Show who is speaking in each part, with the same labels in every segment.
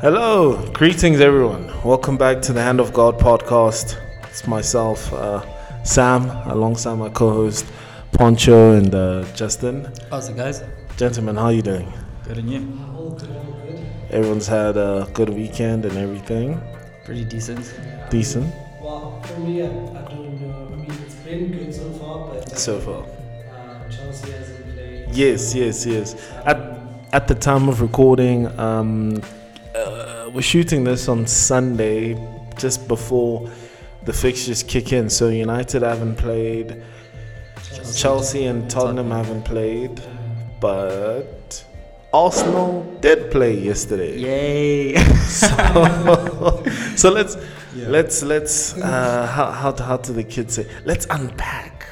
Speaker 1: Hello, greetings everyone. Welcome back to the Hand of God podcast. It's myself, uh, Sam, alongside my co-host Poncho and uh, Justin.
Speaker 2: How's it, guys?
Speaker 1: Gentlemen, how you doing?
Speaker 2: Good and you?
Speaker 1: Everyone's had a good weekend and everything.
Speaker 2: Pretty decent.
Speaker 1: Decent
Speaker 3: Well, for me, I, I don't know. I mean, it's been good so far, but
Speaker 1: so far.
Speaker 3: um, Chelsea hasn't played.
Speaker 1: Yes, yes, yes. At at the time of recording, um, uh, we're shooting this on Sunday, just before the fixtures kick in. So United haven't played. Chelsea and Tottenham haven't played, but Arsenal did play yesterday.
Speaker 2: Yay!
Speaker 1: So, so let's let's let's uh, how how how do the kids say? Let's unpack.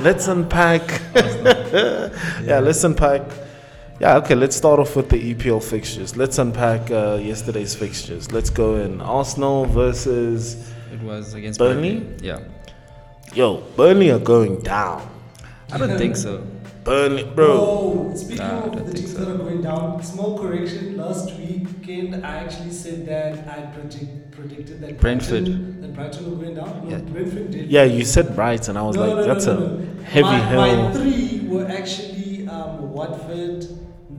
Speaker 1: Let's unpack. yeah. let's unpack. Yeah, okay. Let's start off with the EPL fixtures. Let's unpack uh, yesterday's fixtures. Let's go in Arsenal versus
Speaker 2: It was against
Speaker 1: Burnley?
Speaker 2: Yeah.
Speaker 1: Yo Burnley are going down.
Speaker 2: I don't think so.
Speaker 1: Burnley, bro.
Speaker 3: Whoa, Oh, speaking
Speaker 2: Nah, I don't
Speaker 3: of the
Speaker 2: think
Speaker 3: teams
Speaker 2: so.
Speaker 3: that are going down, small correction. Last weekend, I actually said that I predict, predicted that
Speaker 2: Brentford.
Speaker 3: Brighton, that Brighton were going down. No,
Speaker 2: Yeah.
Speaker 3: Brentford did.
Speaker 1: Yeah, you said Brighton. I was
Speaker 3: no,
Speaker 1: like,
Speaker 3: no,
Speaker 1: that's
Speaker 3: no,
Speaker 1: a
Speaker 3: no, no.
Speaker 1: heavy
Speaker 3: my,
Speaker 1: hill.
Speaker 3: My three were actually um, Watford,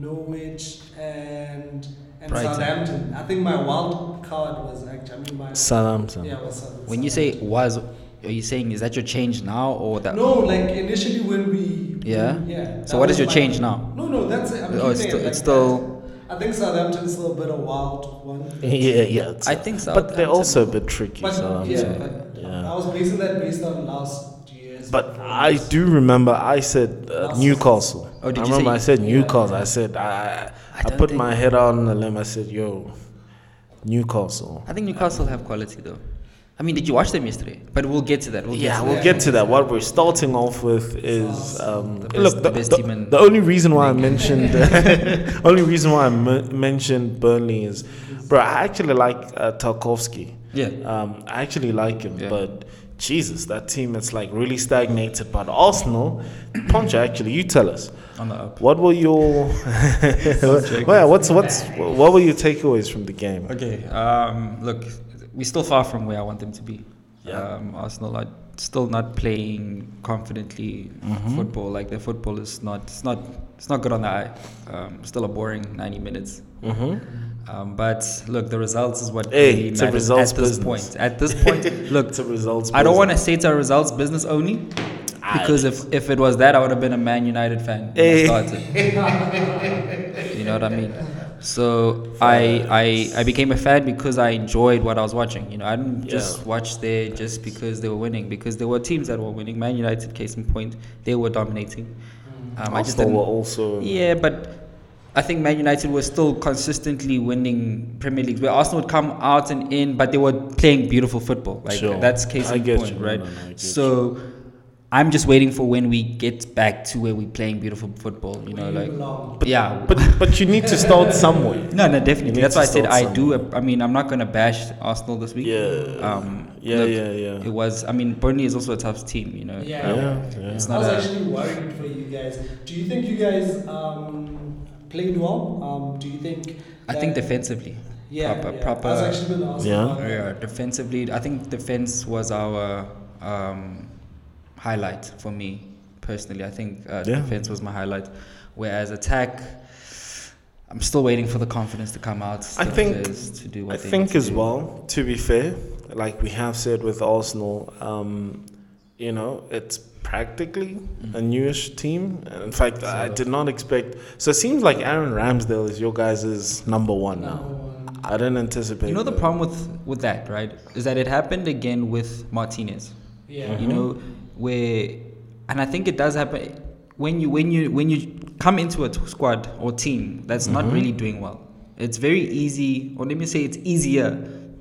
Speaker 3: Norwich, and and
Speaker 2: Brighton.
Speaker 3: Southampton. I think my wild card was actually. I mean, my
Speaker 1: Southampton.
Speaker 3: yeah was Southampton.
Speaker 2: When you say was, are you saying is that your change now or that?
Speaker 3: No, like initially when we.
Speaker 2: Yeah?
Speaker 3: Yeah.
Speaker 2: So
Speaker 3: that
Speaker 2: what is
Speaker 3: was
Speaker 2: your
Speaker 3: my-
Speaker 2: change now?
Speaker 3: No, no, that's it. I'm
Speaker 2: Oh, it's
Speaker 3: keeping
Speaker 2: still-
Speaker 3: it like
Speaker 2: it's still-
Speaker 3: that. I think Southampton's still a bit of wild one.
Speaker 1: yeah, yeah. it's-
Speaker 2: I think so.
Speaker 1: But they're also a bit tricky.
Speaker 3: But
Speaker 1: so
Speaker 3: yeah,
Speaker 1: yeah,
Speaker 3: but I
Speaker 1: yeah.
Speaker 3: was basing that based on last year's.
Speaker 1: But I
Speaker 3: performance.
Speaker 1: do remember I said uh,
Speaker 3: Last
Speaker 1: Newcastle.
Speaker 2: Oh, did
Speaker 1: I
Speaker 2: you
Speaker 1: remember
Speaker 2: say-
Speaker 1: I said Newcastle. I said I,
Speaker 2: I
Speaker 1: I,
Speaker 2: don't
Speaker 1: put
Speaker 2: think-
Speaker 1: my head on the limb. I said, "Yo, Newcastle."
Speaker 2: I think Newcastle have quality though. I mean, did you watch them yesterday? But we'll get to that. We'll
Speaker 1: Yeah,
Speaker 2: get to
Speaker 1: we'll
Speaker 2: that.
Speaker 1: get to that. What we're starting off with is um,
Speaker 2: The
Speaker 1: look.
Speaker 2: best-
Speaker 1: The,
Speaker 2: the best
Speaker 1: the-
Speaker 2: team in-
Speaker 1: the only reason why I mentioned only reason why I m- mentioned Burnley is, bro. I actually like uh, Tarkovsky.
Speaker 2: Yeah.
Speaker 1: Um, I actually like him,
Speaker 2: Yeah.
Speaker 1: but Jesus, that team is like really stagnated. But Arsenal, Poncho, actually, you tell us
Speaker 2: On the up.
Speaker 1: what were your well, what's what's what were your takeaways from the game?
Speaker 2: Okay. Um, look, we're still far from where I want them to be.
Speaker 1: Yeah.
Speaker 2: Um, Arsenal are still not playing confidently
Speaker 1: Mm-hmm.
Speaker 2: football. Like their football is not. It's not. It's not good on the eye. Um, still a boring ninety minutes.
Speaker 1: Mm-hmm.
Speaker 2: Um, but look, the results is what
Speaker 1: Hey,
Speaker 2: really
Speaker 1: it's a
Speaker 2: matters
Speaker 1: results
Speaker 2: at this
Speaker 1: business.
Speaker 2: point. At this point, look,
Speaker 1: It's a results.
Speaker 2: I don't
Speaker 1: business.
Speaker 2: want to say it's a results business only,
Speaker 1: Ah, Eh.
Speaker 2: because if, if it was that, I would have been a Man United fan when
Speaker 1: Hey.
Speaker 2: I started. you know what I mean? So I, I I became a fan because I enjoyed what I was watching. You know, I didn't just
Speaker 1: Yeah.
Speaker 2: watch there just because they were winning, because there were teams that were winning. Man United, case in point, they were dominating. Um, I just
Speaker 1: Hmm. Arsenal
Speaker 2: didn't.
Speaker 1: were also
Speaker 2: Yeah, but I think Man United were still consistently winning Premier Leagues where Arsenal would come out and in, but they were playing beautiful football. Like
Speaker 1: Sure.
Speaker 2: that's case
Speaker 1: I
Speaker 2: in
Speaker 1: get
Speaker 2: point,
Speaker 1: you. No,
Speaker 2: right?
Speaker 1: no, no, I get
Speaker 2: so I'm just waiting for when we get back to where we're playing beautiful football. You know,
Speaker 3: Where you
Speaker 2: like
Speaker 3: belong.
Speaker 2: yeah.
Speaker 1: But but you need to start somewhere.
Speaker 2: no, no,
Speaker 1: You
Speaker 2: definitely.
Speaker 1: need
Speaker 2: That's
Speaker 1: to
Speaker 2: why I said
Speaker 1: start
Speaker 2: I do. I mean, I'm not gonna bash Arsenal this week.
Speaker 1: Yeah.
Speaker 2: Um,
Speaker 1: Yeah,
Speaker 2: look,
Speaker 1: yeah, yeah.
Speaker 2: It was. I mean, Burnley is also a tough team. You know.
Speaker 3: Yeah.
Speaker 1: Yeah, yeah.
Speaker 2: It's
Speaker 3: I
Speaker 2: not
Speaker 3: was
Speaker 2: a-
Speaker 3: actually worried for you guys. Do you think you guys um, played well? Um, do you think?
Speaker 2: I think
Speaker 3: that-
Speaker 2: defensively.
Speaker 3: Yeah,
Speaker 2: proper-
Speaker 3: yeah.
Speaker 2: proper-
Speaker 3: I was actually going to ask.
Speaker 1: Yeah.
Speaker 3: about that.
Speaker 2: Yeah, defensively, I think defense was our um, highlight for me personally. I think uh,
Speaker 1: Yeah.
Speaker 2: defense was my highlight, whereas attack, I'm still waiting for the confidence to come out.
Speaker 1: I
Speaker 2: the
Speaker 1: think-
Speaker 2: players to
Speaker 1: I
Speaker 2: do what they need
Speaker 1: think
Speaker 2: to
Speaker 1: as
Speaker 2: do.
Speaker 1: well. To be fair, like we have said with Arsenal, um, you know, it's practically
Speaker 2: Mm-hmm.
Speaker 1: a newish team. In fact, I did not expect. So it seems like Aaron Ramsdale is your guys' number one now. I didn't anticipate.
Speaker 2: You know the
Speaker 1: that.
Speaker 2: problem with with that, right? Is that it happened again with Martinez.
Speaker 3: Yeah.
Speaker 2: you know where and i think it does happen when you when you when you come into a t- squad or team that's not really doing well it's very easy or let me say it's easier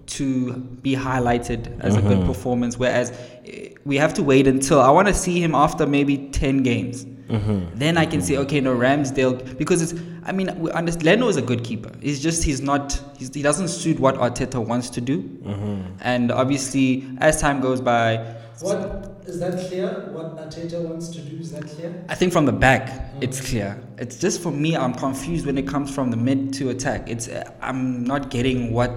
Speaker 2: to be highlighted as a good performance whereas eh, we have to wait until i want to see him after maybe 10 games
Speaker 1: Mm-hmm.
Speaker 2: then i can say okay no ramsdale because it's i mean we understand leno is a good keeper it's just he's not he's, he doesn't suit what arteta wants to do and obviously as time goes by
Speaker 3: What is that clear? What Ateta wants to do is that clear?
Speaker 2: I think from the back, it's clear. It's just for me, I'm confused when it comes from the mid to attack. It's uh, I'm not getting what.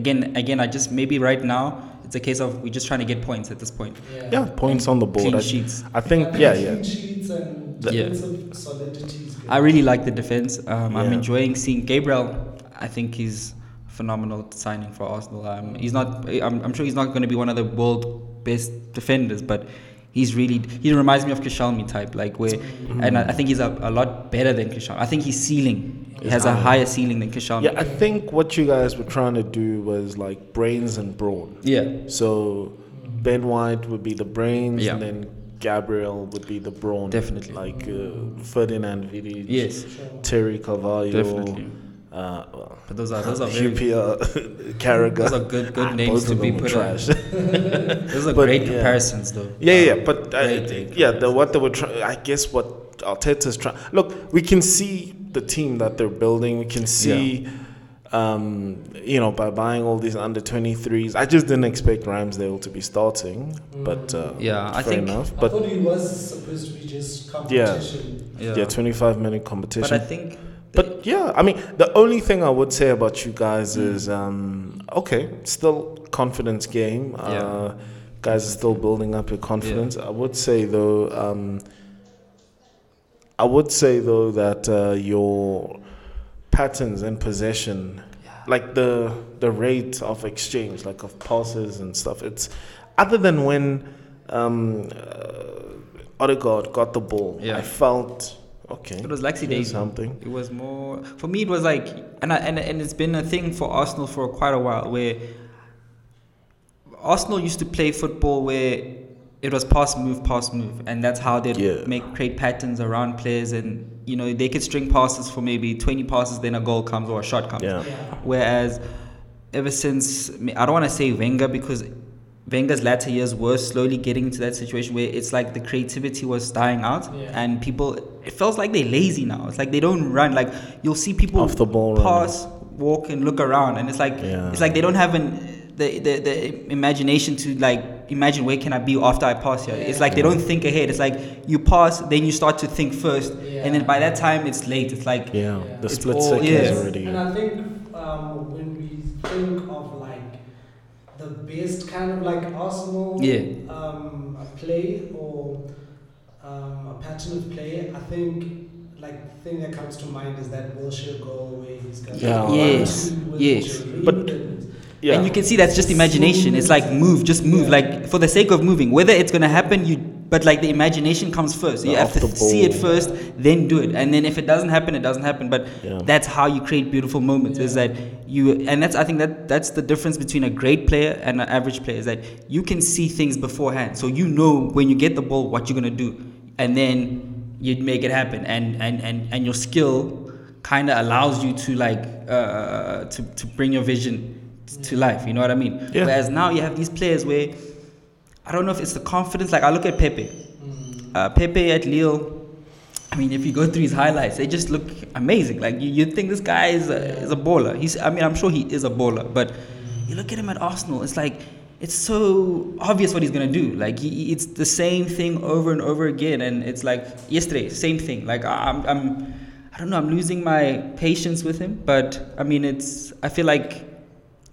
Speaker 2: Again, again, I just maybe right now it's a case of we're just trying to get points at this point.
Speaker 1: Yeah, points on the board.
Speaker 2: Um, Clean
Speaker 1: I,
Speaker 2: sheets.
Speaker 1: I think,
Speaker 3: And
Speaker 1: yeah,
Speaker 3: clean
Speaker 1: yeah.
Speaker 3: sheets and
Speaker 1: The-
Speaker 2: Yeah.
Speaker 3: defensive solidity is good.
Speaker 2: I really like the defense. Um, I'm
Speaker 1: Yeah.
Speaker 2: enjoying seeing Gabriel. I think he's phenomenal signing for Arsenal. Um, he's not. I'm, I'm sure he's not going to be one of the world best defenders, but he's really. He reminds me of Kishalmi type, like where,
Speaker 1: Mm-hmm.
Speaker 2: and I, I think he's a, a lot better than Kishalmi. I think his ceiling he has a higher ceiling than Kishalmi.
Speaker 1: Yeah, I think what you guys were trying to do was like brains and brawn.
Speaker 2: yeah.
Speaker 1: So Ben White would be the brains,
Speaker 2: Yeah.
Speaker 1: and then Gabriel would be the brawn.
Speaker 2: Definitely.
Speaker 1: Like uh, Ferdinand Vidic,
Speaker 2: Yes.
Speaker 1: Terry Carvalho.
Speaker 2: Definitely.
Speaker 1: Uh, well,
Speaker 2: But those are those are very.
Speaker 1: Hupia, Carragher.
Speaker 2: Those are good
Speaker 1: Ah,
Speaker 2: good names
Speaker 1: both
Speaker 2: to
Speaker 1: of
Speaker 2: be
Speaker 1: them were
Speaker 2: put on.
Speaker 1: trash.
Speaker 2: Those are
Speaker 1: But,
Speaker 2: great
Speaker 1: yeah.
Speaker 2: comparisons, though.
Speaker 1: Yeah, yeah,
Speaker 2: Um,
Speaker 1: yeah, but I,
Speaker 2: great, great
Speaker 1: yeah, the, what they were trying, I guess what Arteta's trying. Look, we can see the team that they're building. We can see, um, you know, by buying all these under twenty threes. I just didn't expect Ramsdale to be starting, but uh,
Speaker 2: Yeah, I
Speaker 1: fair
Speaker 2: think-
Speaker 1: enough.
Speaker 3: I
Speaker 1: But
Speaker 3: thought it was supposed to be just competition.
Speaker 1: yeah, twenty five minute competition.
Speaker 2: But I think.
Speaker 1: But yeah, I mean, the only thing I would say about you guys
Speaker 2: Hmm.
Speaker 1: is um, okay, still confidence game. Uh, guys are still building up your confidence. I would say though, um, I would say though that uh, your patterns and possession, like the the rate of exchange, like of passes and stuff, it's other than when um, uh, Odegaard got the ball,
Speaker 2: Yeah.
Speaker 1: I felt okay.
Speaker 2: It was laxy
Speaker 1: here's
Speaker 2: days.
Speaker 1: something.
Speaker 2: It was more for me. It was like, and I, and and it's been a thing for Arsenal for quite a while. Where Arsenal used to play football where it was pass move, pass move, and that's how they
Speaker 1: Yeah.
Speaker 2: would make create patterns around players, and you know they could string passes for maybe twenty passes, then a goal comes or a shot comes.
Speaker 1: Yeah.
Speaker 2: Whereas ever since I don't want to say Wenger because Wenger's latter years were slowly getting into that situation where it's like the creativity was dying out
Speaker 3: Yeah.
Speaker 2: and people it feels like they're lazy now. It's like they don't run. Like you'll see people
Speaker 1: Off the ball running.
Speaker 2: pass, walk and look around and it's like
Speaker 1: Yeah.
Speaker 2: it's like they don't have an the, the the imagination to like imagine where can I be after I pass here. It's like they don't think ahead. It's like you pass, then you start to think first, and then by that time it's late. It's like
Speaker 1: Yeah, the
Speaker 2: It's
Speaker 1: split
Speaker 2: all-
Speaker 1: second
Speaker 2: yeah.
Speaker 1: is already.
Speaker 3: And I think um, when we think of like the best kind of like Arsenal
Speaker 2: Yeah.
Speaker 3: um, a play or um, a pattern of play, I think like the thing that comes to mind is that Wilshere goal where he's got
Speaker 1: Yeah.
Speaker 3: the
Speaker 2: Yes,
Speaker 3: one-two with
Speaker 2: yes.
Speaker 3: Giroud
Speaker 1: But-
Speaker 3: and-
Speaker 1: Yeah.
Speaker 2: And you can see that's just imagination. It's like move, just move,
Speaker 3: Yeah.
Speaker 2: like for the sake of moving. Whether it's gonna happen, you but like the imagination comes first. You
Speaker 1: The
Speaker 2: have to
Speaker 1: off the
Speaker 2: see it
Speaker 1: ball.
Speaker 2: first, then do it. And then if it doesn't happen, it doesn't happen. But
Speaker 1: Yeah.
Speaker 2: that's how you create beautiful moments. Is
Speaker 3: Yeah.
Speaker 2: that you? And that's I think that that's the difference between a great player and an average player. Is that you can see things beforehand, so you know when you get the ball what you're gonna do, and then you make it happen. And and and and your skill kind of allows you to like uh, to to bring your vision t- to life. You know what I mean?
Speaker 1: Yeah.
Speaker 2: Whereas now you have these players where I don't know if it's the confidence. Like I look at Pepe, uh, Pepe at Lille. I mean, if you go through his highlights, they just look amazing. Like you, you think this guy is a, is a baller. He's, I mean, I'm sure he is a baller, but you look at him at Arsenal, it's like it's so obvious what he's gonna do. Like he- he, it's the same thing over and over again, and it's like yesterday, same thing. Like I- I'm, I'm, I don't know, I'm losing my patience with him. But I mean, it's I feel like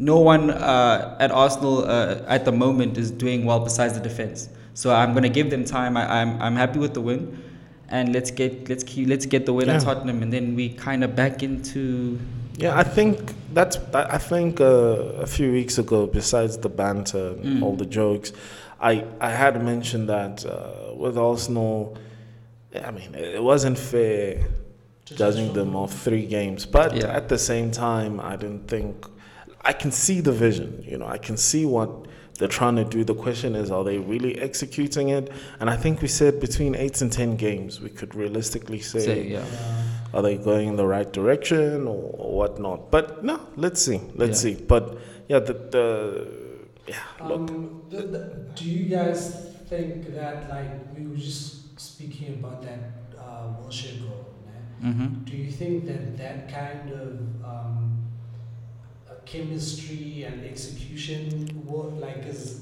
Speaker 2: no one uh, at Arsenal uh, at the moment is doing well besides the defense. So I'm gonna give them time. I, I'm I'm happy with the win, and let's get let's keep let's get the win at
Speaker 1: Yeah.
Speaker 2: Tottenham, and then we kind of back into
Speaker 1: Yeah, I think that's. I I think uh, a few weeks ago, besides the banter, and all the jokes, I I had mentioned that uh, with Arsenal, I mean, it wasn't fair judging them off three games, but
Speaker 2: Yeah.
Speaker 1: at the same time, I didn't think I can see the vision. You know, I can see what they're trying to do. The question is, are they really executing it? And I think we said between eight and ten games, we could realistically
Speaker 2: say yeah.
Speaker 1: are they going in the right direction or, or whatnot? But no, let's see, let's
Speaker 2: Yeah.
Speaker 1: see. But yeah, the, the yeah, look,
Speaker 3: Um, th- th- do you guys think that like we were just speaking about that uh, Wilshere goal? né?
Speaker 2: Mm-hmm.
Speaker 3: Do you think that that kind of um, uh, chemistry and execution will, like is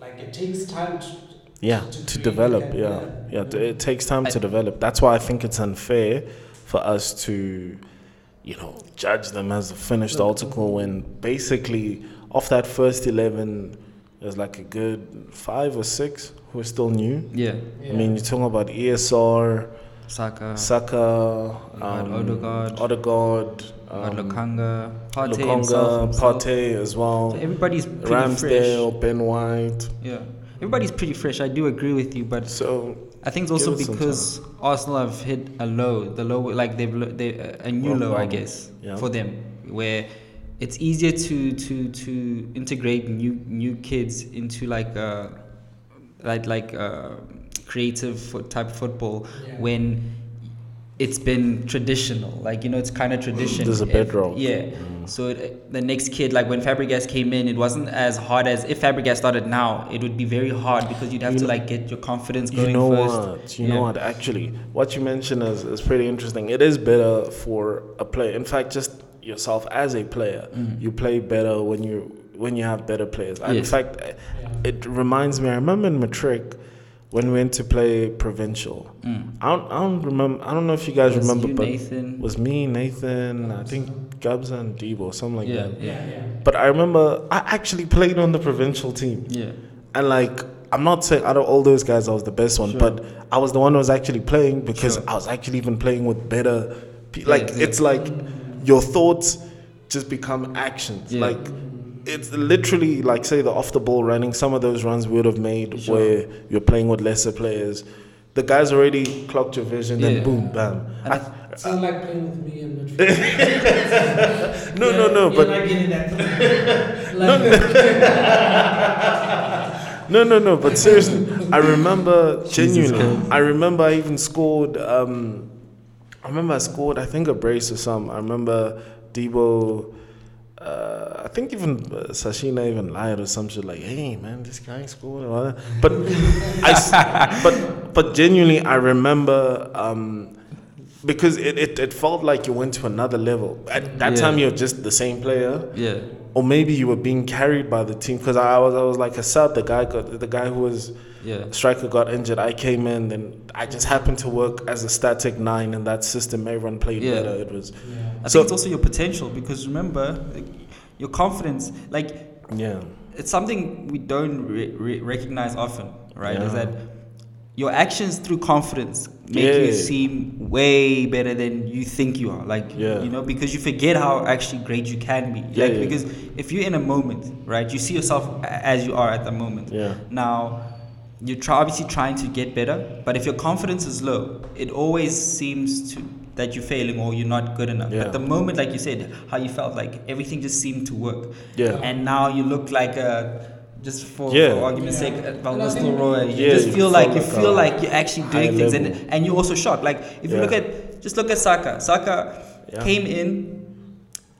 Speaker 3: like it takes time to,
Speaker 1: yeah
Speaker 3: to
Speaker 1: to
Speaker 3: create
Speaker 1: develop
Speaker 3: that,
Speaker 1: yeah yeah t- it takes time
Speaker 2: I-
Speaker 1: to develop that's why i think it's unfair for us to you know judge them as a finished article when basically off that first 11 there's like a good five or six who are still new
Speaker 2: Yeah,
Speaker 1: i
Speaker 3: yeah.
Speaker 1: mean you're talking about E esr
Speaker 2: Saka,
Speaker 1: saka
Speaker 2: Odegaard,
Speaker 1: um,
Speaker 2: Odegaard.
Speaker 1: odegaard um,
Speaker 2: got Lokanga, Partey himself,
Speaker 1: Lokonga,
Speaker 2: himself.
Speaker 1: Partey as
Speaker 2: So
Speaker 1: well
Speaker 2: everybody's pretty fresh.
Speaker 1: ramsdale ben white
Speaker 2: Yeah, everybody's pretty fresh. I do agree with you, but
Speaker 1: so
Speaker 2: I think it's also
Speaker 1: Give it some
Speaker 2: because Arsenal have hit a low, the low like they've lo- they a new
Speaker 1: Well,
Speaker 2: low, I
Speaker 1: um,
Speaker 2: guess,
Speaker 1: yeah.
Speaker 2: for them, where it's easier to to to integrate new new kids into like uh like like uh creative fo- type football
Speaker 3: Yeah.
Speaker 2: when it's been traditional, like you know, it's kind of tradition.
Speaker 1: Mm, There's a
Speaker 2: If-
Speaker 1: bedrock.
Speaker 2: yeah.
Speaker 1: Mm.
Speaker 2: So it, the next kid, like when Fabregas came in, it wasn't as hard as if Fabregas started now. It would be very hard because you'd have
Speaker 1: You
Speaker 2: to
Speaker 1: know-
Speaker 2: like get your confidence
Speaker 1: you
Speaker 2: going
Speaker 1: know
Speaker 2: first.
Speaker 1: what you
Speaker 2: Yeah.
Speaker 1: know what actually what you mentioned is, is pretty interesting it is better for a player in fact just yourself as a player you play better when you when you have better players in
Speaker 2: Mm. Yes.
Speaker 1: fact eh, it reminds me i remember in matric when we went to play provincial
Speaker 2: Mm.
Speaker 1: I, don't, I don't remember i don't know if you guys
Speaker 2: Was
Speaker 1: remember
Speaker 2: you,
Speaker 1: but
Speaker 2: Nathan?
Speaker 1: it was me nathan i think gubs and debo or something like
Speaker 2: yeah,
Speaker 1: that
Speaker 2: yeah,
Speaker 3: yeah.
Speaker 1: but i remember i actually played on the provincial team
Speaker 2: yeah,
Speaker 1: and like, I'm not saying out of all those guys, I was the best one,
Speaker 2: Sure.
Speaker 1: but I was the one who was actually playing because
Speaker 2: Sure.
Speaker 1: I was actually even playing with better. Pe- like,
Speaker 2: yeah.
Speaker 1: it's like your thoughts just become actions.
Speaker 2: Yeah.
Speaker 1: Like, it's literally like, say, the off the ball running, some of those runs we would have made
Speaker 2: Sure.
Speaker 1: where you're playing with lesser players. The guys already clocked your vision,
Speaker 2: Yeah.
Speaker 1: then boom, bam.
Speaker 2: And I-
Speaker 1: I-
Speaker 3: It's not like playing with me in midfield.
Speaker 1: no,
Speaker 3: Yeah,
Speaker 1: no, no,
Speaker 3: you're
Speaker 1: but
Speaker 3: not getting that. Like-
Speaker 1: No, no, no. But seriously, I remember genuinely. I remember I even scored. Um, I remember I scored. I think a brace or something. I remember Debo. Uh, I think even uh, Sashina even lied or some shit like, "Hey man, this guy scored." and all that. But I, s- but but genuinely, I remember um, because it, it, it felt like you went to another level. At that
Speaker 2: Yeah.
Speaker 1: time, you're just the same player
Speaker 2: yeah,
Speaker 1: or maybe you were being carried by the team because I, I was I was like a sub. The guy got the guy who was
Speaker 2: yeah.
Speaker 1: striker got injured. I came in and I just happened to work as a static nine in that system. Everyone played
Speaker 2: Yeah.
Speaker 1: better. It was
Speaker 2: I
Speaker 1: So-
Speaker 2: think it's also your potential because remember, like, your confidence, like
Speaker 1: yeah
Speaker 2: it's something we don't re- re- recognize often, right? Is
Speaker 1: Yeah.
Speaker 2: that your actions through confidence make you
Speaker 1: Yeah.
Speaker 2: seem way better than you think you are. Like,
Speaker 1: Yeah.
Speaker 2: you know, because you forget how actually great you can be.
Speaker 1: Yeah,
Speaker 2: like,
Speaker 1: yeah.
Speaker 2: because if you're in a moment, right, you see yourself a- as you are at the moment.
Speaker 1: yeah.
Speaker 2: Now, you're try, obviously trying to get better, but if your confidence is low, it always seems to that you're failing or you're not good enough.
Speaker 1: Yeah.
Speaker 2: But the moment, like you said, how you felt like everything just seemed to work,
Speaker 1: Yeah.
Speaker 2: and now you look like a just for,
Speaker 1: Yeah.
Speaker 2: for argument's sake,
Speaker 3: Yeah.
Speaker 2: sake, Valdez
Speaker 3: And I think-
Speaker 2: Leroy. You
Speaker 1: Yeah,
Speaker 2: just
Speaker 1: you
Speaker 2: feel like you
Speaker 1: feel like
Speaker 2: feel
Speaker 1: a
Speaker 2: like you're actually
Speaker 1: high
Speaker 2: doing things,
Speaker 1: level.
Speaker 2: and and you also shocked. Like if you
Speaker 1: Yeah.
Speaker 2: look at just look at Saka. Saka
Speaker 1: Yeah.
Speaker 2: came in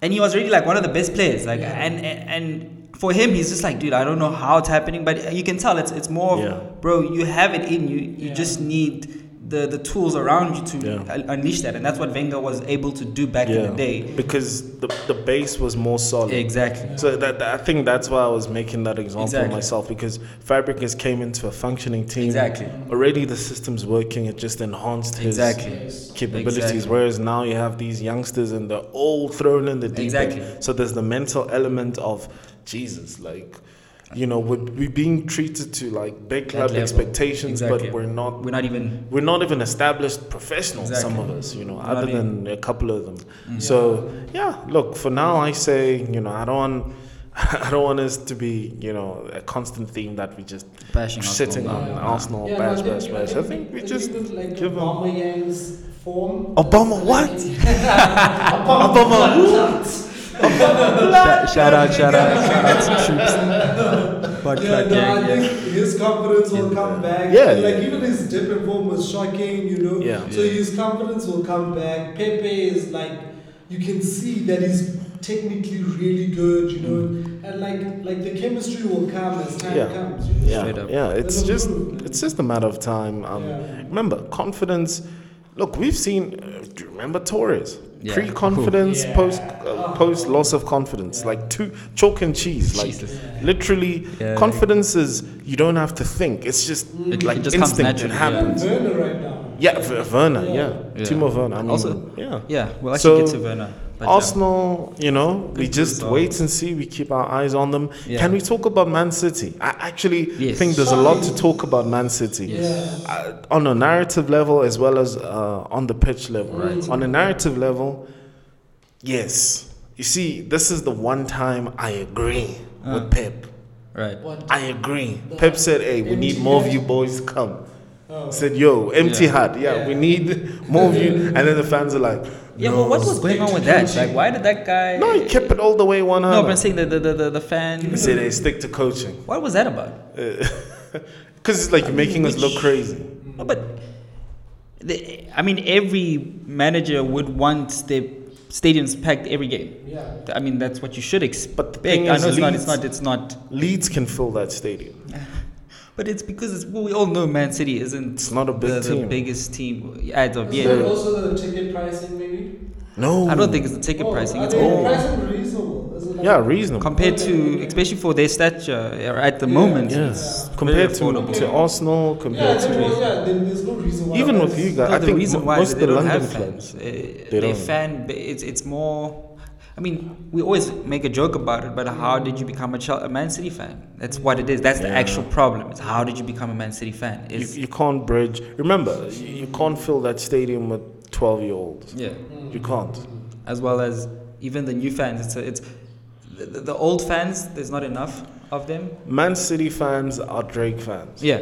Speaker 2: and he was really like one of the best players. Like
Speaker 3: Yeah.
Speaker 2: and, and and for him, he's just like, dude, I don't know how it's happening, but you can tell it's it's more, of,
Speaker 1: Yeah.
Speaker 2: bro, you have it in you. You
Speaker 3: Yeah.
Speaker 2: just need the the tools around you to
Speaker 1: Yeah.
Speaker 2: un- unleash that, and that's what Wenger was able to do back in
Speaker 1: yeah.
Speaker 2: the day.
Speaker 1: because the the base was more solid.
Speaker 2: Exactly.
Speaker 1: So that, that- I think that's why I was making that example
Speaker 2: Exactly.
Speaker 1: myself because Fabregas came into a functioning team.
Speaker 2: Exactly.
Speaker 1: Already the system's working. It just enhanced his
Speaker 2: Exactly.
Speaker 3: Yes.
Speaker 1: capabilities.
Speaker 2: Exactly.
Speaker 1: Whereas now you have these youngsters and they're all thrown in the deep
Speaker 2: Exactly.
Speaker 1: end. So there's the mental element of Jesus, like you know, we're, we're being treated to like big club
Speaker 2: level.
Speaker 1: expectations,
Speaker 2: Exactly.
Speaker 1: but we're not.
Speaker 2: We're not even
Speaker 1: We're not even established professionals. Some
Speaker 2: Exactly.
Speaker 1: of us, you know,
Speaker 2: Not
Speaker 1: other than a couple of them.
Speaker 2: Mm.
Speaker 1: So yeah, look. For now, I say you know, I don't. want I don't want us to be, you know, a constant theme that we just
Speaker 2: bashing Arsenal
Speaker 1: sitting
Speaker 2: now.
Speaker 1: on Arsenal,
Speaker 3: Yeah, no, I
Speaker 1: bash,
Speaker 3: think-
Speaker 1: bash, bash. I think we
Speaker 3: if you
Speaker 1: just
Speaker 3: look like
Speaker 1: give 'em-
Speaker 3: Aubameyang's form.
Speaker 1: Obama what?
Speaker 3: Obama.
Speaker 2: Shout, shout out, shout out, shout out to troops. But
Speaker 3: Yeah,
Speaker 2: like,
Speaker 3: no,
Speaker 2: yeah,
Speaker 3: I
Speaker 2: yeah.
Speaker 3: think his confidence will come back.
Speaker 1: uh, Yeah,
Speaker 3: And, like
Speaker 1: yeah.
Speaker 3: even his dip in form was shocking, you know.
Speaker 1: Yeah.
Speaker 3: So his confidence will come back. Pepe is like, you can see that he's technically really good, you know, and like like the chemistry will come as time
Speaker 1: Mm. Yeah.
Speaker 3: comes. You know?
Speaker 1: yeah,
Speaker 2: Straight up.
Speaker 1: yeah. It's
Speaker 3: That's
Speaker 1: just
Speaker 3: improved.
Speaker 1: it's just a matter of time. Um,
Speaker 3: Yeah.
Speaker 1: Remember, confidence. Look, we've seen. Uh, do you remember Torres?
Speaker 2: Yeah.
Speaker 1: Pre confidence,
Speaker 3: Cool.
Speaker 1: post
Speaker 3: Yeah.
Speaker 1: uh, post loss of confidence, like two chalk and cheese. Like
Speaker 2: Jesus.
Speaker 1: literally,
Speaker 2: Yeah, like-
Speaker 1: confidence is you don't have to think. It's just
Speaker 2: It-
Speaker 1: like
Speaker 2: it just comes
Speaker 1: instinct. it
Speaker 2: naturally, yeah.
Speaker 1: happens.
Speaker 3: Werner right now.
Speaker 1: Yeah, Ver- Werner. Yeah,
Speaker 2: Yeah.
Speaker 1: Timo Werner. I mean,
Speaker 2: Also-
Speaker 1: yeah.
Speaker 2: Yeah, we'll actually get
Speaker 1: So,
Speaker 2: to Werner. But, um,
Speaker 1: Arsenal, you know, we
Speaker 2: Good
Speaker 1: just
Speaker 2: result.
Speaker 1: wait and see. We keep our eyes on them.
Speaker 2: Yeah.
Speaker 1: Can we talk about Man City? I actually
Speaker 2: Yes.
Speaker 1: think there's a lot to talk about Man City
Speaker 3: Yeah.
Speaker 1: uh, on a narrative level as well as uh, on the pitch level.
Speaker 2: Mm.
Speaker 1: Right. On a narrative level, yes. You see, this is the one time I agree
Speaker 2: Uh.
Speaker 1: with Pep.
Speaker 2: right.
Speaker 3: What?
Speaker 1: I agree. Pep said, "Hey, we need
Speaker 3: Empty
Speaker 1: more of
Speaker 3: head.
Speaker 1: you boys. Come."
Speaker 3: Oh.
Speaker 1: Said, "Yo, empty
Speaker 2: Yeah.
Speaker 1: heart. Yeah,
Speaker 3: Yeah.
Speaker 1: we need more of you." And then the fans are like,
Speaker 2: Yeah, well, what
Speaker 1: "No."
Speaker 2: was going on with that? Like, why did that guy?
Speaker 1: No, he kept it all the way one
Speaker 2: No,
Speaker 1: hundred.
Speaker 2: but I'm saying the the the, the, the
Speaker 1: He
Speaker 2: fan.
Speaker 1: said, "Hey, stick to coaching,"
Speaker 2: What was that about?
Speaker 1: because it's like you're making us look crazy.
Speaker 2: No, Oh, but the, I mean, every manager would want their stadiums packed every game.
Speaker 3: Yeah.
Speaker 2: I mean, that's what you should expect.
Speaker 1: But the
Speaker 2: I
Speaker 1: thing
Speaker 2: know
Speaker 1: is,
Speaker 2: it's not.
Speaker 1: Leeds-
Speaker 2: It's not. It's not.
Speaker 1: Leeds can fill that stadium.
Speaker 2: But it's because it's, well, we all know Man City isn't.
Speaker 1: It's not a big
Speaker 2: the,
Speaker 1: team.
Speaker 2: The biggest team. I don't,
Speaker 3: Is that
Speaker 2: yeah.
Speaker 3: also the ticket pricing maybe?
Speaker 1: No,
Speaker 2: I don't think it's the ticket
Speaker 3: Oh,
Speaker 2: pricing.
Speaker 3: I
Speaker 2: It's
Speaker 3: mean,
Speaker 2: all
Speaker 3: pricing reasonable. Is it like-
Speaker 1: Yeah, reasonable
Speaker 2: compared to, especially for their stature yeah, at the
Speaker 3: Yeah.
Speaker 2: moment.
Speaker 1: Yeah.
Speaker 2: It's
Speaker 1: compared to,
Speaker 2: very affordable.
Speaker 1: to Arsenal, compared
Speaker 3: yeah,
Speaker 1: to
Speaker 3: then, well, yeah, then there's no reason why.
Speaker 1: even
Speaker 3: I
Speaker 1: with
Speaker 3: was-
Speaker 1: you guys,
Speaker 2: No,
Speaker 1: I
Speaker 2: the
Speaker 1: think
Speaker 2: reason
Speaker 1: mo-
Speaker 2: why is
Speaker 1: most
Speaker 2: that
Speaker 1: of
Speaker 2: they
Speaker 1: the
Speaker 2: don't
Speaker 1: London
Speaker 2: have
Speaker 1: clubs.
Speaker 2: fans. Uh,
Speaker 1: they
Speaker 2: their
Speaker 1: don't.
Speaker 2: fan, ba- it's it's more. I mean, we always make a joke about it, but how did you become a, Chel- a Man City fan? That's what it is. That's the
Speaker 1: Yeah.
Speaker 2: actual problem. It's how did you become a Man City fan?
Speaker 1: You,
Speaker 2: It's,
Speaker 1: you can't bridge. Remember, you, you can't fill that stadium with twelve-year-olds.
Speaker 2: yeah,
Speaker 1: You can't.
Speaker 2: as well as even the new fans. It's a, it's the, the the old fans. There's not enough of them.
Speaker 1: Man City fans are Drake fans.
Speaker 2: Yeah,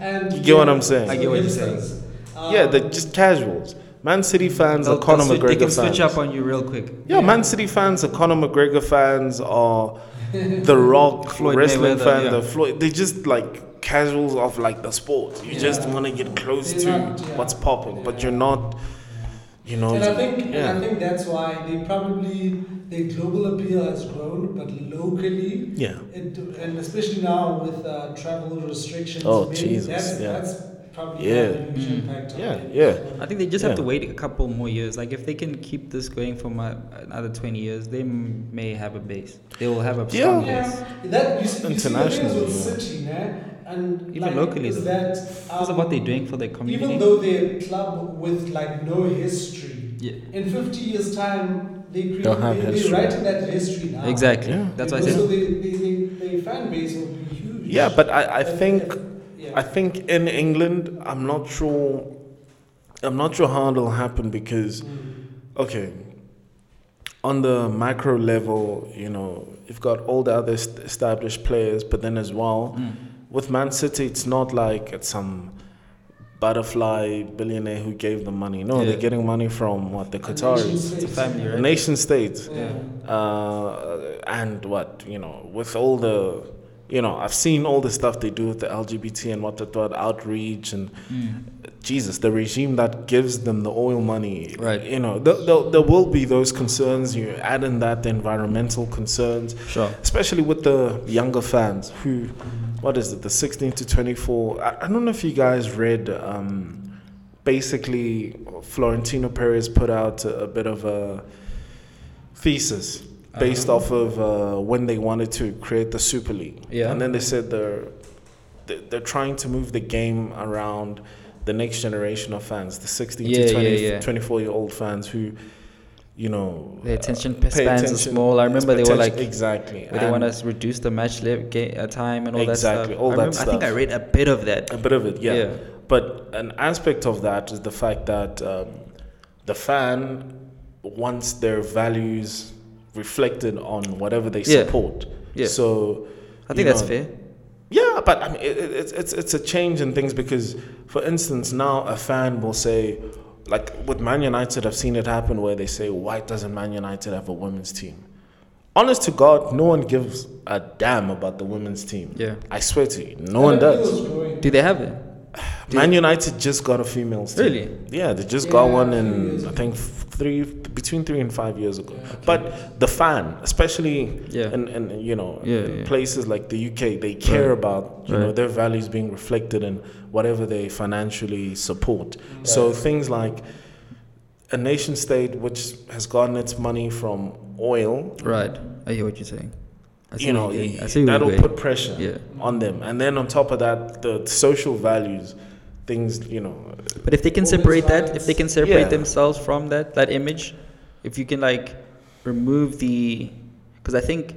Speaker 3: and
Speaker 1: You get what I'm saying?
Speaker 2: I get what you're
Speaker 3: Hipsters. Um,
Speaker 1: Yeah, they're just casuals. Man City fans
Speaker 2: They'll-
Speaker 1: are Conor
Speaker 2: they'll swi-
Speaker 1: McGregor
Speaker 2: They can
Speaker 1: fans.
Speaker 2: switch up on you real quick.
Speaker 1: Yeah, Man City fans are Conor McGregor fans are The Rock
Speaker 2: Floyd
Speaker 1: wrestling
Speaker 2: Mayweather,
Speaker 1: fan.
Speaker 2: yeah.
Speaker 1: The Floyd, they just like casuals of like the sport. You just want to get close
Speaker 3: They're
Speaker 1: to
Speaker 3: not- yeah.
Speaker 1: what's popping, but you're not. You know.
Speaker 3: And I think
Speaker 1: yeah.
Speaker 3: and I think that's why they probably their global appeal has grown, but locally,
Speaker 1: yeah.
Speaker 3: it, and especially now with uh, travel restrictions,
Speaker 1: Oh,
Speaker 3: maybe
Speaker 1: Jesus,
Speaker 3: that's,
Speaker 1: yeah.
Speaker 3: that's probably
Speaker 1: Yeah.
Speaker 3: having a huge impact on
Speaker 1: Yeah.
Speaker 3: it.
Speaker 1: Yeah.
Speaker 2: Mm. I think they just have
Speaker 1: Yeah.
Speaker 2: to wait a couple more years. Like if they can keep this going for my, another twenty years, they m- may have a base. They will have a strong
Speaker 1: Yeah.
Speaker 2: base.
Speaker 3: Yeah, that you, s- you see the thing is
Speaker 1: Internationally,
Speaker 3: with
Speaker 1: yeah.
Speaker 3: City, nah, and
Speaker 2: Even
Speaker 3: like,
Speaker 2: locally,
Speaker 3: is
Speaker 2: though.
Speaker 3: that
Speaker 2: Because
Speaker 3: um,
Speaker 2: of what they're doing for their community.
Speaker 3: Even though they're a club with like no history,
Speaker 2: yeah,
Speaker 3: in 50 years' time, they create,
Speaker 1: They'll have
Speaker 3: they,
Speaker 1: history.
Speaker 3: they're writing that history now.
Speaker 2: exactly.
Speaker 1: Yeah.
Speaker 2: That's why I
Speaker 3: So
Speaker 2: said
Speaker 3: they, they, they, their fan base will be huge.
Speaker 1: Yeah, but I, I
Speaker 3: And-
Speaker 1: think
Speaker 3: and- yeah.
Speaker 1: I think in England, I'm not sure. I'm not sure how it'll happen because,
Speaker 3: Mm.
Speaker 1: okay, on the macro level, you know, you've got all the other est- established players, but then as well,
Speaker 2: Mm,
Speaker 1: with Man City, it's not like it's some butterfly billionaire who gave them money. No,
Speaker 2: Yeah.
Speaker 1: they're getting money from what the Qataris,
Speaker 2: it's a family,
Speaker 1: the
Speaker 2: right?
Speaker 1: nation states
Speaker 2: Yeah.
Speaker 1: uh, and what you know with all the you know i've seen all the stuff they do with the lgbt and what the what outreach and
Speaker 2: mm.
Speaker 1: jesus the regime that gives them the oil money
Speaker 2: Right.
Speaker 1: you know there, there, there will be those concerns you add in that the environmental concerns
Speaker 2: Sure.
Speaker 1: especially with the younger fans who what is it the 16 to 24 i, I don't know if you guys read um, basically florentino perez put out a, a bit of a thesis
Speaker 2: Uh-huh.
Speaker 1: based off of uh, when they wanted to create the super league
Speaker 2: Yeah.
Speaker 1: and then they said they're they- they're trying to move the game around the next generation of fans the 16
Speaker 2: Yeah, yeah,
Speaker 1: to 20,
Speaker 2: yeah.
Speaker 1: 24 year old fans who you know
Speaker 2: the attention
Speaker 1: pay
Speaker 2: spans are
Speaker 1: attention.
Speaker 2: small. I remember they were
Speaker 1: Attention-
Speaker 2: like,
Speaker 1: exactly
Speaker 2: where they
Speaker 1: And-
Speaker 2: want us to reduce the match li- ga- uh, time and all that
Speaker 1: Exactly,
Speaker 2: stuff.
Speaker 1: all
Speaker 2: I
Speaker 1: that
Speaker 2: remember- I think I
Speaker 1: stuff.
Speaker 2: read a bit of that.
Speaker 1: A bit of it, yeah.
Speaker 2: Yeah.
Speaker 1: But an aspect of that is the fact that um, the fan wants their values reflected on whatever they
Speaker 2: Yeah.
Speaker 1: support.
Speaker 2: Yeah.
Speaker 1: So
Speaker 2: I
Speaker 1: you
Speaker 2: think that's
Speaker 1: know,
Speaker 2: fair.
Speaker 1: Yeah, but I mean, it, it, it's- it's it's a change in things because, for instance, now a fan will say, like with Man United, I've seen it happen where they say, "Why doesn't Man United have a women's team?" Honest to God, no one gives a damn about the women's team.
Speaker 2: Yeah.
Speaker 1: I swear to you, no
Speaker 3: And
Speaker 1: one
Speaker 3: appeal
Speaker 1: does.
Speaker 3: is growing.
Speaker 2: Do they have it?
Speaker 1: Man United just got a female team.
Speaker 2: Really?
Speaker 1: Yeah, they just got
Speaker 3: Yeah,
Speaker 1: one
Speaker 3: three
Speaker 1: in
Speaker 3: years
Speaker 1: I think f- three between three and five years ago. But the fan, especially
Speaker 2: Yeah.
Speaker 1: in, in you know
Speaker 2: Yeah, yeah.
Speaker 1: places like the UK, they care about you know
Speaker 2: Right.
Speaker 1: their values being reflected in whatever they financially support. So things like a nation state which has gotten its money from oil,
Speaker 2: Right. I hear what you're saying. I see
Speaker 1: you know,
Speaker 2: where you're going. I see where
Speaker 1: that'll
Speaker 2: you're going.
Speaker 1: put pressure
Speaker 2: Yeah.
Speaker 1: on them. And then on top of that, the social values, things, you know,
Speaker 2: But if they can
Speaker 3: Women's
Speaker 2: separate that, if
Speaker 3: rights.
Speaker 2: they can separate
Speaker 1: Yeah.
Speaker 2: themselves from that that image, if you can like remove the, because I think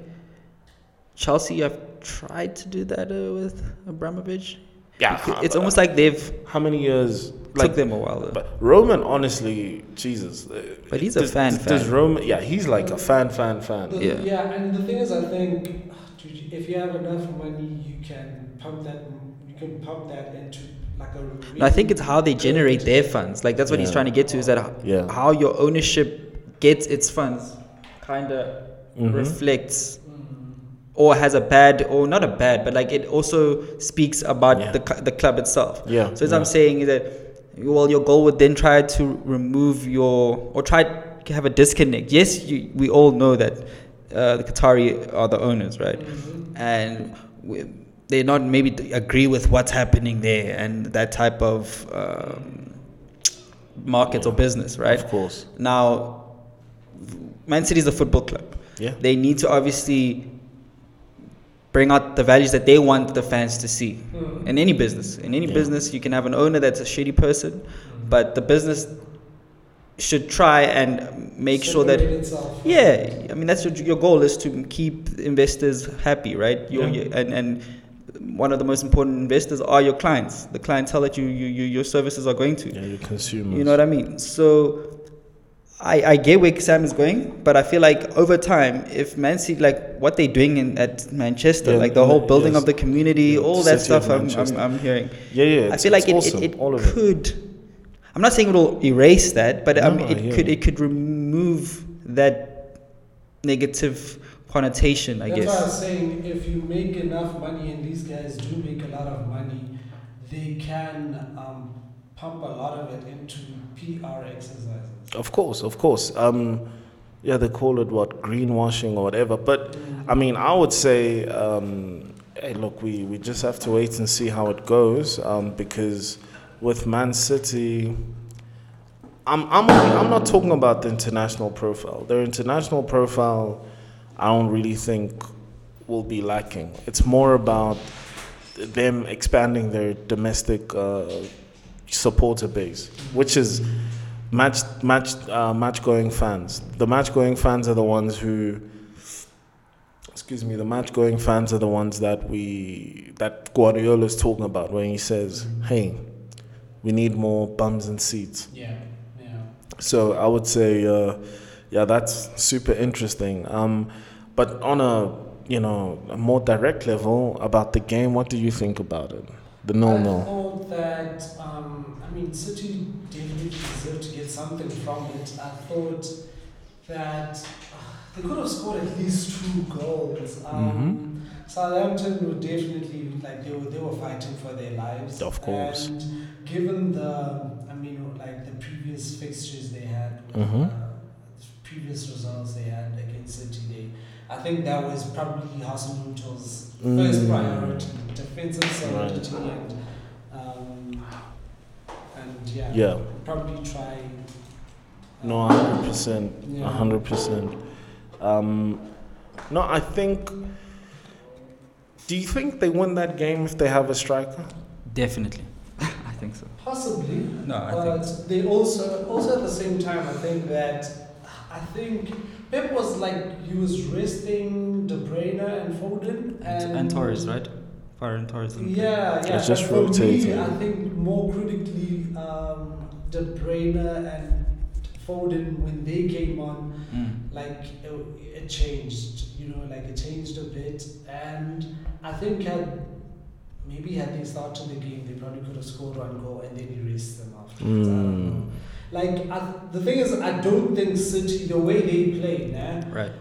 Speaker 2: Chelsea have tried to do that uh, with Abramovich.
Speaker 1: yeah, uh,
Speaker 2: It's almost like they've
Speaker 1: how many years? Uh-huh, Like
Speaker 2: took them a while. Though.
Speaker 1: But Roman, honestly, Jesus. uh,
Speaker 2: But he's a
Speaker 1: does-
Speaker 2: fan
Speaker 1: does- Does
Speaker 2: fan.
Speaker 1: Roman? Yeah, he's like a fan, fan, fan.
Speaker 3: The-
Speaker 2: Yeah.
Speaker 3: Uh, and the thing is, I think, ah, dude, if you have enough money, you can pump that. You can pump that into like a.
Speaker 2: No, I think it's how they generate their funds. Like that's what he's
Speaker 1: Yeah.
Speaker 2: trying to get to is that h-
Speaker 1: Yeah.
Speaker 2: how your ownership gets its funds kind of
Speaker 1: Mhm.
Speaker 2: reflects
Speaker 3: Mm-hmm.
Speaker 2: or has a bad or not a bad but like it also speaks about
Speaker 1: Yeah.
Speaker 2: the, cl- the club itself.
Speaker 1: Yeah,
Speaker 2: So as
Speaker 1: yeah.
Speaker 2: I'm saying is that well your goal would then try to remove your or try to have a disconnect. Yes, you, we all know that uh, the Qatari are the owners, right?
Speaker 3: Mm-hmm.
Speaker 2: and we, they not maybe d- agree with what's happening there and that type of um, market or business, right?
Speaker 1: Of course.
Speaker 2: Now, Man City is a football club.
Speaker 1: Yeah.
Speaker 2: They need to obviously bring out the values that they want the fans to see. In any business, in any
Speaker 1: Yeah.
Speaker 2: business, you can have an owner that's a shitty person, but the business should try and make sure that
Speaker 3: Itself.
Speaker 2: yeah, I mean that's your, your goal is to keep investors happy, right? Your,
Speaker 1: Yeah.
Speaker 2: your- and and one of the most important investors are your clients, the clientele that you, you, you your services are going to.
Speaker 1: Yeah, you consumers.
Speaker 2: You know what I mean? So I, I get where Sam is going, but I feel like over time, if Man City, like what they're doing in, at Manchester,
Speaker 1: Yeah,
Speaker 2: like the whole
Speaker 1: yeah,
Speaker 2: building
Speaker 1: yes.
Speaker 2: of the community,
Speaker 1: Yeah,
Speaker 2: all that
Speaker 1: City of
Speaker 2: stuff I'm, I'm,
Speaker 1: Manchester.
Speaker 2: I'm hearing.
Speaker 1: Yeah, yeah. It's,
Speaker 2: I feel like
Speaker 1: it's
Speaker 2: it,
Speaker 1: awesome,
Speaker 2: it, it
Speaker 1: all of it.
Speaker 2: could. I'm not saying it'll erase that, but um,
Speaker 1: No,
Speaker 2: it
Speaker 1: yeah.
Speaker 2: could it could remove that negative connotation, I
Speaker 3: That's why I
Speaker 2: guess.
Speaker 3: was saying if you make enough money, and these guys do make a lot of money, they can um, pump a lot of it into PR exercises.
Speaker 1: Of course, of course. Um, yeah, they call it what greenwashing or whatever. But I mean, I would say, um, hey, look, we, we just have to wait and see how it goes um, because with Man City, I'm I'm I'm not talking about the international profile. Their international profile, I don't really think will be lacking. It's more about them expanding their domestic uh, supporter base, which is match match uh, match going fans. The match going fans are the ones who. Excuse me. The match-going fans are the ones that we that Guardiola is talking about when he says, "Hey, we need more bums and seats."
Speaker 3: Yeah, yeah.
Speaker 1: So I would say, uh, yeah, that's super interesting. Um, but on a you know a more direct level about the game, what do you think about it? The
Speaker 3: I
Speaker 1: nil-nil.
Speaker 3: thought that, um, I mean, City definitely deserved to get something from it. I thought that ah, they could have scored at least two goals.
Speaker 1: Mm-hmm.
Speaker 3: Um, Southampton were definitely, like, they were, they were fighting for their lives.
Speaker 1: Of course.
Speaker 3: And given the, I mean, like, the previous fixtures they had, with,
Speaker 1: Mhm.
Speaker 3: uh, previous results they had against City, they, I think that was probably Hassan Mutual's first
Speaker 1: Mm.
Speaker 3: priority, defensive
Speaker 1: Right.
Speaker 3: solidity and um, and yeah,
Speaker 1: Yeah.
Speaker 3: probably try. uh,
Speaker 1: No, uh-huh. hundred percent,
Speaker 3: Yeah.
Speaker 1: hundred percent. Um, no, I think. Do you think they win that game if they have a striker?
Speaker 2: Definitely, I think so.
Speaker 3: possibly.
Speaker 2: No, I
Speaker 3: But
Speaker 2: think
Speaker 3: they also also at the same time I think that I think Pep was like he was resting De Bruyne and Foden and,
Speaker 2: and Torres, right? Fire and Torres. and-
Speaker 3: Yeah, yeah.
Speaker 1: It's just
Speaker 3: but for
Speaker 1: rotating.
Speaker 3: Me, I think more critically, um, De Bruyne and Foden when they came on,
Speaker 2: Mm.
Speaker 3: like it, it changed. You know, like it changed a bit, and I think had maybe had they started the game, they probably could have scored one goal and then erased them afterwards. I don't
Speaker 1: Mm.
Speaker 3: know. Like I, the thing is, I don't think City the way they play, nah,
Speaker 2: Right,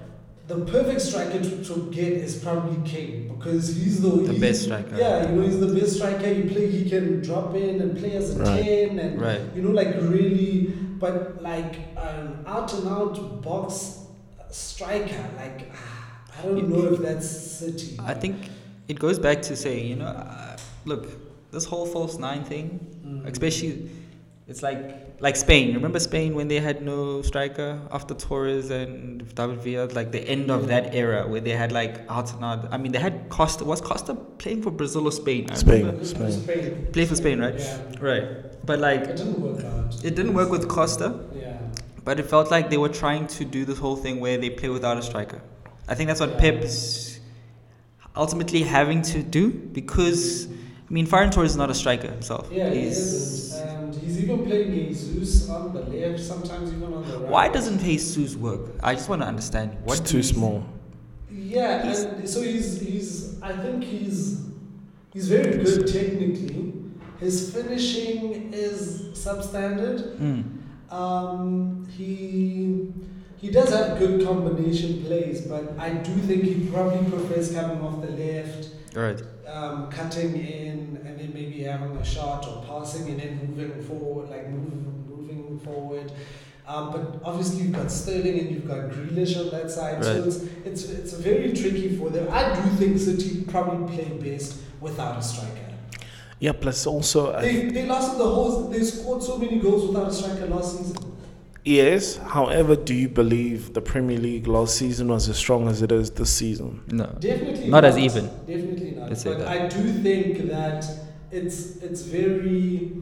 Speaker 3: the perfect striker to, to get is probably Kane because he's the,
Speaker 2: the
Speaker 3: he-
Speaker 2: best striker.
Speaker 3: Yeah, you know he's the best striker. He play, he can drop in and play as a
Speaker 1: Right.
Speaker 3: ten, and
Speaker 2: Right.
Speaker 3: you know like really, but like an out and out box striker. Like ah, I don't know if that's City.
Speaker 2: I think it goes back to saying, you know, uh, look, this whole false nine thing,
Speaker 3: Mm.
Speaker 2: especially It's like like Spain. Remember Spain when they had no striker after Torres and David Villa, like the end of that era where they had like out and out. I mean, they had Costa. Was Costa playing for Brazil or Spain? I
Speaker 1: Spain.
Speaker 2: remember.
Speaker 1: Spain.
Speaker 3: Spain.
Speaker 2: Play for Spain, right?
Speaker 3: Yeah.
Speaker 2: Right. But like,
Speaker 3: It didn't work out.
Speaker 2: it didn't work with Costa.
Speaker 3: Yeah.
Speaker 2: But it felt like they were trying to do this whole thing where they play without a striker. I think that's what Pep's ultimately having to do because I mean, Ferran Torres is not a striker himself.
Speaker 3: Yeah, he
Speaker 2: He's-
Speaker 3: isn't. And he's even playing Jesus on the left, sometimes even on the right.
Speaker 2: Why doesn't Jesus work? I just want to understand. What
Speaker 1: it's
Speaker 2: do
Speaker 1: too
Speaker 2: you-
Speaker 1: small.
Speaker 3: Yeah,
Speaker 2: He's-
Speaker 3: and so he's he's I think he's he's very good technically. His finishing is substandard.
Speaker 2: Mm.
Speaker 3: Um, he he does have good combination plays, but I do think he probably prefers coming off the left,
Speaker 2: All right.
Speaker 3: um, cutting in, and then maybe having a shot or passing and then moving forward, like moving moving forward. Um, but obviously you've got Sterling and you've got Grealish on that side, so
Speaker 2: Right.
Speaker 3: it's, it's it's very tricky for them. I do think City probably play best without a striker.
Speaker 1: Yeah, plus also, I
Speaker 3: They, they lost the whole. They scored so many goals without a striker last season.
Speaker 1: yes. However, do you believe the Premier League last season was as strong as it is this season?
Speaker 2: No.
Speaker 3: Definitely
Speaker 2: Not as even.
Speaker 3: Definitely not.
Speaker 2: Let's say
Speaker 3: but
Speaker 2: that.
Speaker 3: I do think that it's it's very.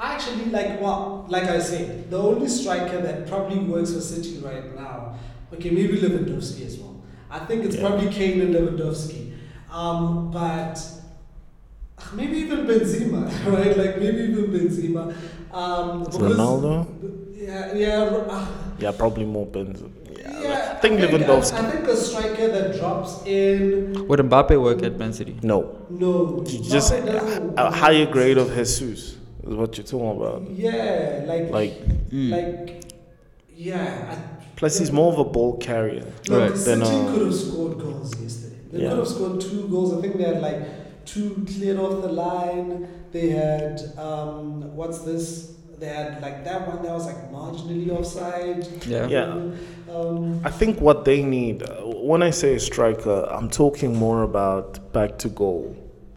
Speaker 3: I actually like well, like I said, the only striker that probably works for City right now. Okay, maybe Lewandowski as well. I think it's
Speaker 1: Yeah.
Speaker 3: probably Kane and Lewandowski, um, but maybe even Benzema, right? Like maybe even Benzema. Um, because-
Speaker 1: Ronaldo?
Speaker 3: Yeah, yeah. Ro- ah,
Speaker 1: Yeah, probably more Benzema. Yeah,
Speaker 3: yeah,
Speaker 1: I think Lewandowski.
Speaker 3: I, I think a striker that drops in.
Speaker 2: Would Mbappe work at Man City?
Speaker 1: no,
Speaker 3: No.
Speaker 1: J- just
Speaker 3: Mbappe doesn't-
Speaker 1: a, a higher grade of Jesus is what you're talking about.
Speaker 3: Yeah, like
Speaker 1: Like,
Speaker 3: Mm. like yeah. I,
Speaker 1: plus he's more of a ball carrier.
Speaker 3: Look,
Speaker 2: Right.
Speaker 3: City
Speaker 1: Then, uh,
Speaker 3: could have scored goals yesterday. They
Speaker 1: Yeah.
Speaker 3: could have scored two goals. I think they had like two cleared off the line. They had um what's this? They had like that one that was like marginally offside.
Speaker 2: Yeah.
Speaker 1: Yeah.
Speaker 3: Um,
Speaker 1: I think what they need, uh, when I say striker, I'm talking more about back to goal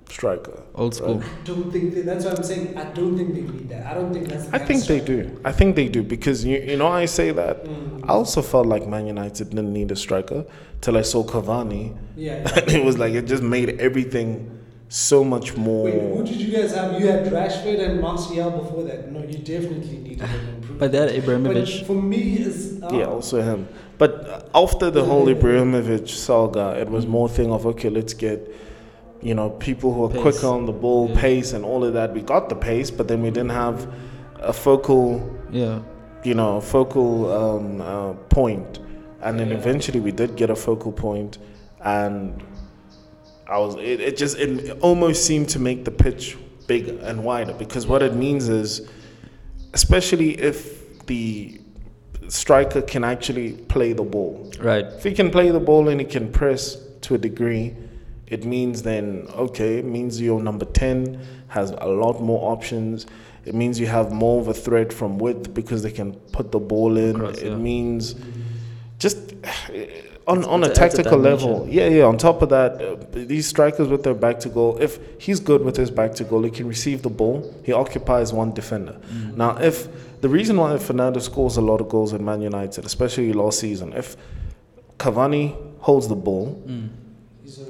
Speaker 1: striker.
Speaker 2: Old school.
Speaker 3: I don't think they, that's what I'm saying. I don't think they need that. I don't think that's.
Speaker 1: I think they do. I think they do because you you know I say that.
Speaker 3: Mm,
Speaker 1: I also felt like Man United didn't need a striker till I saw Cavani,
Speaker 3: Yeah. yeah.
Speaker 1: and it was like it just made everything so much more.
Speaker 3: Wait, who did you guys have? You had Rashford and Martial before that. No, you definitely needed an improvement.
Speaker 2: But that
Speaker 3: But
Speaker 2: Ibrahimovic.
Speaker 3: for me, is uh,
Speaker 1: Yeah, also him. But uh, after the whole Ibrahimovic saga, it was more thing of okay, let's get you know people who are
Speaker 2: Pace.
Speaker 1: quicker on the ball,
Speaker 2: Yeah.
Speaker 1: pace, and all of that. We got the pace, but then we didn't have a focal,
Speaker 2: Yeah.
Speaker 1: you know, focal um, uh, point. And then
Speaker 3: Yeah.
Speaker 1: eventually we did get a focal point, and I was it, it just it almost seemed to make the pitch bigger and wider because what it means is, especially if the striker can actually play the ball.
Speaker 2: Right.
Speaker 1: If he can play the ball and he can press to a degree, it means then okay, it means your number ten has a lot more options. It means you have more of a threat from width because they can put the ball in.
Speaker 2: Across,
Speaker 1: it
Speaker 2: yeah.
Speaker 1: means just uh, on on a
Speaker 2: it's a- it's a
Speaker 1: tactical level.
Speaker 2: dimension.
Speaker 1: Yeah, yeah. On top of that, uh, these strikers with their back to goal. If he's good with his back to goal, he can receive the ball. He occupies one defender.
Speaker 2: Mm.
Speaker 1: Now, if the reason why Fernando scores a lot of goals at Man United, especially last season, if Cavani holds the ball,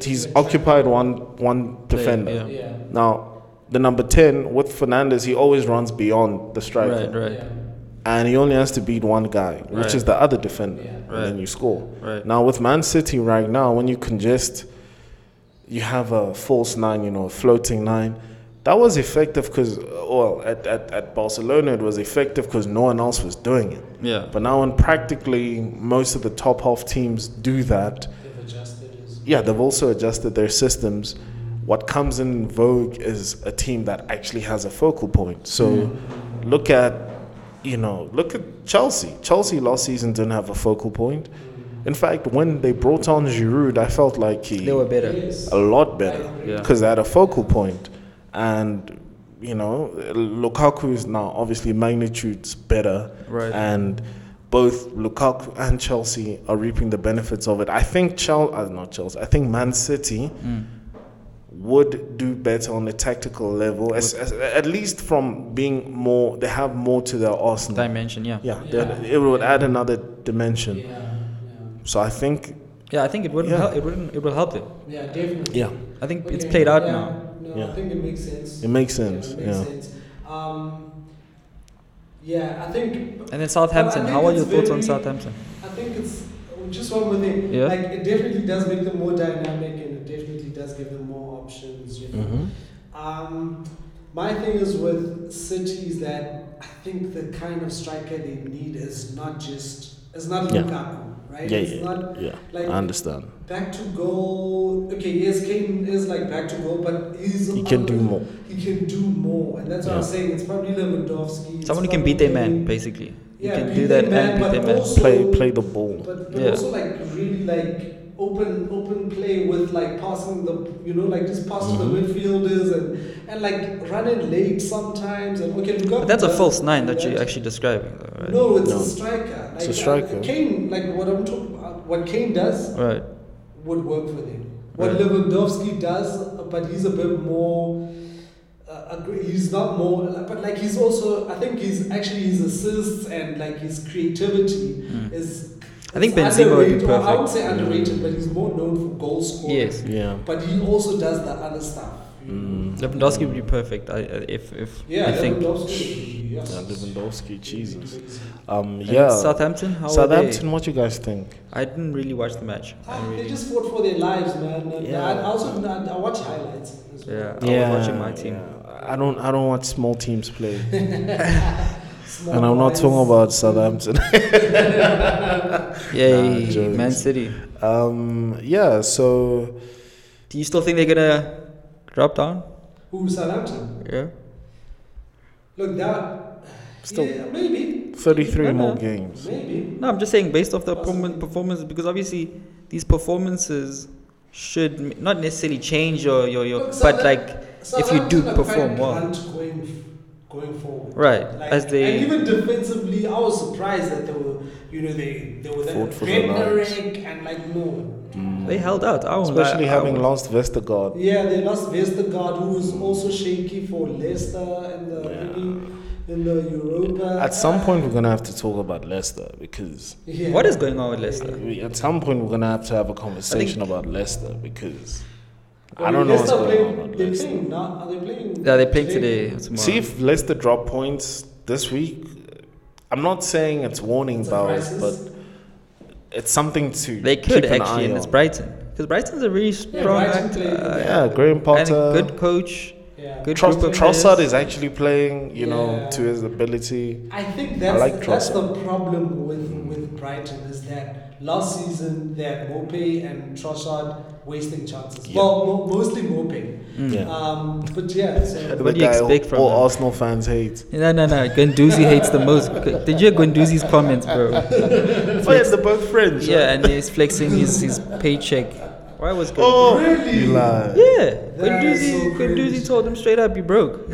Speaker 1: he's occupied one one
Speaker 2: Mm. Player,
Speaker 1: defender.
Speaker 2: yeah.
Speaker 3: Yeah.
Speaker 1: Now, the number ten with Fernandez, he always runs beyond the striker
Speaker 2: Right. Right.
Speaker 3: Yeah.
Speaker 1: and he only has to beat one guy, which
Speaker 2: Right.
Speaker 1: is the other defender,
Speaker 3: Yeah.
Speaker 1: and
Speaker 2: Right.
Speaker 1: then you score.
Speaker 2: Right.
Speaker 1: Now with Man City right now, when you congest, you have a false nine, you know, a floating nine. That was effective because, well, at, at, at Barcelona it was effective because no one else was doing it.
Speaker 2: Yeah.
Speaker 1: But now, when practically most of the top half teams do that,
Speaker 3: They've adjusted his.
Speaker 1: yeah, they've also adjusted their systems. What comes in vogue is a team that actually has a focal point. So
Speaker 3: Mm-hmm.
Speaker 1: look at, you know, look at Chelsea. Chelsea last season didn't have a focal point.
Speaker 3: Mm-hmm.
Speaker 1: In fact, when they brought on Giroud, I felt like he
Speaker 2: They were better.
Speaker 3: Yes.
Speaker 1: a lot better
Speaker 2: Yeah.
Speaker 1: because they had a focal point. And, you know, Lukaku is now obviously magnitudes better.
Speaker 2: Right.
Speaker 1: And both Lukaku and Chelsea
Speaker 2: Mm.
Speaker 1: are reaping the benefits of it. I think Chel- uh, not Chelsea, I think Man City would do better on a tactical level, as, as, at least from being more. They have more to their arsenal.
Speaker 2: dimension. Yeah. yeah,
Speaker 1: Yeah, they'd- it would add another dimension.
Speaker 3: Yeah, yeah,
Speaker 1: So I think,
Speaker 2: I think it would
Speaker 1: Yeah.
Speaker 2: help. It would it will help them.
Speaker 3: yeah, definitely.
Speaker 1: yeah,
Speaker 2: I think it's
Speaker 3: Okay,
Speaker 2: played out
Speaker 3: yeah,
Speaker 2: now.
Speaker 3: No,
Speaker 1: Yeah.
Speaker 3: I think it makes sense.
Speaker 1: it makes
Speaker 3: Yeah,
Speaker 1: sense.
Speaker 3: it
Speaker 1: yeah.
Speaker 3: makes sense. Um, yeah, I think
Speaker 2: And then Southampton.
Speaker 3: Well, I
Speaker 2: How
Speaker 3: think
Speaker 2: are your thoughts
Speaker 3: it's
Speaker 2: on
Speaker 3: very-
Speaker 2: Southampton?
Speaker 3: I think it's oh, just one more thing.
Speaker 2: Yeah.
Speaker 3: Like it definitely does make them more dynamic, and it definitely does give them more options. You know.
Speaker 1: Mhm.
Speaker 3: Um, my thing is with City is that I think the kind of striker they need is not just it's not
Speaker 1: Yeah.
Speaker 3: Lukaku, right?
Speaker 1: Yeah,
Speaker 3: it's
Speaker 1: yeah,
Speaker 3: not
Speaker 1: yeah.
Speaker 3: like-
Speaker 1: I understand.
Speaker 3: back to goal. Okay, yes, Kane is like back to goal, but he's
Speaker 1: He can do more.
Speaker 3: He can do more, and that's what I'm
Speaker 1: Yeah.
Speaker 3: saying. It's probably Lewandowski. it's
Speaker 2: Someone who can beat their man,
Speaker 3: probably-
Speaker 2: basically. You
Speaker 3: Yeah,
Speaker 2: can
Speaker 3: beat
Speaker 2: do
Speaker 3: their
Speaker 2: that
Speaker 3: man,
Speaker 2: and beat
Speaker 3: but
Speaker 2: their man.
Speaker 3: also-
Speaker 1: Play, play the ball.
Speaker 3: But, but
Speaker 2: Yeah.
Speaker 3: also like really like open open play with like passing the you know like just pass to
Speaker 2: Mm-hmm.
Speaker 3: the midfielders and and like running late sometimes and okay Lukaku
Speaker 2: But that's a
Speaker 3: does
Speaker 2: false nine
Speaker 3: do
Speaker 2: that you're actually describing, though, right?
Speaker 3: no it's
Speaker 1: No.
Speaker 3: a striker like,
Speaker 1: It's a striker.
Speaker 3: uh, Kane like what I'm talking about what Kane does
Speaker 2: Right.
Speaker 3: would work for them what
Speaker 2: Right.
Speaker 3: Lewandowski does but he's a bit more uh, aggr- he's not more but like he's also I think he's actually his assists and like his creativity
Speaker 2: Mm.
Speaker 3: is.
Speaker 2: I think
Speaker 3: it's
Speaker 2: Benzema would be
Speaker 3: underrated, or I would
Speaker 2: perfect.
Speaker 3: say underrated, but he's more known for goal scoring.
Speaker 2: Yes.
Speaker 1: Yeah.
Speaker 3: But he also does the other stuff.
Speaker 1: Mm.
Speaker 2: Lewandowski would be perfect. I, I- if if
Speaker 3: Yeah,
Speaker 2: I think.
Speaker 3: Lewandowski, yes.
Speaker 1: Yeah, Lewandowski, Jesus. Um,
Speaker 2: And
Speaker 1: yeah.
Speaker 2: Southampton. How
Speaker 1: Southampton, what you guys think?
Speaker 2: Are they? I didn't really watch the match. I
Speaker 3: Ah,
Speaker 2: didn't
Speaker 3: they
Speaker 2: really.
Speaker 3: just fought for their lives, man. And
Speaker 1: Yeah.
Speaker 3: I also I, I watch highlights. as well.
Speaker 2: Yeah. I was watching my team.
Speaker 1: Uh, yeah. I don't. I don't watch small teams play, and
Speaker 3: Small
Speaker 1: I'm not
Speaker 3: boys.
Speaker 1: talking about Southampton.
Speaker 2: Yay,
Speaker 1: jokes.
Speaker 2: Man City.
Speaker 1: um, yeah. So
Speaker 2: Do you still think they're gonna drop down?
Speaker 3: Who Southampton?
Speaker 2: Yeah.
Speaker 3: Look, that.
Speaker 1: Still-
Speaker 3: Yeah, maybe.
Speaker 1: 33
Speaker 2: No, no.
Speaker 1: more games.
Speaker 3: Maybe.
Speaker 2: No, I'm just saying based off the perform- performances because obviously these performances should m- not necessarily change your your, your
Speaker 3: Look,
Speaker 2: but
Speaker 3: Southampton-
Speaker 2: like if you do
Speaker 3: Southampton are
Speaker 2: perform
Speaker 3: quite
Speaker 2: well,
Speaker 3: blunt going, f- going forward.
Speaker 2: right?
Speaker 3: Like,
Speaker 2: as they
Speaker 3: and even defensively, I was surprised that they were, you know, they they were
Speaker 1: Fought
Speaker 3: that
Speaker 1: for their lives.
Speaker 3: Bednarik and like no,
Speaker 2: they held out. I won't lie,
Speaker 1: Especially
Speaker 2: Oh, I
Speaker 1: having
Speaker 2: won't-
Speaker 1: lost Vestergaard.
Speaker 3: yeah, they lost Vestergaard, who was also shaky for Leicester in the in the Europa.
Speaker 1: At some point, we're gonna have to talk about Leicester because
Speaker 3: yeah.
Speaker 2: What is going on with Leicester?
Speaker 1: we, at some point we're gonna have to have a conversation about Leicester because
Speaker 3: Well,
Speaker 1: I don't know what's
Speaker 3: Leicester
Speaker 1: going on
Speaker 3: play-
Speaker 1: with
Speaker 3: They're
Speaker 1: Leicester.
Speaker 3: playing now. Are they playing?
Speaker 2: Yeah, they playing today. or Tomorrow.
Speaker 1: See if Leicester drop points this week. I'm not saying it's warning
Speaker 3: It's a
Speaker 1: bells,
Speaker 3: crisis.
Speaker 1: but it's something to
Speaker 2: they
Speaker 1: keep
Speaker 2: could
Speaker 1: an
Speaker 2: actually,
Speaker 1: eye
Speaker 2: and
Speaker 1: on.
Speaker 2: it's Brighton because Brighton's a really strong
Speaker 3: Brighton
Speaker 2: act-
Speaker 3: play-
Speaker 2: uh,
Speaker 1: yeah, Graham
Speaker 2: and
Speaker 1: Potter,
Speaker 2: good coach.
Speaker 3: Yeah.
Speaker 2: Good
Speaker 1: Tross-
Speaker 2: group of
Speaker 1: Trossard
Speaker 2: players.
Speaker 1: is actually playing. You know,
Speaker 3: Yeah.
Speaker 1: to his ability.
Speaker 3: I think that's,
Speaker 1: like
Speaker 3: that's the problem with, with Brighton is that last season they had Mope and Trossard wasting chances.
Speaker 1: Yeah.
Speaker 3: Well, mo- mostly Mope.
Speaker 1: Yeah.
Speaker 3: Um, but yeah, so
Speaker 1: The
Speaker 2: Hmm. What do you
Speaker 1: guy
Speaker 2: expect from
Speaker 1: all
Speaker 2: him?
Speaker 1: Arsenal fans hate.
Speaker 2: No, no, no. Gunduzi hates the most. Did you hear Gunduzi's comments, bro?
Speaker 1: Oh, yeah, they're both French.
Speaker 2: Yeah, and he's flexing his, his paycheck. Why was Gunduzi?
Speaker 1: Oh,
Speaker 3: Really?
Speaker 1: you lie.
Speaker 2: Yeah,
Speaker 3: That is so
Speaker 2: Gunduzi, Gunduzi
Speaker 3: cringe.
Speaker 2: told him straight up, you broke.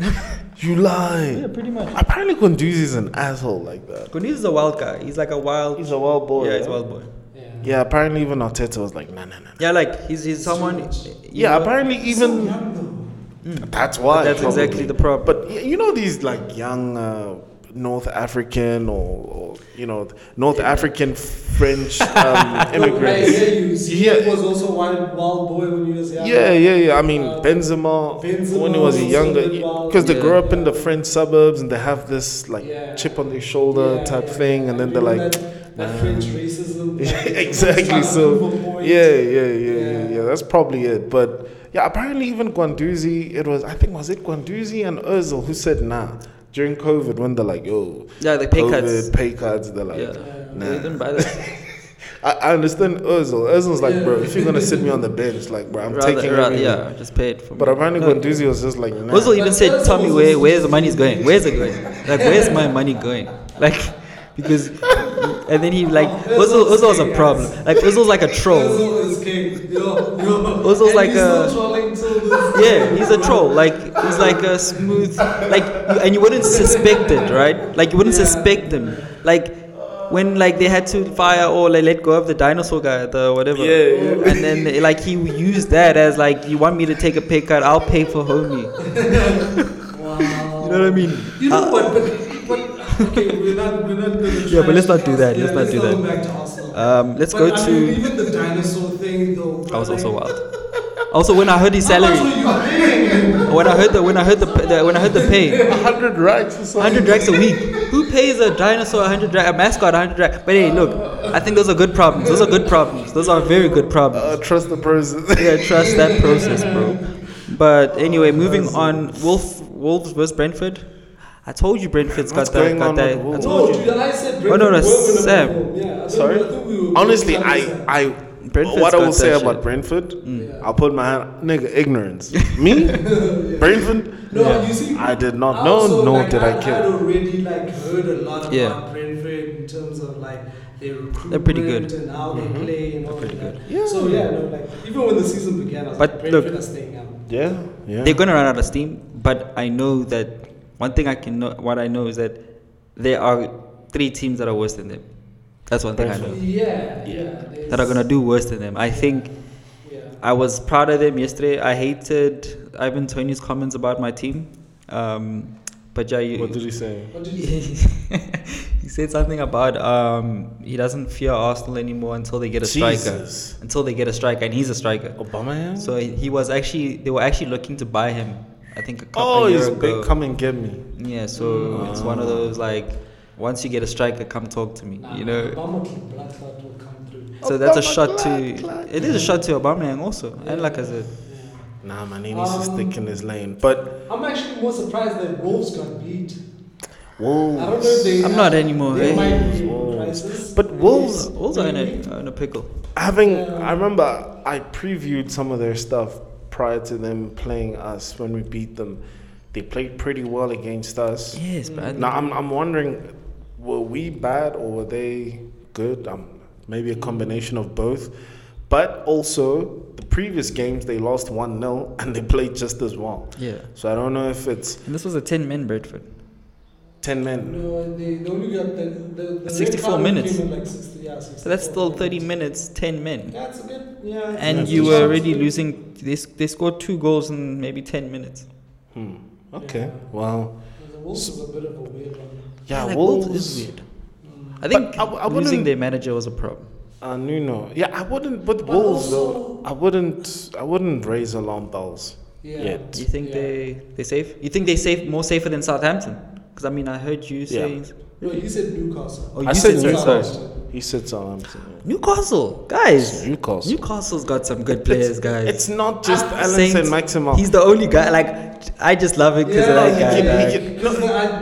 Speaker 1: You lie.
Speaker 2: yeah, pretty much.
Speaker 1: Apparently, Gunduzi is an asshole like that.
Speaker 2: Gunduzi's a wild guy. He's like a wild.
Speaker 1: He's a wild boy.
Speaker 2: yeah, he's a
Speaker 1: huh?
Speaker 2: wild boy.
Speaker 3: yeah.
Speaker 1: Yeah, apparently even Arteta was like, no, no, no.
Speaker 2: Yeah, like he's he's someone. you
Speaker 1: Yeah,
Speaker 2: know, Hmm.
Speaker 1: apparently
Speaker 3: So
Speaker 1: even
Speaker 3: young though.
Speaker 1: that's why.
Speaker 2: That's
Speaker 1: probably.
Speaker 2: exactly the problem.
Speaker 1: But y- you know these like young uh, North African or, or you know North African French um,
Speaker 3: Look, I
Speaker 1: immigrants.
Speaker 3: hear you. See,
Speaker 1: Yeah.
Speaker 3: he was also wild, wild boy when he was young.
Speaker 1: Yeah, yeah, yeah. I mean
Speaker 3: Uh,
Speaker 1: Benzema,
Speaker 3: Benzema
Speaker 1: when he was
Speaker 3: also
Speaker 1: younger,
Speaker 3: did well.
Speaker 1: because they
Speaker 2: Yeah.
Speaker 1: grew up in the French suburbs and they have this like
Speaker 3: Yeah.
Speaker 1: chip on their shoulder
Speaker 3: Yeah,
Speaker 1: type
Speaker 3: yeah.
Speaker 1: thing, and then they're
Speaker 3: Even
Speaker 1: like, uh,
Speaker 3: that, that French racism. like,
Speaker 1: exactly.
Speaker 3: trying to
Speaker 1: So
Speaker 3: prove a point.
Speaker 1: yeah, yeah, yeah, yeah,
Speaker 3: Yeah.
Speaker 1: yeah. That's probably it. But yeah, apparently even Guanduzi, it was I think was it Guanduzi and Özil who said nah during COVID when they're like yo
Speaker 2: Yeah, the pay
Speaker 1: COVID,
Speaker 2: cuts.
Speaker 1: pay cuts. They're like.
Speaker 2: yeah,
Speaker 1: nah.
Speaker 2: they didn't buy that.
Speaker 1: I, I understand Özil. Özil's like,
Speaker 3: Yeah.
Speaker 1: bro, if you're gonna sit me on the bench, like, bro, I'm
Speaker 2: rather,
Speaker 1: taking
Speaker 2: rather,
Speaker 1: everything.
Speaker 2: yeah, just pay it for.
Speaker 1: But
Speaker 2: me.
Speaker 1: apparently
Speaker 2: No.
Speaker 1: Guanduzi was just like, nah.
Speaker 2: Ozil even
Speaker 3: But
Speaker 2: said,
Speaker 3: that's
Speaker 2: "Tell me
Speaker 3: Ozil's
Speaker 2: where where's the
Speaker 3: business.
Speaker 2: money's going? Where's it going? Like where's my money going? Like because." And then he like Ozil. Ozil's
Speaker 3: Ozil's
Speaker 2: a
Speaker 3: serious.
Speaker 2: problem. Like Ozil's like a troll.
Speaker 3: Ozil is king. Yo, yo.
Speaker 2: Ozil's
Speaker 3: And
Speaker 2: like
Speaker 3: he's
Speaker 2: a-
Speaker 3: Still trolling till this
Speaker 2: Yeah, he's a troll. Like he's like a smooth. Like you- and you wouldn't suspect it, right? Like you wouldn't
Speaker 3: Yeah.
Speaker 2: suspect him. Like when like they had to fire or like, let go of the dinosaur guy, the whatever.
Speaker 1: Yeah, yeah.
Speaker 2: And then like he used that as like, you want me to take a pay cut? I'll pay for homie.
Speaker 3: Wow.
Speaker 2: You know what I mean?
Speaker 3: You know
Speaker 2: Uh,
Speaker 3: what? But, but okay, we're not we're not going to.
Speaker 2: Yeah, but let's not do that, let's not do that.
Speaker 3: Back to Arsenal.
Speaker 2: Um, let's
Speaker 3: But,
Speaker 2: go
Speaker 3: I
Speaker 2: to.
Speaker 3: mean, even the dinosaur thing though.
Speaker 2: I was
Speaker 3: like,
Speaker 2: also wild. Also, when I heard his
Speaker 3: how much
Speaker 2: salary,
Speaker 3: were you paying?
Speaker 2: when I heard the when I heard the, the when I heard the pay,
Speaker 1: 100 racks or something.
Speaker 2: 100 racks a week. Who pays a dinosaur 100 racks, a mascot 100 racks? But hey, look, I think those are good problems. Those are good problems. Those are very good
Speaker 1: Uh,
Speaker 2: problems.
Speaker 1: trust the process.
Speaker 2: Yeah, trust that process, bro. But anyway, moving on. Wolf, Wolves versus Brentford. I told you Brentford's
Speaker 1: What's
Speaker 2: got
Speaker 1: going
Speaker 2: that. Got
Speaker 1: on with
Speaker 2: that. I
Speaker 1: Wolves?
Speaker 3: No,
Speaker 2: told
Speaker 3: dude,
Speaker 2: you.
Speaker 3: I said.
Speaker 2: Oh, no, no,
Speaker 3: Brentford were gonna
Speaker 2: Sam.
Speaker 3: perform. Yeah, I think-
Speaker 1: Sorry?
Speaker 3: I think we were-
Speaker 1: Honestly,
Speaker 3: we were
Speaker 1: I,
Speaker 3: trying
Speaker 1: I
Speaker 2: Brentford's
Speaker 1: what I
Speaker 2: got
Speaker 1: will say
Speaker 2: that
Speaker 1: about
Speaker 2: shit.
Speaker 1: Brentford,
Speaker 3: Yeah.
Speaker 1: I'll put my hand, nigga, ignorance. Me? Brentford?
Speaker 3: No,
Speaker 2: Yeah.
Speaker 3: you see,
Speaker 1: I did not
Speaker 3: I
Speaker 1: know,
Speaker 3: also,
Speaker 1: nor
Speaker 3: like,
Speaker 1: did I
Speaker 3: I
Speaker 1: care.
Speaker 3: had already like heard a lot about
Speaker 2: Yeah.
Speaker 3: Brentford in terms of like their recruitment
Speaker 2: pretty good.
Speaker 3: and how
Speaker 1: Mm-hmm.
Speaker 3: they play and all
Speaker 2: pretty
Speaker 3: of that.
Speaker 1: good.
Speaker 3: So yeah, no, like even when the season began, I was
Speaker 2: But
Speaker 3: like, Brentford
Speaker 2: look-
Speaker 3: are staying up.
Speaker 1: Yeah, yeah.
Speaker 2: They're gonna run out of steam. But I know that one thing I can know. What I know is that there are three teams that are worse than them. That's one thing I know.
Speaker 3: Yeah, yeah.
Speaker 2: That are gonna
Speaker 3: there's-
Speaker 2: do worse than them. I think
Speaker 3: Yeah.
Speaker 2: I was proud of them yesterday. I hated Ivan Tony's comments about my team. Um, but yeah, you,
Speaker 1: what did he say?
Speaker 3: What did you say?
Speaker 2: he said something about um, he doesn't fear Arsenal anymore until they get a striker.
Speaker 1: Jesus.
Speaker 2: Until they get a striker, and he's a striker.
Speaker 1: Obama? Yeah?
Speaker 2: So he he was actually they were actually looking to buy him. I think a couple
Speaker 1: oh,
Speaker 2: a year
Speaker 1: he's
Speaker 2: ago.
Speaker 1: big. Ah. Come and get me.
Speaker 2: yeah, so it's one of those like once you get a striker, come talk to me.
Speaker 3: Nah,
Speaker 2: you know.
Speaker 3: Obama can blood clot will come through.
Speaker 2: So that's a
Speaker 1: Obama
Speaker 2: shot to.
Speaker 1: clack, clack.
Speaker 2: It is a shot to Aubameyang also, and like I said,
Speaker 3: Yeah.
Speaker 1: Nah, man, he needs to
Speaker 3: Um,
Speaker 1: stick in his lane. But,
Speaker 3: I'm actually more surprised that Wolves got beat.
Speaker 1: whoa.
Speaker 3: I don't know if they.
Speaker 2: I'm not anymore,
Speaker 3: They
Speaker 2: eh?
Speaker 3: might be
Speaker 1: Wolves.
Speaker 3: prices.
Speaker 1: But Wolves-
Speaker 2: Wolves are in a, are in a pickle.
Speaker 1: Having,
Speaker 3: Yeah.
Speaker 1: I remember I previewed some of their stuff prior to them playing us when we beat them. They played pretty well against us.
Speaker 2: Yes, but
Speaker 1: Now I'm, I'm wondering, were we bad or were they good? Um, maybe a combination of both. But also, the previous games they lost one 0 and they played just as well.
Speaker 2: yeah.
Speaker 1: So I don't know if it's
Speaker 2: And this was a ten men Bradford.
Speaker 1: ten men.
Speaker 3: No, they, they only got the, the, the red
Speaker 2: 64
Speaker 3: card only
Speaker 2: minutes.
Speaker 3: came in Like 60, yeah, 64
Speaker 2: So that's still 30 minutes, 10 men.
Speaker 3: That's a good, yeah.
Speaker 2: And
Speaker 1: That's
Speaker 2: you
Speaker 1: just-
Speaker 2: were already losing. They, s- they scored two goals in maybe 10 minutes.
Speaker 1: Hmm. Okay. Well.
Speaker 3: The Wolves is a bit of a weird one.
Speaker 1: Yeah.
Speaker 2: like,
Speaker 1: Wolves.
Speaker 2: is weird.
Speaker 3: Mm.
Speaker 2: I think
Speaker 1: But I w- I
Speaker 2: losing
Speaker 1: wouldn't-
Speaker 2: their manager was a problem.
Speaker 1: Uh, Nuno. Yeah. I wouldn't. With
Speaker 3: But
Speaker 1: Wolves
Speaker 3: also-
Speaker 1: though, I wouldn't. I wouldn't raise alarm bells
Speaker 3: Yeah.
Speaker 1: yet.
Speaker 2: You think
Speaker 3: Yeah.
Speaker 2: they they safe? You think they safe more safer than Southampton? Because I mean, I heard you
Speaker 1: Yeah.
Speaker 2: saying
Speaker 3: No, you said Newcastle.
Speaker 2: Oh,
Speaker 1: I
Speaker 2: you
Speaker 1: said
Speaker 2: said
Speaker 1: Newcastle.
Speaker 2: Southampton.
Speaker 1: He said Southampton.
Speaker 2: Newcastle guys.
Speaker 1: Newcastle.
Speaker 2: Newcastle's got some good players, guys.
Speaker 1: It's not just
Speaker 2: Ah,
Speaker 1: Ellen and
Speaker 2: Saints.
Speaker 1: Maximo.
Speaker 2: He's the only guy. Like I just love it because of that guy.
Speaker 1: can- he
Speaker 2: like.
Speaker 1: can-
Speaker 3: No,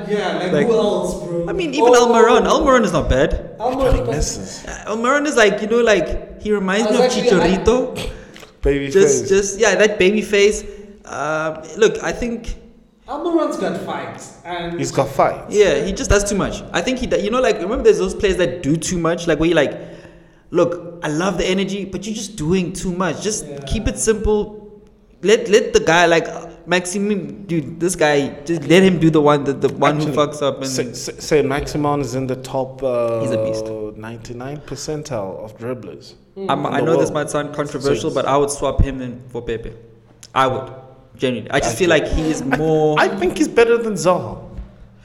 Speaker 3: yeah, like,
Speaker 2: Like-
Speaker 3: who else, bro? Oh,
Speaker 2: I mean, even Almiron. Almiron is not bad.
Speaker 3: Almiron.
Speaker 1: Misses.
Speaker 2: Uh, Almiron is like you know, like he reminds
Speaker 3: I
Speaker 2: me of
Speaker 3: was actually- I-
Speaker 2: Chicharito.
Speaker 1: Baby
Speaker 2: just,
Speaker 1: face.
Speaker 2: just yeah, that baby face. Um, look, I think
Speaker 3: Almiron's got fights. And
Speaker 1: He's got fight.
Speaker 2: yeah, he just does too much. I think he, do- you know, like remember there's those players that do too much, like where you like, look, I love the energy, but you're just doing too much. Just
Speaker 3: Yeah.
Speaker 2: keep it simple. Let let the guy like uh, Maximum, dude. This guy, just let him do the one, the, the one who
Speaker 1: Actually,
Speaker 2: fucks up and
Speaker 1: Say, say, say Maximon is in the top uh,
Speaker 2: He's a beast.
Speaker 1: 99 percentile of dribblers.
Speaker 2: I'm,
Speaker 1: in
Speaker 2: I
Speaker 1: the
Speaker 2: know this
Speaker 1: world.
Speaker 2: might sound controversial,
Speaker 1: Six.
Speaker 2: but I would swap him in for Pepe. I would, genuinely. I just feel like he is more.
Speaker 1: I think he's better than Zaha.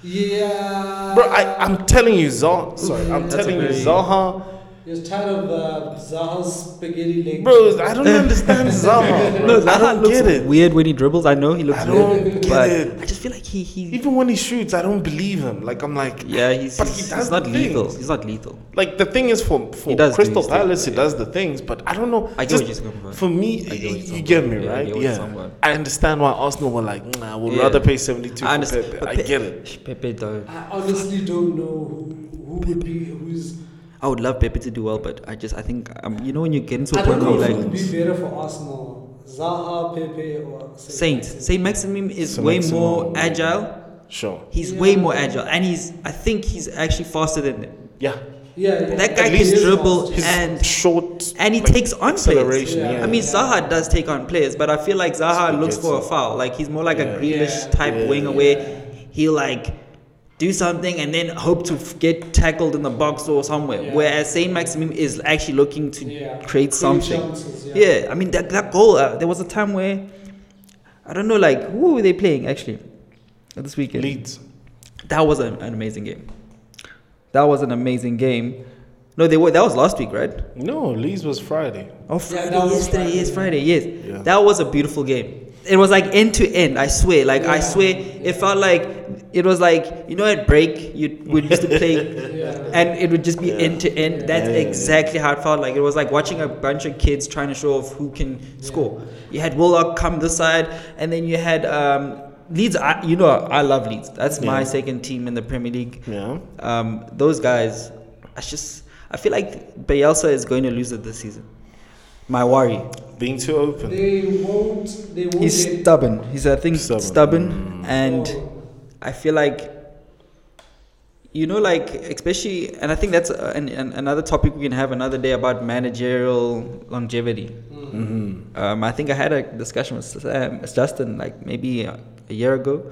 Speaker 3: Yeah.
Speaker 1: Bro, I, I'm telling you, Zaha. Sorry, I'm
Speaker 2: That's a
Speaker 1: telling you,
Speaker 2: very-
Speaker 1: Zaha.
Speaker 3: You're tired of uh, Zaha's spaghetti legs.
Speaker 1: Bro, I don't understand Zaha. Bro.
Speaker 2: no,
Speaker 1: I
Speaker 2: Zaha
Speaker 1: don't
Speaker 2: looks
Speaker 1: get it.
Speaker 2: weird when he dribbles. I know he looks
Speaker 1: I don't
Speaker 2: weird,
Speaker 1: get
Speaker 2: but
Speaker 1: it.
Speaker 2: I just feel like he he.
Speaker 1: Even when he shoots, I don't believe him. Like I'm like,
Speaker 2: Yeah, he's,
Speaker 1: But
Speaker 2: he's,
Speaker 1: he
Speaker 2: he's
Speaker 1: does
Speaker 2: not
Speaker 1: the
Speaker 2: lethal.
Speaker 1: things.
Speaker 2: He's not lethal.
Speaker 1: Like the thing is for for
Speaker 2: He does do
Speaker 1: Crystal
Speaker 2: his thing,
Speaker 1: Palace, he
Speaker 2: yeah.
Speaker 1: does the things, but I don't know.
Speaker 2: I get
Speaker 1: just
Speaker 2: what you're talking about.
Speaker 1: For me,
Speaker 2: I get what you're
Speaker 1: you
Speaker 2: talking
Speaker 1: get
Speaker 2: about.
Speaker 1: me
Speaker 2: Yeah, I
Speaker 1: right.
Speaker 2: get what you're
Speaker 1: yeah,
Speaker 2: talking about.
Speaker 1: I understand why Arsenal were like, nah, we'd
Speaker 2: Yeah.
Speaker 1: rather pay seventy two for
Speaker 2: understand,
Speaker 1: Pepe.
Speaker 2: but
Speaker 1: I
Speaker 2: Pe-
Speaker 1: get it.
Speaker 2: Pepe though,
Speaker 3: I honestly don't know who, who would be who's.
Speaker 2: I would love Pepe to do well, but I just I think um, you know when you get into
Speaker 3: I
Speaker 2: a
Speaker 3: don't
Speaker 2: point
Speaker 3: know
Speaker 2: where
Speaker 3: who
Speaker 2: you're
Speaker 3: would
Speaker 2: like
Speaker 3: be better for Arsenal, Zaha, Pepe, or Saint.
Speaker 2: Saint, Saint Maximum is
Speaker 1: So
Speaker 2: way
Speaker 1: Maximum-
Speaker 2: more agile.
Speaker 1: Sure.
Speaker 2: He's
Speaker 3: Yeah.
Speaker 2: way more agile, and he's I think he's actually faster than them.
Speaker 1: Yeah.
Speaker 3: Yeah, yeah.
Speaker 2: That guy
Speaker 1: At
Speaker 2: can
Speaker 1: least
Speaker 2: dribble
Speaker 1: His
Speaker 2: and
Speaker 1: short
Speaker 2: and he
Speaker 1: like,
Speaker 2: takes on players.
Speaker 1: acceleration. Yeah.
Speaker 3: Yeah.
Speaker 2: I mean, Zaha does take on players, but I feel like Zaha
Speaker 1: Speed
Speaker 2: looks for a
Speaker 1: gets
Speaker 2: foul. Like he's more like
Speaker 1: Yeah.
Speaker 2: a Grealish
Speaker 3: Yeah.
Speaker 2: type
Speaker 1: Yeah.
Speaker 2: winger where he like do something and then hope to f- get tackled in the box or somewhere.
Speaker 3: Yeah.
Speaker 2: Whereas Saint Maximum is actually looking to
Speaker 3: Yeah.
Speaker 2: create something.
Speaker 3: chances, yeah.
Speaker 2: yeah. I mean that that goal. Uh, there was a time where I don't know, like who were they playing actually this weekend?
Speaker 1: Leeds.
Speaker 2: That was an, an amazing game. That was an amazing game. No, they were. That was last week, right?
Speaker 1: No, Leeds was Friday.
Speaker 2: Oh, Friday,
Speaker 3: that was
Speaker 2: yesterday,
Speaker 3: Friday,
Speaker 2: yes,
Speaker 3: yeah.
Speaker 2: Friday, yes.
Speaker 1: Yeah.
Speaker 2: That was a beautiful game. It was like end to end. I swear, like I
Speaker 3: Yeah.
Speaker 2: swear, it felt like it was like you know at break you would used to play,
Speaker 3: Yeah.
Speaker 2: and it would just be
Speaker 1: Yeah.
Speaker 2: end to end. That's
Speaker 1: Yeah, yeah, yeah.
Speaker 2: exactly how it felt like. It was like watching a bunch of kids trying to show off who can score. You had Willock come this side, and then you had um, Leeds. I, you know, I love Leeds. That's my
Speaker 1: Yeah.
Speaker 2: second team in the Premier League
Speaker 1: Yeah.
Speaker 2: um, those guys, I just I feel like Bielsa is going to lose it this season. My worry.
Speaker 1: Being too open.
Speaker 3: They won't. They won't.
Speaker 2: He's
Speaker 3: get-
Speaker 2: stubborn. He's I think
Speaker 1: Stubborn.
Speaker 2: stubborn, and I feel like you know, like especially, and I think that's uh, an, an, another topic we can have another day about managerial longevity.
Speaker 1: Mm-hmm.
Speaker 2: Um, I think I had a discussion with Sam, Justin like maybe a, a year ago,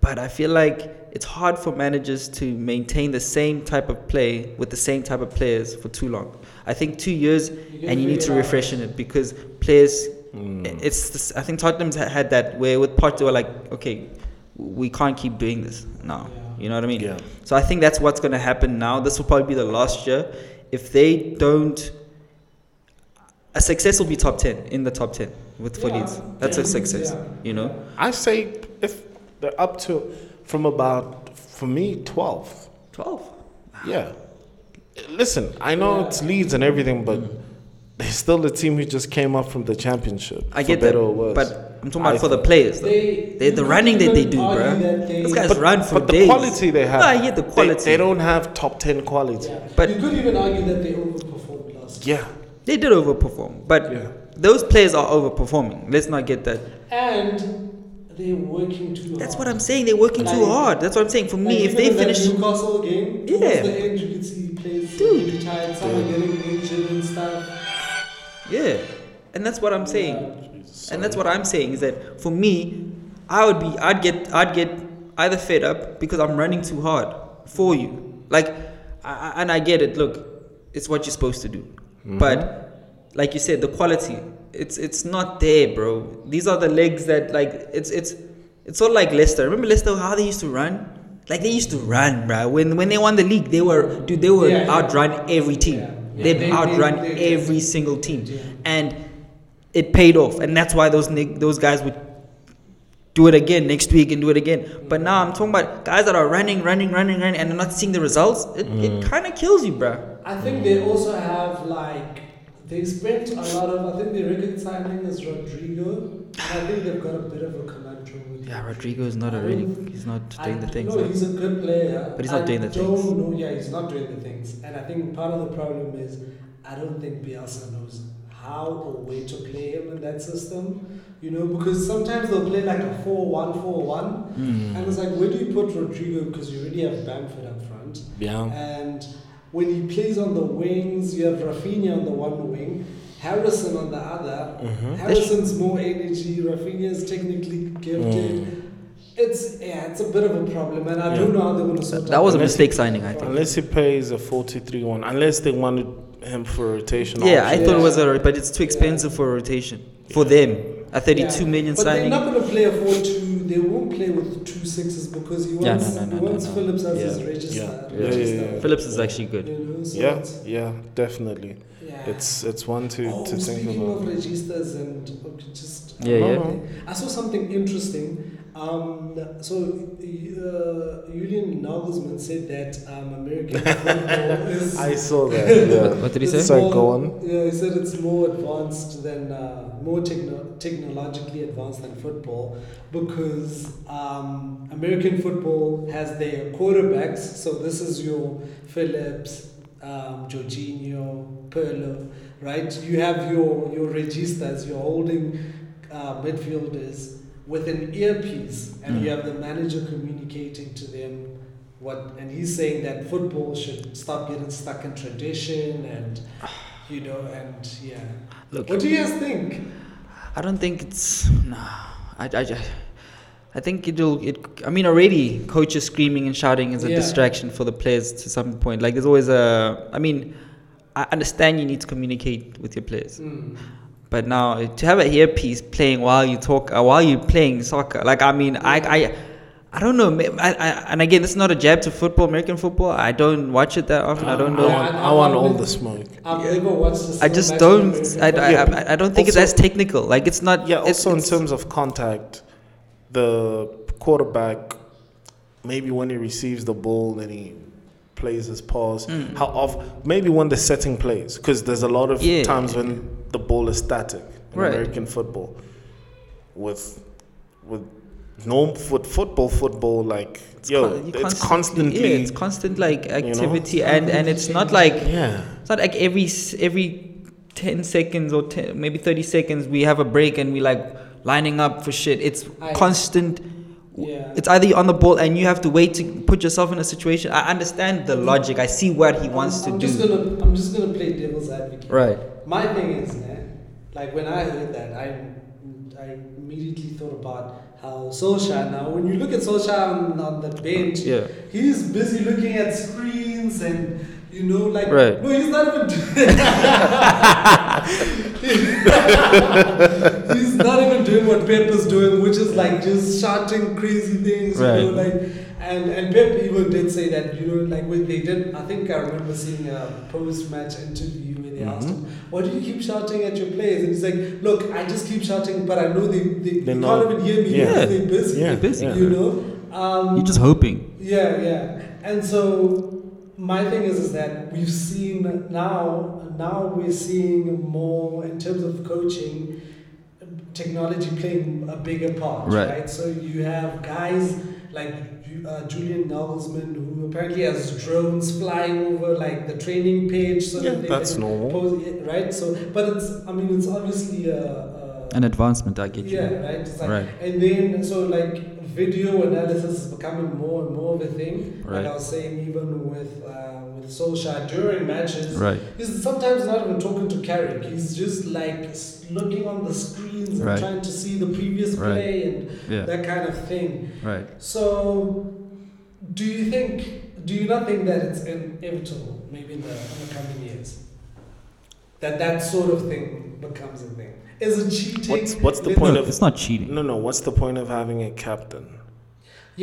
Speaker 2: but I feel like it's hard for managers to maintain the same type of play with the same type of players for too long. I think two years,
Speaker 3: get
Speaker 2: and you need to
Speaker 3: really
Speaker 2: refresh in it because players.
Speaker 1: Mm.
Speaker 2: i- It's this, I think Tottenham's ha- had that where with Potter were like, okay, we can't keep doing this now.
Speaker 3: Yeah.
Speaker 2: You know what I mean?
Speaker 1: Yeah.
Speaker 2: So I think that's what's going to happen now. This will probably be the last year. If they don't, a success will be top 10, in the top 10 with for
Speaker 3: Yeah.
Speaker 2: Leeds. That's a
Speaker 3: Yeah.
Speaker 2: success,
Speaker 3: Yeah.
Speaker 2: you know?
Speaker 1: I say if they're up to from about for me 12.
Speaker 2: 12.
Speaker 1: Yeah. Listen, I know
Speaker 3: Yeah.
Speaker 1: it's Leeds and everything, but
Speaker 2: Mm-hmm.
Speaker 1: they're still the team who just came up from the championship.
Speaker 2: I
Speaker 1: for
Speaker 2: get
Speaker 1: better
Speaker 2: that.
Speaker 1: or worse.
Speaker 2: But I'm talking
Speaker 1: I
Speaker 2: about for the
Speaker 1: think.
Speaker 2: players, though.
Speaker 3: They,
Speaker 2: They, the running that they do, bro. Those guys
Speaker 1: But-
Speaker 2: run for
Speaker 1: but the
Speaker 2: days.
Speaker 1: quality they have.
Speaker 2: No, I get the
Speaker 1: They-
Speaker 2: quality.
Speaker 1: They, don't have top ten quality. Yeah.
Speaker 2: But-
Speaker 3: But you could even argue that they overperformed last year.
Speaker 2: They did overperform, but
Speaker 1: Yeah.
Speaker 2: those players are overperforming. Let's not get that.
Speaker 3: And they're working too hard.
Speaker 2: That's what I'm saying. They're working too
Speaker 3: Like-
Speaker 2: hard. That's what I'm saying. For
Speaker 3: Like,
Speaker 2: me, if
Speaker 3: even
Speaker 2: they
Speaker 3: in that
Speaker 2: finish,
Speaker 3: Newcastle game,
Speaker 2: Yeah.
Speaker 3: towards the end you could see players
Speaker 2: Dude.
Speaker 3: retired, some are getting injured and stuff.
Speaker 2: yeah, and that's what I'm saying.
Speaker 1: Jesus.
Speaker 2: And that's what I'm saying is that for me, I would be, I'd get, I'd get either fed up because I'm running too hard for you. Like, I, I- and I get it. Look, it's what you're supposed to do.
Speaker 3: Mm-hmm.
Speaker 2: But like you said, the quality, it's it's not there, bro. These are the legs that like it's it's it's sort of like Leicester. Remember Leicester? How they used to run. Like they used to run, bro. When when they won the league, they were dude, they were
Speaker 3: Yeah, yeah.
Speaker 2: outrun every team.
Speaker 3: Yeah. Yeah.
Speaker 2: They
Speaker 3: They- they-
Speaker 2: outrun
Speaker 3: they-
Speaker 2: every single team,
Speaker 3: Yeah.
Speaker 2: and it paid off, and that's why those nig- those guys would do it again next week and do it again. But now I'm talking about guys that are running, running, running, running, and they're not seeing the results. It, it
Speaker 3: Mm.
Speaker 2: kind of kills you, bruh.
Speaker 3: I think they also have like they spent a lot of I think the record signing is Rodrigo. And I think they've got a bit of a conundrum with him.
Speaker 2: Rodrigo is not
Speaker 3: a really-
Speaker 2: He's not
Speaker 3: I know he's a good player,
Speaker 2: But he's not
Speaker 3: I
Speaker 2: doing the
Speaker 3: don't
Speaker 2: things.
Speaker 3: Know, yeah, he's not doing the things, and I think part of the problem is I don't think Bielsa knows how or where to play him in that system. You know, because sometimes they'll play like a 4-1-4-1,
Speaker 2: Hmm.
Speaker 3: and it's like where do you put Rodrigo because you already have Bamford up front,
Speaker 1: Yeah.
Speaker 3: and when he plays on the wings, you have Rafinha on the one wing. Harrison on the other.
Speaker 2: Mm-hmm.
Speaker 3: Harrison's more energy. Rafinha's technically gifted.
Speaker 1: Oh.
Speaker 3: It's yeah, it's a bit of a problem, and I don't know how they're going to sort
Speaker 2: That was a
Speaker 3: out.
Speaker 2: mistake signing, I think.
Speaker 1: Unless he pays a forty-three one, unless they wanted him for rotation.
Speaker 2: Yeah, I
Speaker 1: option.
Speaker 2: thought it was alright, but it's too expensive for a rotation for them. A thirty-two
Speaker 3: Yeah.
Speaker 2: million
Speaker 3: but
Speaker 2: signing.
Speaker 3: they're not going to play a four-two. They won't play with two sixes because he
Speaker 2: Yeah,
Speaker 3: wants
Speaker 2: no, no, no,
Speaker 3: he
Speaker 2: no,
Speaker 3: wants
Speaker 2: no.
Speaker 3: Phillips as
Speaker 1: Yeah.
Speaker 3: his register.
Speaker 1: Yeah. Yeah,
Speaker 3: register.
Speaker 1: yeah,
Speaker 2: Phillips is actually good.
Speaker 3: You know, so
Speaker 1: Yeah,
Speaker 3: it's-
Speaker 1: yeah, definitely.
Speaker 3: yeah.
Speaker 1: It's it's one to,
Speaker 3: oh,
Speaker 1: to think
Speaker 3: speaking
Speaker 1: about.
Speaker 3: of registers and okay, just
Speaker 2: Yeah, yeah.
Speaker 1: Uh-huh.
Speaker 3: I saw something interesting. Um, so uh, Julian Nagelsmann said that um, American football is
Speaker 1: I saw that. Yeah.
Speaker 2: What did he
Speaker 3: is
Speaker 2: say?
Speaker 1: Sorry,
Speaker 3: more-
Speaker 1: go on.
Speaker 3: Yeah, he said it's more advanced than uh, more techno- technologically advanced than football because um, American football has their quarterbacks. So this is your Phillips, um, Jorginho, Perlo, right? You have your your registers. You're holding uh, midfielders with an earpiece, and
Speaker 2: Mm-hmm.
Speaker 3: you have the manager communicating to them what and he's saying that football should stop getting stuck in tradition and you know and yeah
Speaker 2: Look.
Speaker 3: what do you guys think
Speaker 2: I don't think it's nah. I, I, I, I think it'll. It. I mean, already coaches screaming and shouting is a
Speaker 3: Yeah.
Speaker 2: distraction for the players to some point. Like there's always a. I mean, I understand you need to communicate with your players,
Speaker 3: Mm.
Speaker 2: but now eh, to have a earpiece playing while you talk, uh, while you're playing soccer. Like I mean, I. I I don't know, ma- I, I, and again, this is not a jab to football, American football. I don't watch it that often. I don't
Speaker 1: I
Speaker 2: know.
Speaker 1: want, I want all the smoke.
Speaker 3: I've never watched this.
Speaker 2: I just don't. I, I,
Speaker 1: Yeah.
Speaker 2: I, I don't think it's
Speaker 1: Also-
Speaker 2: as technical. Like it's not.
Speaker 1: Yeah,
Speaker 2: it's-
Speaker 1: also in
Speaker 2: it's-
Speaker 1: terms of contact, the quarterback, maybe when he receives the ball and he plays his pass,
Speaker 2: Hmm.
Speaker 1: how off, maybe when the setting plays, because there's a lot of
Speaker 2: Yeah.
Speaker 1: times when the ball is static in
Speaker 2: Right.
Speaker 1: American football. With, with norm foot football, football like yo,
Speaker 2: con- you
Speaker 1: it's
Speaker 2: constantly-
Speaker 1: constantly,
Speaker 2: yeah, it's constant like
Speaker 1: know?
Speaker 2: activity and and it's not like
Speaker 1: yeah.
Speaker 2: it's not like every s- every 10 seconds or 10, maybe 30 seconds we have a break and we like lining up for shit it's
Speaker 3: I-
Speaker 2: constant
Speaker 3: Yeah.
Speaker 2: it's either you're on the ball and you have to wait to put yourself in a situation i understand the logic i see what he wants
Speaker 3: Mm-hmm. I'm
Speaker 2: to
Speaker 3: Just
Speaker 2: do
Speaker 3: gonna, I'm just gonna play devil's advocate.
Speaker 2: right
Speaker 3: My thing is, man, like when I heard that, I, I immediately thought about how Solskjaer now, when you look at Solskjaer on, on the bench,
Speaker 2: Yeah.
Speaker 3: he's busy looking at screens and, you know, like,
Speaker 2: Right.
Speaker 3: no, he's not even doing He's not even doing what Pep is doing, which is like just shouting crazy things, you know,
Speaker 2: Right.
Speaker 3: like, and, and Pep even did say that, you know, like when they did, I think I remember seeing a post match interview where they asked
Speaker 1: Mm-hmm.
Speaker 3: him, Why do you keep shouting at your players? And he's like, Look, I just keep shouting, but I know they, they, they
Speaker 1: They're
Speaker 3: can't
Speaker 1: not-
Speaker 3: even hear me
Speaker 1: yeah.
Speaker 3: because they're busy.
Speaker 1: Yeah,
Speaker 2: You're busy.
Speaker 1: yeah.
Speaker 3: You know? Um,
Speaker 2: you're just hoping
Speaker 3: yeah, yeah. And so my thing is, is that we've seen now, now we're seeing more in terms of coaching, technology playing a bigger part,
Speaker 2: Right.
Speaker 3: right? So you have guys like Ju- uh, Julian Nagelsmann who apparently has drones flying over like the training page. So
Speaker 1: Yeah,
Speaker 3: that they
Speaker 1: that's
Speaker 3: can
Speaker 1: normal.
Speaker 3: pose it, right? So, but it's, I mean, it's obviously a. a
Speaker 2: an advancement i get you
Speaker 3: yeah, right. It's like,
Speaker 2: Right.
Speaker 3: And then so like video analysis is becoming more and more of a thing.
Speaker 2: Right.
Speaker 3: Like I was saying, even with uh, with Solskjaer during matches,
Speaker 2: right
Speaker 3: he's sometimes not even talking to Carrick. He's just like s- looking on the screens and
Speaker 2: Right.
Speaker 3: trying to see the previous
Speaker 2: Right.
Speaker 3: play and
Speaker 2: yeah
Speaker 3: that kind of thing.
Speaker 2: right
Speaker 3: So, do you think? Do you not think that it's inevitable, maybe in the, in the coming years, that that sort of thing becomes a thing? Is it cheating?
Speaker 1: What's what's the
Speaker 3: Let's-
Speaker 1: point of
Speaker 2: not cheating
Speaker 1: no no? What's the point of having a captain?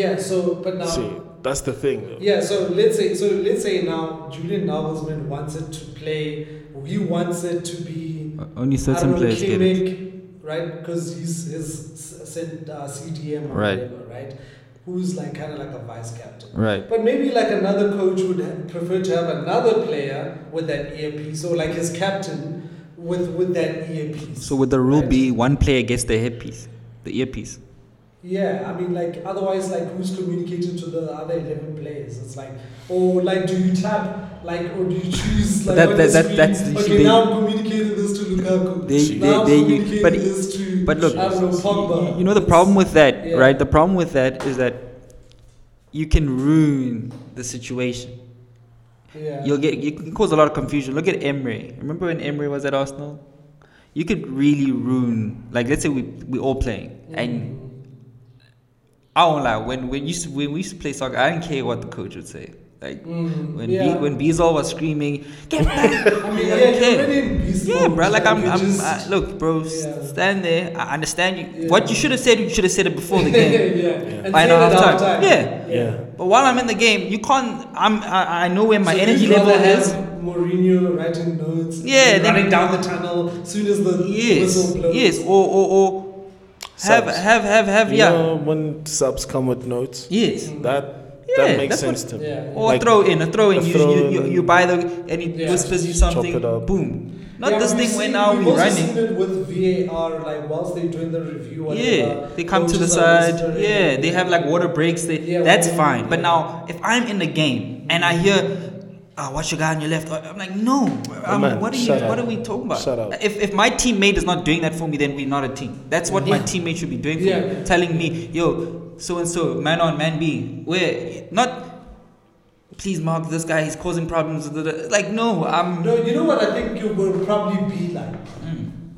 Speaker 3: Yeah, so but now
Speaker 1: See, that's the thing. though.
Speaker 3: Yeah, so let's say so let's say now Julian Nagelsmann wants it to play he wants it to be
Speaker 2: only
Speaker 3: I don't know, Kimmich, right? Because he's his s- sent uh, CDM or
Speaker 2: Right.
Speaker 3: whatever, right? Who's like kind of like a vice captain.
Speaker 2: right
Speaker 3: But maybe like another coach would ha- prefer to have another player with that earpiece or like his captain with with that earpiece.
Speaker 2: So would the rule
Speaker 3: Right.
Speaker 2: be one player gets the headpiece, the earpiece?
Speaker 3: Yeah, I mean, like, otherwise, like, who's communicating to the other 11 players? It's like, or, like, do you clap, like, or do you choose,
Speaker 2: But
Speaker 3: like,
Speaker 2: that- that-
Speaker 3: on the
Speaker 2: that-
Speaker 3: screen,
Speaker 2: that's the-
Speaker 3: okay,
Speaker 2: they-
Speaker 3: now I'm communicating this to Lukaku.
Speaker 2: They-
Speaker 3: now I'm
Speaker 2: they- they- you-
Speaker 3: communicating
Speaker 2: but-
Speaker 3: this to,
Speaker 2: But look,
Speaker 3: I don't know, Pogba.
Speaker 2: you, you know the problem with that,
Speaker 3: Yeah.
Speaker 2: right? The problem with that is that you can ruin the situation.
Speaker 3: yeah.
Speaker 2: You'll get you can cause a lot of confusion. Look at Emery. Remember when Emery was at Arsenal? You could really ruin. Like let's say we we all playing, and I won't lie. When when you used to, when we used to play soccer, I didn't care what the coach would say. Like
Speaker 3: Mm,
Speaker 2: when
Speaker 3: yeah.
Speaker 2: B, when Beazal was screaming, get back.
Speaker 3: I mean,
Speaker 2: I
Speaker 3: yeah,
Speaker 2: don't
Speaker 3: you're
Speaker 2: care.
Speaker 3: already in beast
Speaker 2: Yeah,
Speaker 3: mode,
Speaker 2: bro. Like I'm,
Speaker 3: you
Speaker 2: I'm
Speaker 3: just-
Speaker 2: I, look, bro. s-
Speaker 3: Yeah.
Speaker 2: Stand there. I understand you.
Speaker 3: Yeah.
Speaker 2: What you should have said, you should have said it before the
Speaker 3: yeah,
Speaker 2: game.
Speaker 3: and
Speaker 2: By
Speaker 3: say
Speaker 2: now
Speaker 3: that
Speaker 2: half-time.
Speaker 3: half-time.
Speaker 2: Yeah.
Speaker 1: Yeah.
Speaker 2: but while I'm in the game, you can't. I'm. I, I know where my
Speaker 3: So
Speaker 2: energy
Speaker 3: you'd
Speaker 2: level
Speaker 3: rather have
Speaker 2: is.
Speaker 3: Mourinho writing notes,
Speaker 2: Yeah, then-
Speaker 3: running down the tunnel soon as the
Speaker 2: Yes.
Speaker 3: whistle blows.
Speaker 2: Yes. Or or or have
Speaker 1: Subs.
Speaker 2: have have have
Speaker 1: You
Speaker 2: yeah.
Speaker 1: know when subs come with notes,
Speaker 2: Yes.
Speaker 1: that
Speaker 2: Yeah,
Speaker 1: that makes
Speaker 2: that's what-
Speaker 1: sense to me.
Speaker 3: Yeah.
Speaker 2: Or
Speaker 1: Like,
Speaker 2: throw in a throw in.
Speaker 1: a
Speaker 2: you,
Speaker 1: throw
Speaker 2: you, you
Speaker 1: in.
Speaker 2: you buy the and it
Speaker 3: Yeah.
Speaker 2: whispers you
Speaker 1: Chop
Speaker 2: something.
Speaker 1: it up.
Speaker 2: Boom. Not
Speaker 3: Yeah,
Speaker 2: this
Speaker 3: we've
Speaker 2: thing when
Speaker 3: seen-
Speaker 2: now
Speaker 3: we've
Speaker 2: we're
Speaker 3: also
Speaker 2: running.
Speaker 3: seen it with VAR, like whilst they're doing the review.
Speaker 2: Yeah,
Speaker 3: whatever,
Speaker 2: they come to the
Speaker 3: coaches are
Speaker 2: side.
Speaker 3: whispering.
Speaker 2: Yeah, they have like water breaks. They,
Speaker 3: Yeah,
Speaker 2: that's
Speaker 3: water-
Speaker 2: fine. But
Speaker 3: yeah.
Speaker 2: now, if I'm in the game and I hear, "Ah, watch your guy on your left," I'm like, "No, um,
Speaker 1: man,
Speaker 2: what are you?
Speaker 1: shut up.
Speaker 2: What are we talking about?"
Speaker 1: Shut up.
Speaker 2: If, if my teammate is not doing that for me, then we're not a team. That's what my teammate should be doing for
Speaker 3: Yeah.
Speaker 2: me, telling me, "Yo, so and so, man on, man B, where not." Please mark this guy. He's causing problems. Like no, I'm
Speaker 1: Mm-hmm.
Speaker 3: No, you know what I think you will probably be like?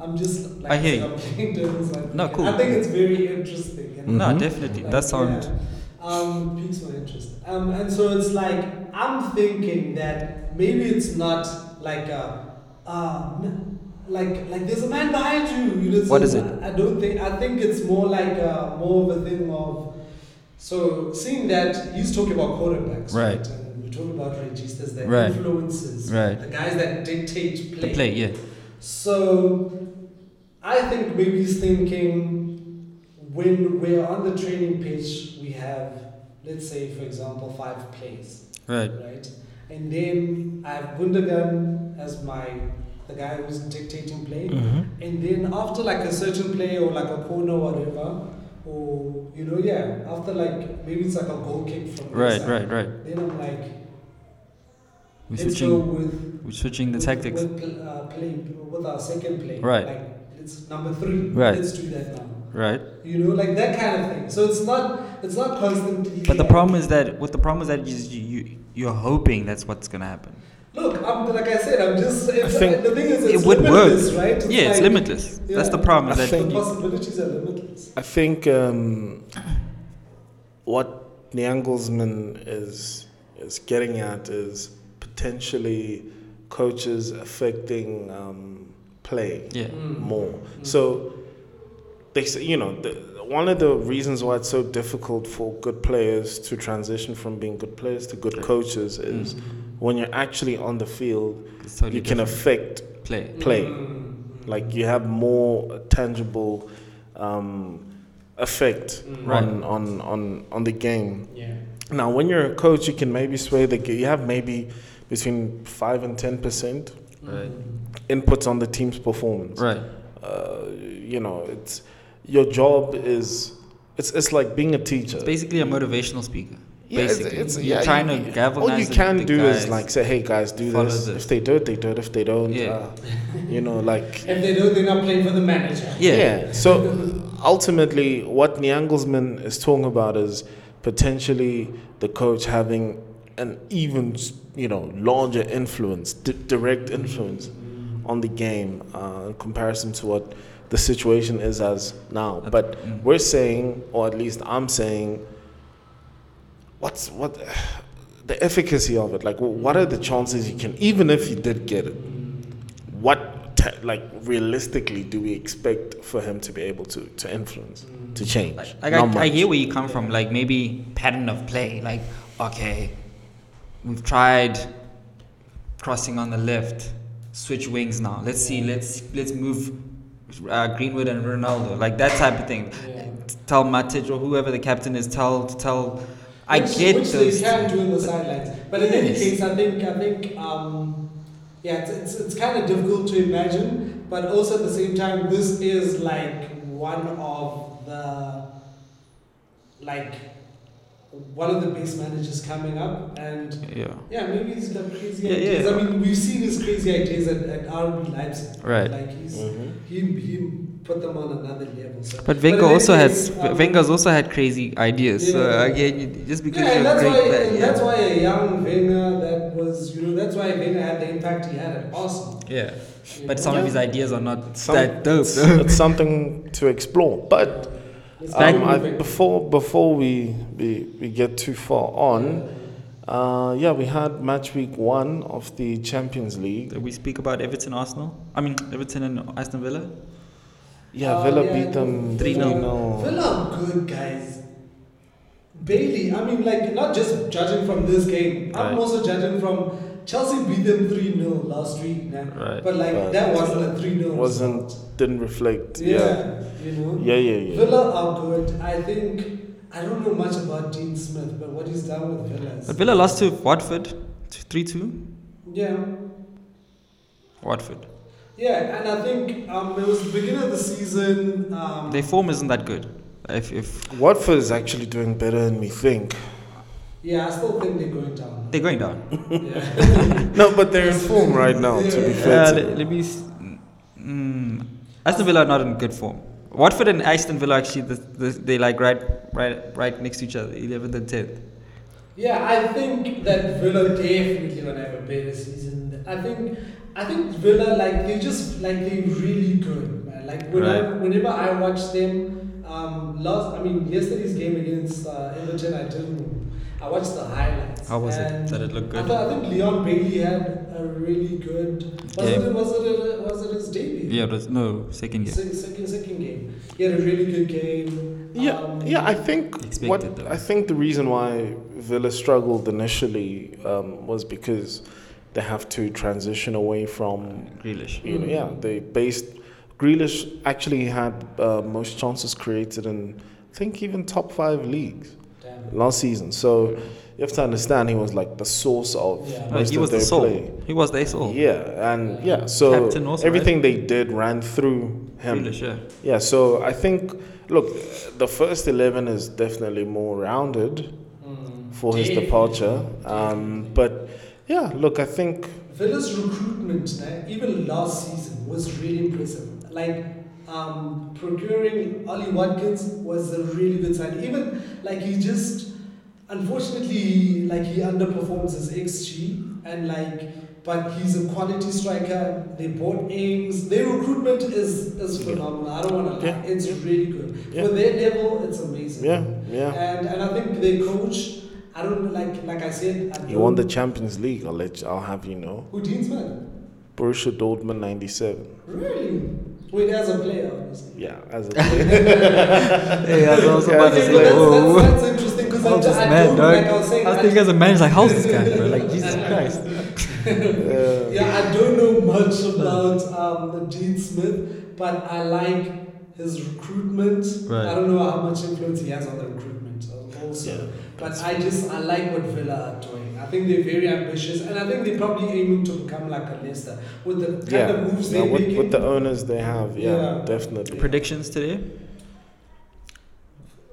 Speaker 3: I'm just like
Speaker 2: Hmm. I hear
Speaker 3: I'm playing devil's advocate.
Speaker 2: No, cool.
Speaker 3: I think it's very interesting. And
Speaker 2: No,
Speaker 1: Mhm.
Speaker 2: definitely.
Speaker 3: like,
Speaker 2: That sound.
Speaker 3: yeah, um, piques my interest. Um, and so it's like I'm thinking that maybe it's not like a um, like like there's a man behind you. you know,
Speaker 2: What
Speaker 3: so
Speaker 2: is it?
Speaker 3: I, I don't think I think it's more like a, more of a thing of so seeing that he's talking about quarterbacks,
Speaker 2: Right.
Speaker 3: And we're talking about registers, the
Speaker 2: Right.
Speaker 3: influences,
Speaker 2: Right.
Speaker 3: the guys that dictate
Speaker 2: The play, yeah.
Speaker 3: so I think maybe he's thinking when we're on the training pitch, we have, let's say, for example, five plays,
Speaker 2: Right.
Speaker 3: right? And then I have Gundogan as my the guy who's dictating play.
Speaker 2: Mm-hmm.
Speaker 1: Mm-hmm.
Speaker 3: And then after like a certain play or like a corner or whatever, or you know, yeah, after like maybe it's like a goal kick from the
Speaker 2: Right,
Speaker 3: side,
Speaker 2: right, right.
Speaker 3: Then I'm like,
Speaker 2: We're
Speaker 3: let's go
Speaker 2: switching,
Speaker 3: with
Speaker 2: we're switching the
Speaker 3: with-
Speaker 2: tactics.
Speaker 3: With, pl- uh, play, with our second play.
Speaker 2: Right.
Speaker 3: Like, it's number three.
Speaker 2: Right.
Speaker 3: Let's do that now.
Speaker 2: Right.
Speaker 3: You know, like that kind of thing. So it's not, it's not constantly.
Speaker 2: But the
Speaker 3: like-
Speaker 2: problem is that what the problem is that is you, you you're hoping that's what's gonna happen.
Speaker 3: Look, I'm, like I said, I'm just. It's,
Speaker 1: think
Speaker 3: the thing is,
Speaker 2: it
Speaker 3: it's
Speaker 2: would work.
Speaker 3: limitless, right?
Speaker 2: yeah, it's
Speaker 3: like-
Speaker 2: limitless. That's the
Speaker 3: yeah.
Speaker 2: problem. Is
Speaker 1: I
Speaker 2: that
Speaker 1: think-
Speaker 3: The possibilities are limitless.
Speaker 1: I think um, what Nyangelsman is is getting at is potentially coaches affecting um, play
Speaker 2: yeah,
Speaker 1: more. So they say, you know, the, one of the reasons why it's so difficult for good players to transition from being good players to good coaches is
Speaker 3: Mm.
Speaker 1: when you're actually on the field,
Speaker 2: it's Mm. totally
Speaker 1: you can
Speaker 2: different
Speaker 1: affect
Speaker 2: play.
Speaker 1: play.
Speaker 3: Mm.
Speaker 1: Like you have more tangible um, effect
Speaker 3: Mm.
Speaker 2: Right.
Speaker 1: on, on, on, on the game.
Speaker 3: Yeah.
Speaker 1: Now, when you're a coach, you can maybe sway the game. You have maybe between 5 and 10%
Speaker 2: Right.
Speaker 1: inputs on the team's performance.
Speaker 2: Right.
Speaker 1: Uh, you know, it's your job is it's it's like being a teacher.
Speaker 2: It's basically a motivational speaker.
Speaker 1: Yeah, it's-
Speaker 2: basically,
Speaker 1: it's-
Speaker 2: you're
Speaker 1: yeah,
Speaker 2: trying
Speaker 1: you-
Speaker 2: to galvanize.
Speaker 1: all you
Speaker 2: the-
Speaker 1: can
Speaker 2: the
Speaker 1: do
Speaker 2: guys.
Speaker 1: is like say, "Hey guys, do
Speaker 2: follow
Speaker 1: this.
Speaker 2: this.
Speaker 1: If they do it, they do it. If they don't,
Speaker 2: Yeah.
Speaker 1: uh, you know, like
Speaker 3: If they don't, they're not playing for the manager.
Speaker 2: yeah,
Speaker 1: So ultimately, what Niangelsman is talking about is potentially the coach having an even, you know, larger influence, di- direct influence on the game uh, in comparison to what the situation is as now. But
Speaker 2: Mm.
Speaker 1: we're saying, or at least I'm saying, what's what the efficacy of it? Like, wh- what are the chances you can, even if you did get it? what te- like realistically do we expect for him to be able to to influence to change Not
Speaker 2: Like, I, I
Speaker 1: much.
Speaker 2: hear where you come from. Like maybe pattern of play. Like okay, we've tried crossing on the left, switch wings now. Let's see. Let's let's move uh, Greenwood and Ronaldo. Like that type of thing.
Speaker 3: Yeah.
Speaker 2: Tell Matic or whoever the captain is. Tell tell. I
Speaker 3: which,
Speaker 2: get
Speaker 3: which
Speaker 2: those.
Speaker 3: they can do in the sidelines. But in any
Speaker 2: Yes.
Speaker 3: case, I think I think um, yeah, it's, it's, it's kind of difficult to imagine, but also at the same time, this is like one of the like one of the base managers coming up and.
Speaker 2: yeah.
Speaker 3: Yeah, maybe he's got crazy
Speaker 2: Yeah,
Speaker 3: ideas.
Speaker 2: yeah.
Speaker 3: I mean, we've seen his crazy ideas at, at RB Leipzig.
Speaker 2: Right.
Speaker 3: Like he's
Speaker 1: Mhm.
Speaker 3: he, he put them on another level. So.
Speaker 2: But
Speaker 3: in
Speaker 2: Wenger
Speaker 3: any
Speaker 2: also
Speaker 3: case,
Speaker 2: has
Speaker 3: um,
Speaker 2: Wenger's also had crazy ideas. So
Speaker 3: Yeah.
Speaker 2: again, you, just because
Speaker 3: yeah,
Speaker 2: you're
Speaker 3: and that's
Speaker 2: great,
Speaker 3: why
Speaker 2: but
Speaker 3: and
Speaker 2: yeah.
Speaker 3: that's why a young Wenger that was you know that's why Wenger had the impact he had at Arsenal.
Speaker 2: yeah.
Speaker 3: you
Speaker 2: But
Speaker 3: know?
Speaker 2: some of his ideas are not
Speaker 1: Some-
Speaker 2: that dope.
Speaker 1: it's, it's something to explore but
Speaker 3: It's
Speaker 1: um,
Speaker 3: back
Speaker 1: I,
Speaker 3: moving.
Speaker 1: before before we, we we get too far on uh, yeah we had match week one of the champions league
Speaker 2: Did we speak about Everton Arsenal? I mean, Everton and Aston Villa?
Speaker 1: yeah
Speaker 3: Uh,
Speaker 1: villa
Speaker 3: yeah,
Speaker 1: beat them
Speaker 2: 3-0.
Speaker 1: 3-0.
Speaker 3: Villa are good guys. Bailey, I mean, like not just judging from this game. I'm
Speaker 2: Right.
Speaker 3: also judging from Chelsea beat them three 0 last week, man.
Speaker 2: Right.
Speaker 3: But like
Speaker 1: But
Speaker 3: that wasn't a three 0
Speaker 1: wasn't didn't reflect
Speaker 3: Yeah,
Speaker 1: yeah
Speaker 3: you know.
Speaker 1: yeah yeah yeah,
Speaker 3: Villa are good. I think I don't know much about Dean Smith, but what he's done with Villa
Speaker 2: But
Speaker 3: is
Speaker 2: Villa lost to Watford 3 2.
Speaker 3: yeah.
Speaker 2: Watford.
Speaker 3: Yeah, and I think um, it was the beginning of the season. Um,
Speaker 2: Their form isn't that good. If, if
Speaker 1: watford is actually doing better than we think
Speaker 3: yeah, I still think they're going down.
Speaker 2: They're going down.
Speaker 3: yeah.
Speaker 1: no but they're in form right now to be fair
Speaker 2: Uh,
Speaker 1: to
Speaker 2: let, let me. s- Mm, Aston Villa are not in good form. Watford and Aston Villa actually, the, the, they like right, right, right next to each other, 11th and 10th.
Speaker 3: yeah, I think that Villa definitely gonna have a better season. I think I think Villa, like they just like they really good, man. Like when I,
Speaker 1: Right.
Speaker 3: whenever I watch them, um, last I mean yesterday's game against uh, Everton, I didn't. I watched the highlights.
Speaker 2: How was it?
Speaker 3: and
Speaker 2: Did it look
Speaker 3: I,
Speaker 2: good?
Speaker 3: thought, I think Leon Bailey had a really good. Was
Speaker 2: Game.
Speaker 3: it was it was it his debut?
Speaker 2: Yeah, it was, no, second game.
Speaker 3: Se- Second, second game. He had a really good game.
Speaker 1: Yeah,
Speaker 3: Um,
Speaker 1: yeah. I think
Speaker 2: Expected
Speaker 1: what
Speaker 2: though.
Speaker 1: I think the reason why Villa struggled initially um, was because they have to transition away from
Speaker 2: Grealish.
Speaker 1: you know, yeah, they based. Grealish actually had uh, most chances created in, I think, even top five leagues
Speaker 3: Damn.
Speaker 1: last season. So you have to understand he was like the source of
Speaker 3: Yeah.
Speaker 2: No,
Speaker 1: most
Speaker 2: he
Speaker 1: of
Speaker 2: was the
Speaker 1: their
Speaker 2: soul.
Speaker 1: play.
Speaker 2: He was the soul.
Speaker 1: Yeah, and yeah, so
Speaker 2: Captain also,
Speaker 1: everything they did ran through him.
Speaker 2: Grealish, yeah.
Speaker 1: Yeah, so I think, look, the first 11 is definitely more rounded
Speaker 3: Mm.
Speaker 1: for his
Speaker 3: Definitely.
Speaker 1: departure. Um, but yeah, look, I think,
Speaker 3: Villa's recruitment, eh, even last season, was really impressive. Like um, procuring Ollie Watkins was a really good sign. Even like he just, unfortunately, like he underperforms his xG and like, but he's a quality striker. They bought Ings. Their recruitment is is phenomenal. I don't want to lie.
Speaker 1: Yeah.
Speaker 3: It's really good
Speaker 1: Yeah.
Speaker 3: for their level. It's amazing.
Speaker 1: yeah, yeah.
Speaker 3: And and I think their coach. I don't like like I said. I
Speaker 1: You won the
Speaker 3: don't-
Speaker 1: Champions League, I'll, let you, I'll have you know.
Speaker 3: who Deansman.
Speaker 1: Borussia Dortmund 97.
Speaker 3: Really? Wait, as a player, obviously.
Speaker 1: Yeah, as a player.
Speaker 2: Hey, I was also
Speaker 1: Yeah,
Speaker 2: about to
Speaker 1: yeah,
Speaker 2: say,
Speaker 1: but
Speaker 2: whoa, whoa,
Speaker 3: that's,
Speaker 2: whoa.
Speaker 3: that's, that's interesting because
Speaker 2: I'm
Speaker 3: I,
Speaker 2: just
Speaker 3: just, I
Speaker 2: mad,
Speaker 3: don't,
Speaker 2: dog.
Speaker 3: like I was saying,
Speaker 2: I was
Speaker 3: I-
Speaker 2: thinking as a man, it's like, how's this guy, bro? Like, Jesus Christ.
Speaker 1: Uh,
Speaker 3: yeah, I don't know much about um, Gene Smith, but I like his recruitment.
Speaker 2: Right.
Speaker 3: I don't know how much influence he has on the recruitment uh, also.
Speaker 1: Yeah,
Speaker 3: but I just, I like what Villa are doing. I think they're very ambitious and I think they're probably aiming to become like a Leicester with the kind
Speaker 1: yeah,
Speaker 3: of moves
Speaker 1: yeah,
Speaker 3: they're
Speaker 1: with,
Speaker 3: making.
Speaker 1: with the owners they have, yeah,
Speaker 3: Yeah.
Speaker 1: definitely.
Speaker 2: Predictions today?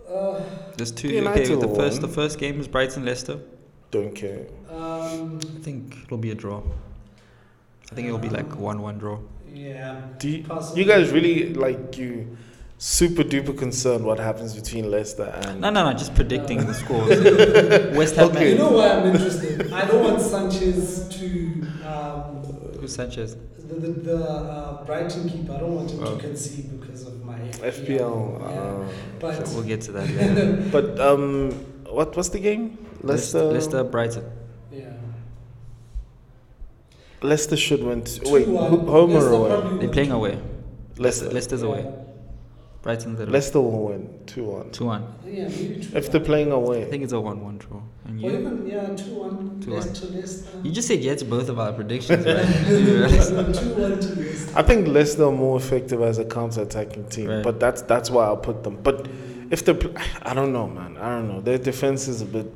Speaker 3: uh,
Speaker 2: There's two.
Speaker 1: United
Speaker 2: Okay, the
Speaker 1: will
Speaker 2: first, the
Speaker 1: win.
Speaker 2: first game is Brighton Leicester.
Speaker 1: Don't care.
Speaker 3: um,
Speaker 2: I think it'll be a draw. I think it'll be like one-one draw.
Speaker 3: yeah.
Speaker 1: Do you,
Speaker 3: possibly.
Speaker 1: you guys really, like, you super duper concerned what happens between Leicester and.
Speaker 2: No, no, no. Just predicting the scores. West Ham.
Speaker 1: Okay.
Speaker 3: You know why I'm interested? I don't want Sanchez to um,
Speaker 2: Who's Sanchez?
Speaker 3: the the, the uh, Brighton keeper. I don't want him
Speaker 2: Oh.
Speaker 3: to concede because of my
Speaker 1: FPL.
Speaker 3: Yeah.
Speaker 1: Uh,
Speaker 3: but
Speaker 2: We'll get to that later.
Speaker 1: But um, what what's the game? Leicester.
Speaker 2: Leicester, Brighton.
Speaker 3: yeah,
Speaker 1: Leicester should win. T- wait,
Speaker 3: Two, uh,
Speaker 1: ho- home or
Speaker 3: Leicester
Speaker 1: away?
Speaker 3: probably
Speaker 2: They're
Speaker 3: won.
Speaker 2: playing away.
Speaker 1: Leicester. Leicester.
Speaker 2: Leicester's away. Brighton's at home.
Speaker 1: Leicester will win two one.
Speaker 2: Two-one.
Speaker 3: Yeah, maybe two.
Speaker 1: If they're
Speaker 3: one.
Speaker 1: playing
Speaker 2: I
Speaker 1: away,
Speaker 2: think it's a one-one draw. And
Speaker 3: or
Speaker 2: you?
Speaker 3: even yeah, two one.
Speaker 2: Two
Speaker 3: Two
Speaker 2: one.
Speaker 3: Leicester, Leicester.
Speaker 2: You just said yes to both of our predictions, right? Do you realize?
Speaker 3: two one to Leicester.
Speaker 1: I think Leicester are more effective as a counter-attacking team.
Speaker 2: Right.
Speaker 1: But that's that's why I'll put them. But if they, pl- I don't know, man. I don't know. Their defense is a bit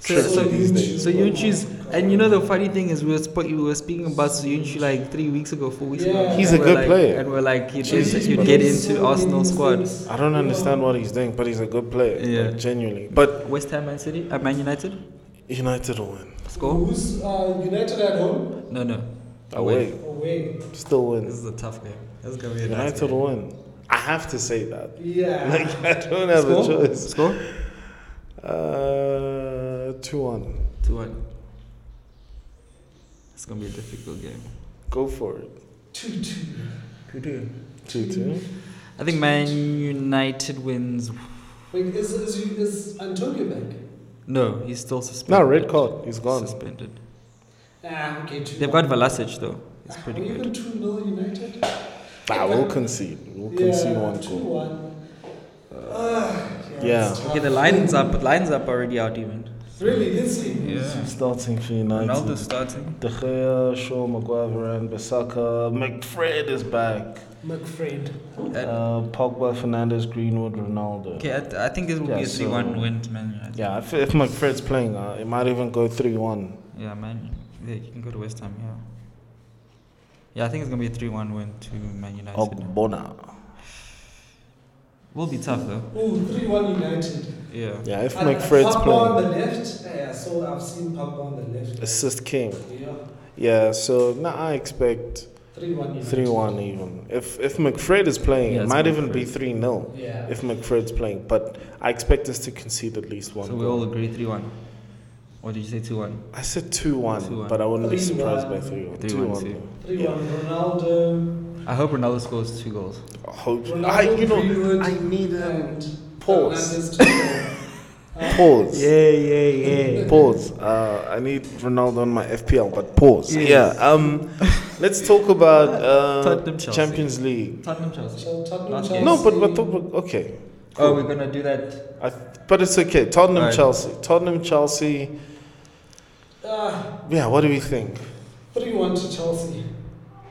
Speaker 2: So,
Speaker 1: tricky
Speaker 2: so,
Speaker 1: these days.
Speaker 2: so
Speaker 1: but-
Speaker 2: Yunchi's, and you know the funny thing is we were, sp- we were speaking about Yunchi like three weeks ago, four weeks ago.
Speaker 3: Yeah. He's
Speaker 1: a
Speaker 2: And we're
Speaker 1: good
Speaker 2: like-
Speaker 1: player.
Speaker 2: and we're like, he'd,
Speaker 1: Jeez,
Speaker 2: enter- he'd
Speaker 1: but-
Speaker 2: get into
Speaker 3: uh,
Speaker 2: Arsenal squad.
Speaker 3: Yeah.
Speaker 1: I don't understand what he's doing, but he's a good player,
Speaker 2: Yeah.
Speaker 1: like, genuinely. But
Speaker 2: West Ham, Man City, uh, Man United.
Speaker 1: United will win
Speaker 2: Score?
Speaker 3: Who's uh, United at home?
Speaker 2: No, no.
Speaker 1: away,
Speaker 3: Away.
Speaker 1: still
Speaker 2: This
Speaker 1: win.
Speaker 2: is a tough game. That's gonna be a nice
Speaker 1: United
Speaker 2: game.
Speaker 1: will win. I have to say that.
Speaker 3: Yeah.
Speaker 1: Like I don't have a
Speaker 2: Score?
Speaker 1: choice.
Speaker 2: Score?
Speaker 1: Uh, two one.
Speaker 2: Two one. It's gonna be a difficult game.
Speaker 1: Go for it.
Speaker 3: two two.
Speaker 1: Two two.
Speaker 2: I think Man United wins.
Speaker 3: Wait, is is, you- is Antonio back?
Speaker 2: No, he's still suspended.
Speaker 1: No red card. He's gone.
Speaker 2: Suspended.
Speaker 3: Ah, okay, two.
Speaker 2: They've got Velasic though. He's
Speaker 3: Ah,
Speaker 2: pretty
Speaker 3: we
Speaker 2: good.
Speaker 3: Even two nil United.
Speaker 1: Ah, we'll concede. We'll concede one
Speaker 3: two
Speaker 1: goal.
Speaker 3: one. Ah,
Speaker 1: Uh, yeah.
Speaker 3: it's
Speaker 2: Okay, the
Speaker 3: tough.
Speaker 2: line's up, but line's up already out even.
Speaker 3: Really, this game.
Speaker 2: Yeah.
Speaker 1: Starting for United.
Speaker 2: Ronaldo's starting.
Speaker 1: De Gea, Shaw, Maguire, Varane, Bissaka, McFred is back.
Speaker 3: McFred.
Speaker 2: Uh,
Speaker 1: Uh, Pogba, Fernandez, Greenwood, Ronaldo.
Speaker 2: okay, I, th- I think this will be
Speaker 1: Yeah,
Speaker 2: a
Speaker 1: so-
Speaker 2: 3 1 win to Man United.
Speaker 1: Yeah, if, if McFred's playing, uh, it might even go three one.
Speaker 2: Yeah, man. Yeah, you can go to West Ham, yeah. Yeah, I think it's going to be a 3 1 win to Man United.
Speaker 1: Oh. Ogbonna.
Speaker 2: Will be tough, though.
Speaker 3: Ooh, 3 1 United.
Speaker 2: Yeah.
Speaker 1: Yeah, if
Speaker 3: And
Speaker 1: McFred's
Speaker 3: Pogba
Speaker 1: playing,
Speaker 3: on the left. Yeah, so I've seen Pogba on the left.
Speaker 1: assist king.
Speaker 3: Yeah.
Speaker 1: Yeah, so now I expect
Speaker 3: 3 1 United.
Speaker 1: Three one even. If if McFred is playing,
Speaker 2: Yeah,
Speaker 1: it
Speaker 2: it's
Speaker 1: might even be
Speaker 2: McFred.
Speaker 1: three 0
Speaker 3: Yeah.
Speaker 1: if McFred's playing. But I expect us to concede at least one.
Speaker 2: So we
Speaker 1: goal.
Speaker 2: all agree 3 1. Or did you say 2 1?
Speaker 1: I said 2 1,
Speaker 2: 2-1.
Speaker 1: but I wouldn't be
Speaker 3: Three
Speaker 1: surprised by
Speaker 3: one.
Speaker 1: 3 1.
Speaker 2: 3-1,
Speaker 1: 2 1.
Speaker 2: too.
Speaker 1: though.
Speaker 3: 3 1 Ronaldo.
Speaker 2: I hope Ronaldo scores two goals.
Speaker 1: I hope.
Speaker 3: Ronaldo
Speaker 1: I, you know,
Speaker 3: Greenwood,
Speaker 1: I need a
Speaker 3: And
Speaker 1: pause.
Speaker 3: Fernandes to score. Uh,
Speaker 1: Pause.
Speaker 2: yeah, yeah.
Speaker 1: Pause. Uh, I need Ronaldo on my FPL, but pause.
Speaker 2: Yes.
Speaker 1: Yeah. Um, let's talk about uh,
Speaker 2: Tottenham, Chelsea.
Speaker 1: Champions League.
Speaker 2: Tottenham Chelsea.
Speaker 3: So Tottenham,
Speaker 2: Not
Speaker 3: Chelsea.
Speaker 2: yet.
Speaker 1: No, but but talk about- okay.
Speaker 2: Oh, we're gonna do that.
Speaker 1: I, but it's okay. Tottenham,
Speaker 2: Right.
Speaker 1: Chelsea. Tottenham, Chelsea.
Speaker 3: Ah,
Speaker 1: Yeah. What do we think?
Speaker 3: 3 1 to Chelsea.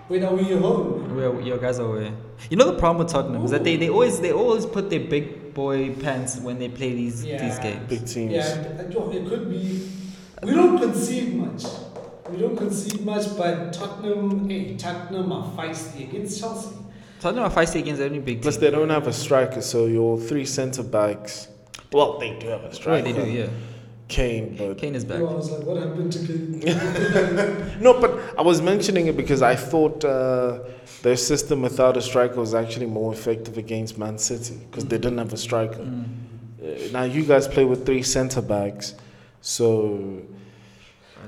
Speaker 3: Wait, are we home?
Speaker 2: Where your guys are away. You know the problem with Tottenham is that they, they always they always put their big boy pants when they play these
Speaker 3: Yeah.
Speaker 2: these games.
Speaker 1: Big teams.
Speaker 3: Yeah, it- it it could be. We don't concede much. We don't concede much, but Tottenham, hey, Tottenham are feisty against Chelsea.
Speaker 2: Tottenham are feisty against every big
Speaker 1: Plus,
Speaker 2: team.
Speaker 1: they don't have a striker, so your three centre backs. Well, they do have a
Speaker 2: Right,
Speaker 1: striker.
Speaker 2: they do, yeah.
Speaker 1: Kane, but
Speaker 2: Kane is back.
Speaker 3: You know, I was like, what happened to Kane?
Speaker 1: no. But I was mentioning it because I thought uh, their system without a striker was actually more effective against Man City because they didn't have a striker.
Speaker 2: Mm.
Speaker 1: Uh, now you guys play with three centre backs, so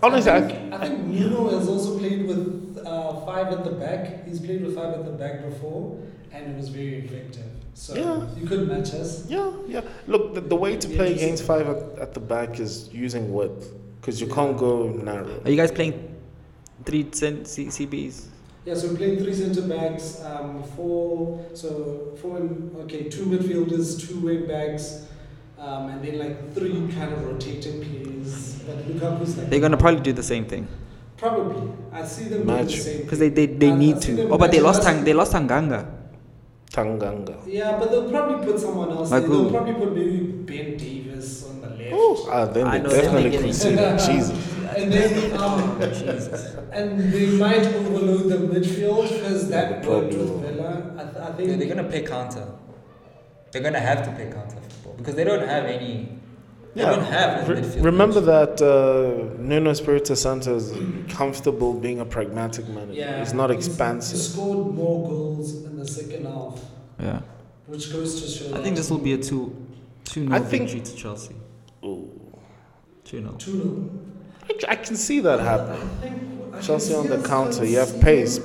Speaker 1: honestly,
Speaker 3: I
Speaker 1: I,
Speaker 3: think, I think Nuno has also played with uh, five at the back. He's played with five at the back before, and it was very effective. So
Speaker 1: Yeah.
Speaker 3: you could match us.
Speaker 1: Yeah, yeah. Look, the, the way to
Speaker 3: Yeah,
Speaker 1: play
Speaker 3: just-
Speaker 1: against five at, at the back is using width because you
Speaker 3: Yeah.
Speaker 1: can't go narrow.
Speaker 2: Are you guys playing three cent C- CBs?
Speaker 3: Yeah, so we're playing three centre backs, um, four, so four, in- okay, two midfielders, two wing backs, um, and then like three kind of rotating players. But Lukaku's like
Speaker 2: They're gonna probably do the same thing
Speaker 3: probably. I see them doing the
Speaker 1: Magic.
Speaker 3: same.
Speaker 2: because they, they, they
Speaker 3: Uh,
Speaker 2: need
Speaker 3: I think
Speaker 2: to.
Speaker 3: they're
Speaker 2: Oh, but they
Speaker 3: matching
Speaker 2: lost
Speaker 3: us.
Speaker 2: Tang they lost Tanganga.
Speaker 1: Tanganga.
Speaker 3: Yeah, but they'll probably put someone else.
Speaker 2: Like
Speaker 3: in.
Speaker 2: who?
Speaker 3: They'll probably put maybe Ben Davis on the left.
Speaker 1: Oh, ah, then
Speaker 2: I
Speaker 1: they
Speaker 2: know they're
Speaker 1: definitely
Speaker 2: getting-
Speaker 1: consider Jesus.
Speaker 3: And then, um,
Speaker 2: Jesus.
Speaker 3: and they might overload the midfield because that worked with
Speaker 1: Probably.
Speaker 3: Villa. I, th- I
Speaker 4: They-
Speaker 3: think
Speaker 4: They're gonna play counter. They're gonna have to play counter football because they don't have any. They don't have
Speaker 1: Re-
Speaker 4: a midfield.
Speaker 1: remember that uh, Nuno Espirito Santo is comfortable being a pragmatic manager.
Speaker 3: yeah,
Speaker 1: he's not
Speaker 3: He
Speaker 1: expansive.
Speaker 3: scored more goals in the second half,
Speaker 2: Yeah.
Speaker 3: which goes to show.
Speaker 2: I think this will be a two two
Speaker 1: I
Speaker 2: nil
Speaker 1: think-
Speaker 2: victory to Chelsea.
Speaker 1: Ooh.
Speaker 2: Two 0
Speaker 3: two
Speaker 1: I, c- I can see that happen. Chelsea on the counter. You have pace.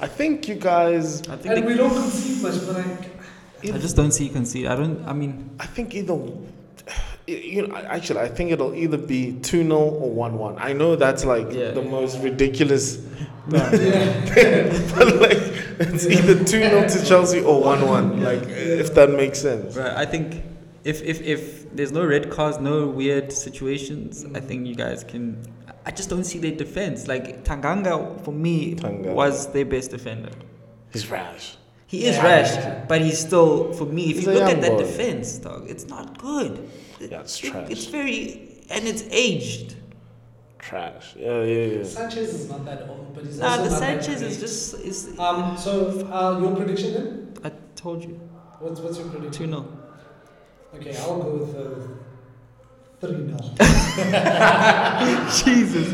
Speaker 1: I think you guys.
Speaker 2: I think
Speaker 3: And
Speaker 2: they,
Speaker 3: we don't concede much, but I,
Speaker 2: I just don't see concede. I don't. I mean,
Speaker 1: I think either. You know, I- actually, I think it'll either be 2 0 or 1 1. I know that's like
Speaker 2: Yeah.
Speaker 1: the most ridiculous,
Speaker 3: yeah,
Speaker 1: but like it's either 2 0 to Chelsea or 1 1. Like, if that makes sense.
Speaker 2: right, I think if if if there's no red cards, no weird situations, I
Speaker 1: Mm.
Speaker 2: think you guys can. I just don't see their defense. Like Tanganga, for me,
Speaker 1: Tanganga.
Speaker 2: was their best defender.
Speaker 1: He's rash.
Speaker 2: He is
Speaker 3: Yeah.
Speaker 2: rash, but he's still for me. If
Speaker 1: He's
Speaker 2: you
Speaker 1: a
Speaker 2: look
Speaker 1: young
Speaker 2: at that
Speaker 1: boy.
Speaker 2: defense, dog, it's not good.
Speaker 1: Yeah, it's
Speaker 2: It-
Speaker 1: trash.
Speaker 2: It's very and it's aged.
Speaker 1: Trash. Yeah, yeah, yeah.
Speaker 3: Sanchez is not that old, but he's
Speaker 2: Nah,
Speaker 3: also
Speaker 2: the
Speaker 3: not that
Speaker 2: Sanchez is
Speaker 3: great.
Speaker 2: just is.
Speaker 3: Um. So, uh, your prediction then?
Speaker 2: I told you,
Speaker 3: What's what's your prediction?
Speaker 2: two 0
Speaker 3: Okay, I'll go with uh, three 0
Speaker 2: Jesus.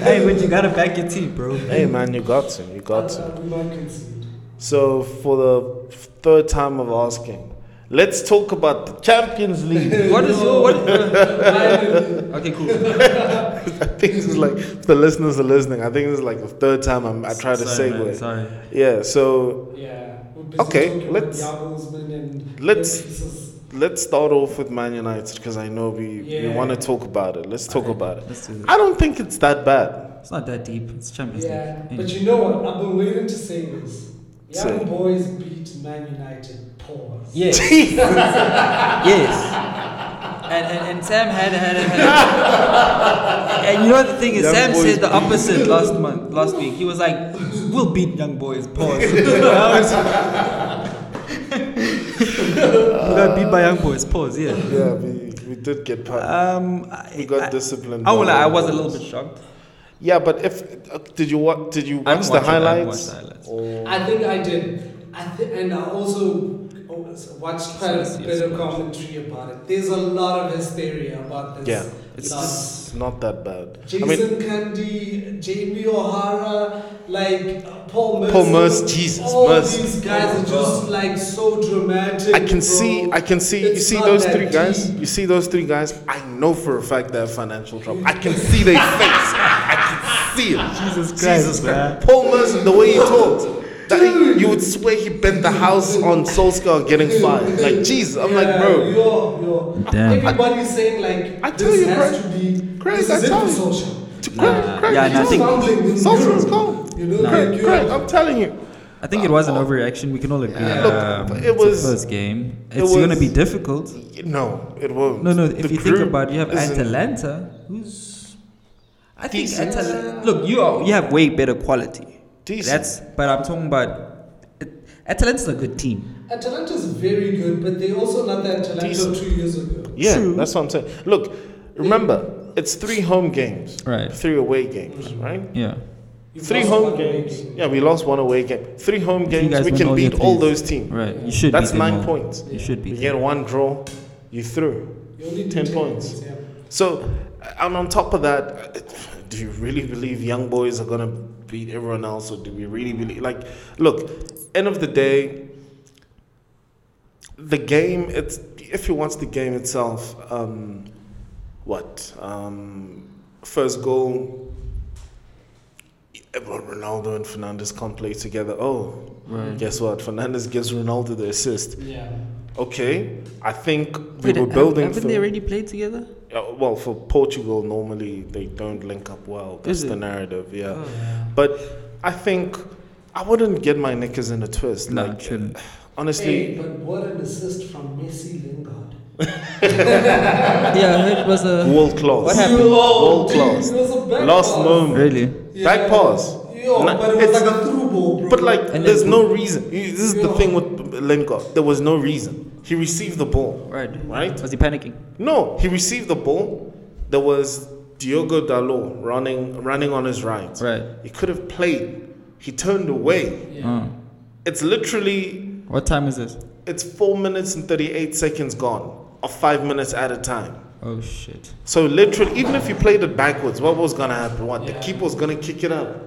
Speaker 2: Hey, but you gotta back your team, bro.
Speaker 1: Hey, man, you got to. You got to.
Speaker 3: Uh, We might concede.
Speaker 1: So, for the third time of asking, let's talk about the Champions League.
Speaker 2: What is your what?
Speaker 3: Bayern,
Speaker 4: uh,
Speaker 2: okay, cool.
Speaker 1: I think this is like, if the listeners are listening, I think this is like the third time I'm, I try to
Speaker 2: sorry, man,
Speaker 1: segue.
Speaker 2: sorry.
Speaker 1: Yeah, so
Speaker 3: yeah. We're busy
Speaker 1: Okay,
Speaker 3: talking
Speaker 1: let's-
Speaker 3: about the Nagelsmann and
Speaker 1: let's-
Speaker 3: their pieces.
Speaker 1: Let's start off with Man United because I know we, we
Speaker 3: Yeah.
Speaker 1: want to talk about it. Let's talk
Speaker 2: Okay,
Speaker 1: about it.
Speaker 2: Let's do this.
Speaker 1: I don't think it's that bad.
Speaker 2: It's not that deep. It's Champions
Speaker 3: Yeah,
Speaker 2: League.
Speaker 3: but you know what? I've been waiting to say this.
Speaker 1: Say
Speaker 3: Young
Speaker 1: it.
Speaker 3: boys beat Man United. Pause.
Speaker 2: Yes. yes. And, and, and Sam had had, had, And you know the thing is,
Speaker 1: Young
Speaker 2: Sam
Speaker 1: boys
Speaker 2: said the opposite last month, last week. He was like, "We'll beat young boys." Pause. I was- we got beat by young boys. Pause. Yeah.
Speaker 1: Yeah, we, we did get past.
Speaker 2: Um. I,
Speaker 1: we got
Speaker 2: I,
Speaker 1: disciplined.
Speaker 2: I, won't
Speaker 1: by
Speaker 2: lie, I
Speaker 1: them.
Speaker 2: was a little bit shocked.
Speaker 1: Yeah, but if uh, did you watch? Did you
Speaker 2: I haven't
Speaker 1: watch the
Speaker 2: watched it, I haven't
Speaker 1: highlights?
Speaker 2: watched the highlights.
Speaker 1: Or-
Speaker 3: I think I did. I th- and I also watched quite a
Speaker 2: Yes,
Speaker 3: bit of
Speaker 2: yes.
Speaker 3: commentary about it. There's a lot of hysteria about this.
Speaker 1: Yeah.
Speaker 4: It's
Speaker 3: Nah.
Speaker 4: just
Speaker 1: It's not that bad.
Speaker 3: Jason
Speaker 1: I mean,
Speaker 3: Candy, Jamie O'Hara, like uh, Paul Mercer.
Speaker 1: Paul Merce, Jesus,
Speaker 3: All
Speaker 1: Merce.
Speaker 3: these guys are just like so dramatic.
Speaker 1: I can
Speaker 3: bro.
Speaker 1: see, I can see. You
Speaker 3: It's
Speaker 1: see
Speaker 3: not
Speaker 1: those
Speaker 3: that
Speaker 1: three guys.
Speaker 3: deep.
Speaker 1: You see those three guys. I know for a fact they have financial trouble. I can see their face. I can see it.
Speaker 4: Jesus
Speaker 1: Jesus Christ. Paul Merson, the way he talked. That he- you would swear he bent the house on Solskjaer getting fired. Like, Jesus, I'm like,
Speaker 3: Yeah,
Speaker 1: bro.
Speaker 3: Yo, yo.
Speaker 4: Damn.
Speaker 3: Everybody's saying like
Speaker 1: I tell
Speaker 3: this
Speaker 1: you,
Speaker 3: has
Speaker 1: Craig-
Speaker 3: to be
Speaker 1: Craig,
Speaker 3: this
Speaker 1: I
Speaker 3: is it
Speaker 1: tell
Speaker 3: for
Speaker 1: you.
Speaker 3: Solskjaer.
Speaker 4: Nah, yeah, and I
Speaker 3: He's
Speaker 4: think-
Speaker 3: fumbling in
Speaker 1: Solskjaer's
Speaker 3: Europe.
Speaker 1: gone.
Speaker 3: You know, like,
Speaker 4: Nah.
Speaker 1: Craig, Craig,
Speaker 3: Europe.
Speaker 1: I'm telling you.
Speaker 4: I think it was an overreaction. We can all agree.
Speaker 1: Yeah, look,
Speaker 4: Um,
Speaker 1: it
Speaker 4: it's
Speaker 1: was-
Speaker 4: the first game.
Speaker 1: it
Speaker 4: It's going to
Speaker 1: was-
Speaker 4: be difficult.
Speaker 1: No, it won't.
Speaker 4: No, no.
Speaker 1: The
Speaker 4: If you think
Speaker 1: group
Speaker 4: about, it, you have
Speaker 1: isn't-
Speaker 4: Atalanta, who's I think
Speaker 1: Decent.
Speaker 4: Atalanta. Look, you are, you have way better quality.
Speaker 1: Decent.
Speaker 4: That's but I'm talking about Atalanta's a good team.
Speaker 3: Atalanta's very good, but they're also not that Atalanta
Speaker 1: Decent.
Speaker 3: two years ago.
Speaker 1: Yeah,
Speaker 4: True.
Speaker 1: that's what I'm saying. Look, remember, it's three home games,
Speaker 4: Right. Mm-hmm.
Speaker 1: Three away games, right?
Speaker 4: Yeah.
Speaker 3: You've
Speaker 1: Three
Speaker 3: lost
Speaker 1: home
Speaker 3: one away
Speaker 1: games.
Speaker 3: game.
Speaker 1: Yeah, we lost one away game. Three home
Speaker 4: You
Speaker 1: games.
Speaker 4: guys
Speaker 1: We
Speaker 4: win
Speaker 1: can
Speaker 4: all your
Speaker 1: beat all
Speaker 4: threes.
Speaker 1: those teams.
Speaker 4: Right. You should.
Speaker 1: That's
Speaker 4: beat them
Speaker 1: nine
Speaker 4: all.
Speaker 1: points.
Speaker 4: You should be.
Speaker 1: You get one draw, you through.
Speaker 3: You only did
Speaker 1: 10
Speaker 3: 10
Speaker 1: points.
Speaker 3: points. yeah.
Speaker 1: So, and on top of that, do you really believe young boys are gonna beat everyone else, or do we really believe? Like, look, end of the day, the game. It's if you watch the game itself, um, what um, first goal. Ronaldo and Fernandez can't play together. Oh,
Speaker 4: Right.
Speaker 1: guess what? Fernandez gives Ronaldo the assist.
Speaker 3: Yeah.
Speaker 1: Okay, I think we
Speaker 4: Wait,
Speaker 1: were
Speaker 4: ha-
Speaker 1: building.
Speaker 4: Haven't
Speaker 1: for-
Speaker 4: they already played together?
Speaker 1: uh, well, for Portugal, normally they don't link up well. That's
Speaker 4: Is
Speaker 1: the
Speaker 4: it?
Speaker 1: narrative, yeah.
Speaker 4: Oh.
Speaker 1: But I think I wouldn't get my knickers in a twist.
Speaker 4: No,
Speaker 1: like,
Speaker 4: shouldn't.
Speaker 1: honestly,
Speaker 3: Hey, but what an assist from Messi Lingard.
Speaker 4: yeah, it was a
Speaker 1: world class.
Speaker 4: What happened?
Speaker 3: Yo,
Speaker 1: World
Speaker 3: dude,
Speaker 1: class.
Speaker 3: it was a back
Speaker 1: Last
Speaker 3: pass.
Speaker 1: moment.
Speaker 4: really.
Speaker 1: Back pass.
Speaker 3: Yo,
Speaker 1: Nah,
Speaker 3: but it was
Speaker 1: it's-
Speaker 3: like a through ball, bro.
Speaker 1: But like,
Speaker 4: And
Speaker 1: there's
Speaker 4: then-
Speaker 1: no reason. You- This is the
Speaker 3: Yeah.
Speaker 1: thing with Lingard. There was no reason. He received the ball.
Speaker 4: Right.
Speaker 1: Right?
Speaker 4: Was he panicking?
Speaker 1: No, he received the ball. There was Diogo Dalot running, running on his right.
Speaker 4: Right.
Speaker 1: He could have played. He turned away.
Speaker 4: Oh.
Speaker 1: It's literally
Speaker 4: What time is this?
Speaker 1: It's four minutes and 38 seconds gone, or five minutes at a time.
Speaker 4: Oh shit.
Speaker 1: So literally, even if you played it backwards, what was gonna happen? What the
Speaker 3: Yeah.
Speaker 1: keeper was gonna kick it out?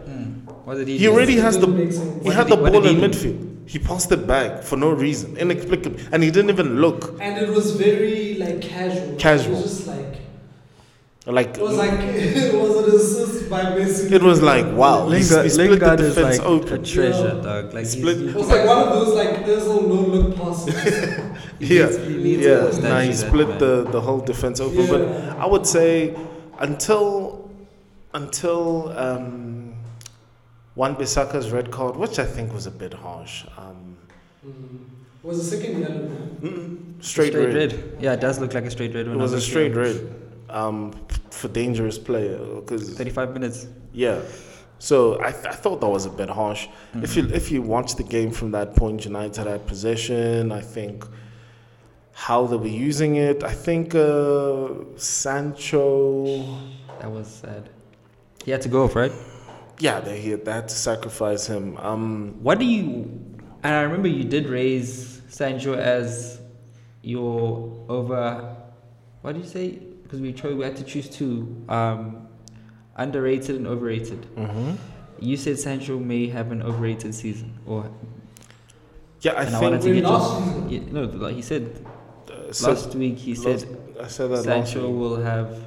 Speaker 4: What did he?
Speaker 1: He
Speaker 4: do?
Speaker 1: already has the
Speaker 3: Doesn't make sense.
Speaker 1: he
Speaker 4: What
Speaker 1: had
Speaker 4: did
Speaker 1: the
Speaker 4: he- what
Speaker 1: ball
Speaker 4: did
Speaker 1: in
Speaker 4: he do?
Speaker 1: midfield. He passed it back for no reason, inexplicably, and he didn't even look.
Speaker 3: And it was very like casual.
Speaker 1: Casual.
Speaker 3: It was just like
Speaker 1: Like
Speaker 3: it was like it was an assist by Messi.
Speaker 1: it was like wow. he s-
Speaker 4: Lingard,
Speaker 1: he split
Speaker 4: Lingard
Speaker 1: the
Speaker 4: is
Speaker 1: defense
Speaker 4: like a
Speaker 1: open.
Speaker 4: treasure,
Speaker 3: Yeah.
Speaker 4: dog. Like
Speaker 1: Split-
Speaker 4: He's,
Speaker 3: It was like one of those like Özil no look passes.
Speaker 1: Yeah,
Speaker 4: needs- he needs to
Speaker 1: yeah.
Speaker 4: watch that
Speaker 1: Nah, he
Speaker 4: shit,
Speaker 1: split
Speaker 4: man.
Speaker 1: the, the whole defense open. But
Speaker 3: Yeah.
Speaker 1: I would say until until um, Juan Bissaka's red card, which I think was a bit harsh, um,
Speaker 3: Mm. It was the second yellow. man.
Speaker 1: mm-mm, straight, red.
Speaker 4: Yeah, it does look like a straight red.
Speaker 1: It
Speaker 4: When
Speaker 1: was
Speaker 4: I
Speaker 1: a
Speaker 4: look
Speaker 1: straight
Speaker 4: at
Speaker 1: red um, for dangerous player because
Speaker 4: Thirty-five minutes.
Speaker 1: yeah. So I, th- I thought that was a bit harsh. If you if you watch the game from that point, United had possession. I think how they were using it. I think uh, Sancho.
Speaker 4: That was sad. He had to go off, right?
Speaker 1: Yeah, they had, they had to sacrifice him. Um,
Speaker 4: What do you? And I remember you did raise Sancho as your over. What do you say? Because we chose, we had to choose two, um, underrated and overrated. You said Sancho may have an overrated season, or
Speaker 1: Yeah, I
Speaker 4: and I wanted
Speaker 1: think
Speaker 4: to get
Speaker 3: Last
Speaker 4: your,
Speaker 3: season.
Speaker 4: yeah, no. Like he said
Speaker 1: uh, so-
Speaker 4: last week, he said
Speaker 1: I said that last
Speaker 4: Sancho
Speaker 1: week.
Speaker 4: will have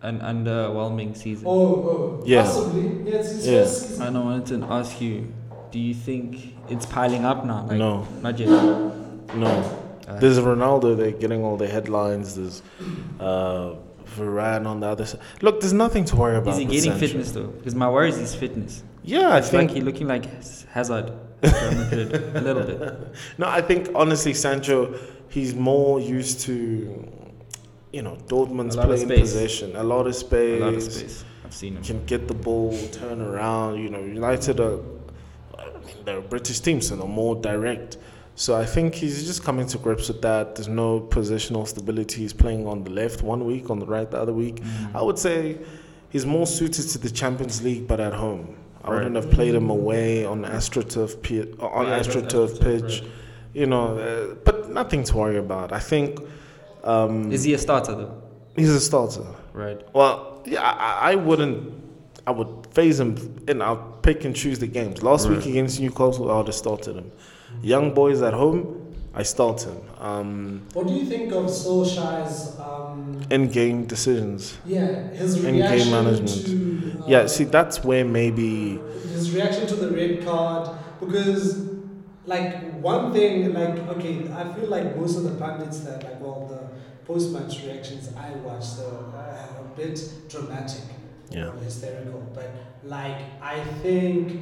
Speaker 4: an underwhelming season.
Speaker 3: Oh, oh.
Speaker 1: Yeah.
Speaker 3: Possibly. Yeah, it's his
Speaker 1: Yeah.
Speaker 3: first season.
Speaker 4: And I wanted to ask you, do you think it's piling up now? Like, uh,
Speaker 1: No.
Speaker 4: Not yet.
Speaker 1: No, there's Ronaldo. They're getting all the headlines. There's uh, Varane on the other side. Look, there's nothing to worry about.
Speaker 4: Is he
Speaker 1: with
Speaker 4: getting
Speaker 1: Sancho.
Speaker 4: fitness though? Because my worry is his fitness.
Speaker 1: Yeah, I
Speaker 4: it's like
Speaker 1: think
Speaker 4: he looking like Hazard at Real Madrid, a little bit.
Speaker 1: No, I think honestly, Sancho, he's more used to, you know, Dortmund's
Speaker 4: A lot of
Speaker 1: playing
Speaker 4: space.
Speaker 1: possession, a lot of space,
Speaker 4: A lot of space. I've seen him.
Speaker 1: can get the ball, turn around. You know, United are, I mean, they're a British team, so they're more direct. So I think he's just coming to grips with that. There's no positional stability. He's playing on the left one week, on the right the other week. I would say he's more suited to the Champions League, but at home. I
Speaker 4: Right.
Speaker 1: wouldn't have played him away on astroturf pi- on
Speaker 4: Yeah,
Speaker 1: astroturf
Speaker 4: astroturf,
Speaker 1: pitch, you know. Uh, but nothing to worry about. I think um,
Speaker 4: Is he a starter though?
Speaker 1: he's a starter.
Speaker 2: Right.
Speaker 1: Well, yeah, I, I wouldn't. I would phase him in. I'll pick and choose the games. Last week
Speaker 2: Right.
Speaker 1: against Newcastle, I would have started him. Young boys at home, I start him. Um,
Speaker 3: What do you think of Solskjaer's, um,
Speaker 1: in game decisions.
Speaker 3: yeah, his
Speaker 1: In-game
Speaker 3: reaction
Speaker 1: management.
Speaker 3: to uh,
Speaker 1: Yeah, see, that's where maybe.
Speaker 3: his reaction to the red card because like one thing like okay i feel like most of the pundits that like well the post-match reactions i watched they were uh, a bit dramatic
Speaker 1: Yeah.
Speaker 3: or hysterical but like i think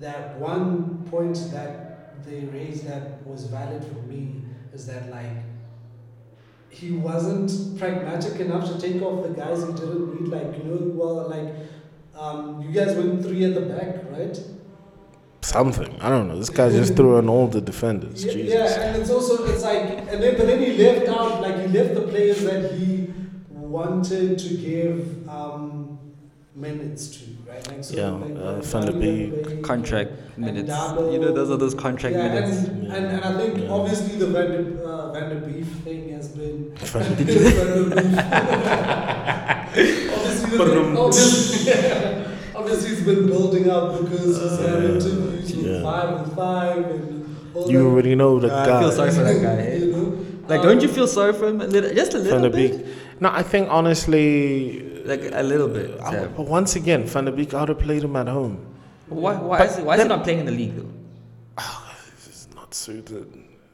Speaker 3: that one point that they raised that was valid for me is that like he wasn't pragmatic enough to take off the guys he didn't need like you know well like um, you guys went three at the back right
Speaker 1: Something I don't know. This guy just threw in all the defenders.
Speaker 3: Yeah,
Speaker 1: Jesus.
Speaker 3: yeah, and it's also it's like, and then but then he left out like he left the players that he wanted to give um, minutes to, right? Like, so
Speaker 1: Yeah, uh,
Speaker 3: like, like,
Speaker 1: Van der
Speaker 3: Van der Beek
Speaker 2: Contract
Speaker 3: and
Speaker 2: minutes.
Speaker 3: Dabo.
Speaker 2: You know, those are those contract
Speaker 3: yeah,
Speaker 2: minutes.
Speaker 3: And, and, and I think
Speaker 1: Yeah.
Speaker 3: obviously the Van der, uh, Van der Beef thing has been.
Speaker 1: Van
Speaker 3: Van der Beef. obviously, the thing, obviously, obviously, it's been building up because he's had interviews with
Speaker 1: Uh, yeah.
Speaker 3: five and five and all
Speaker 1: You
Speaker 3: that.
Speaker 1: already know the
Speaker 2: Nah, I
Speaker 1: guy.
Speaker 2: feel sorry for that guy. eh?
Speaker 3: You know?
Speaker 1: Uh,
Speaker 2: Like, don't you feel sorry for him? A little, just a
Speaker 1: Van
Speaker 2: little
Speaker 1: der
Speaker 2: bit.
Speaker 1: Beek. No, I think honestly,
Speaker 2: Like a little bit.
Speaker 1: I-
Speaker 2: yeah.
Speaker 1: but once again, Van der Beek, I would have played him at home.
Speaker 2: Why? Why
Speaker 1: But
Speaker 2: is, he, why is he
Speaker 1: then-
Speaker 2: not playing in the league though?
Speaker 1: He's not suited.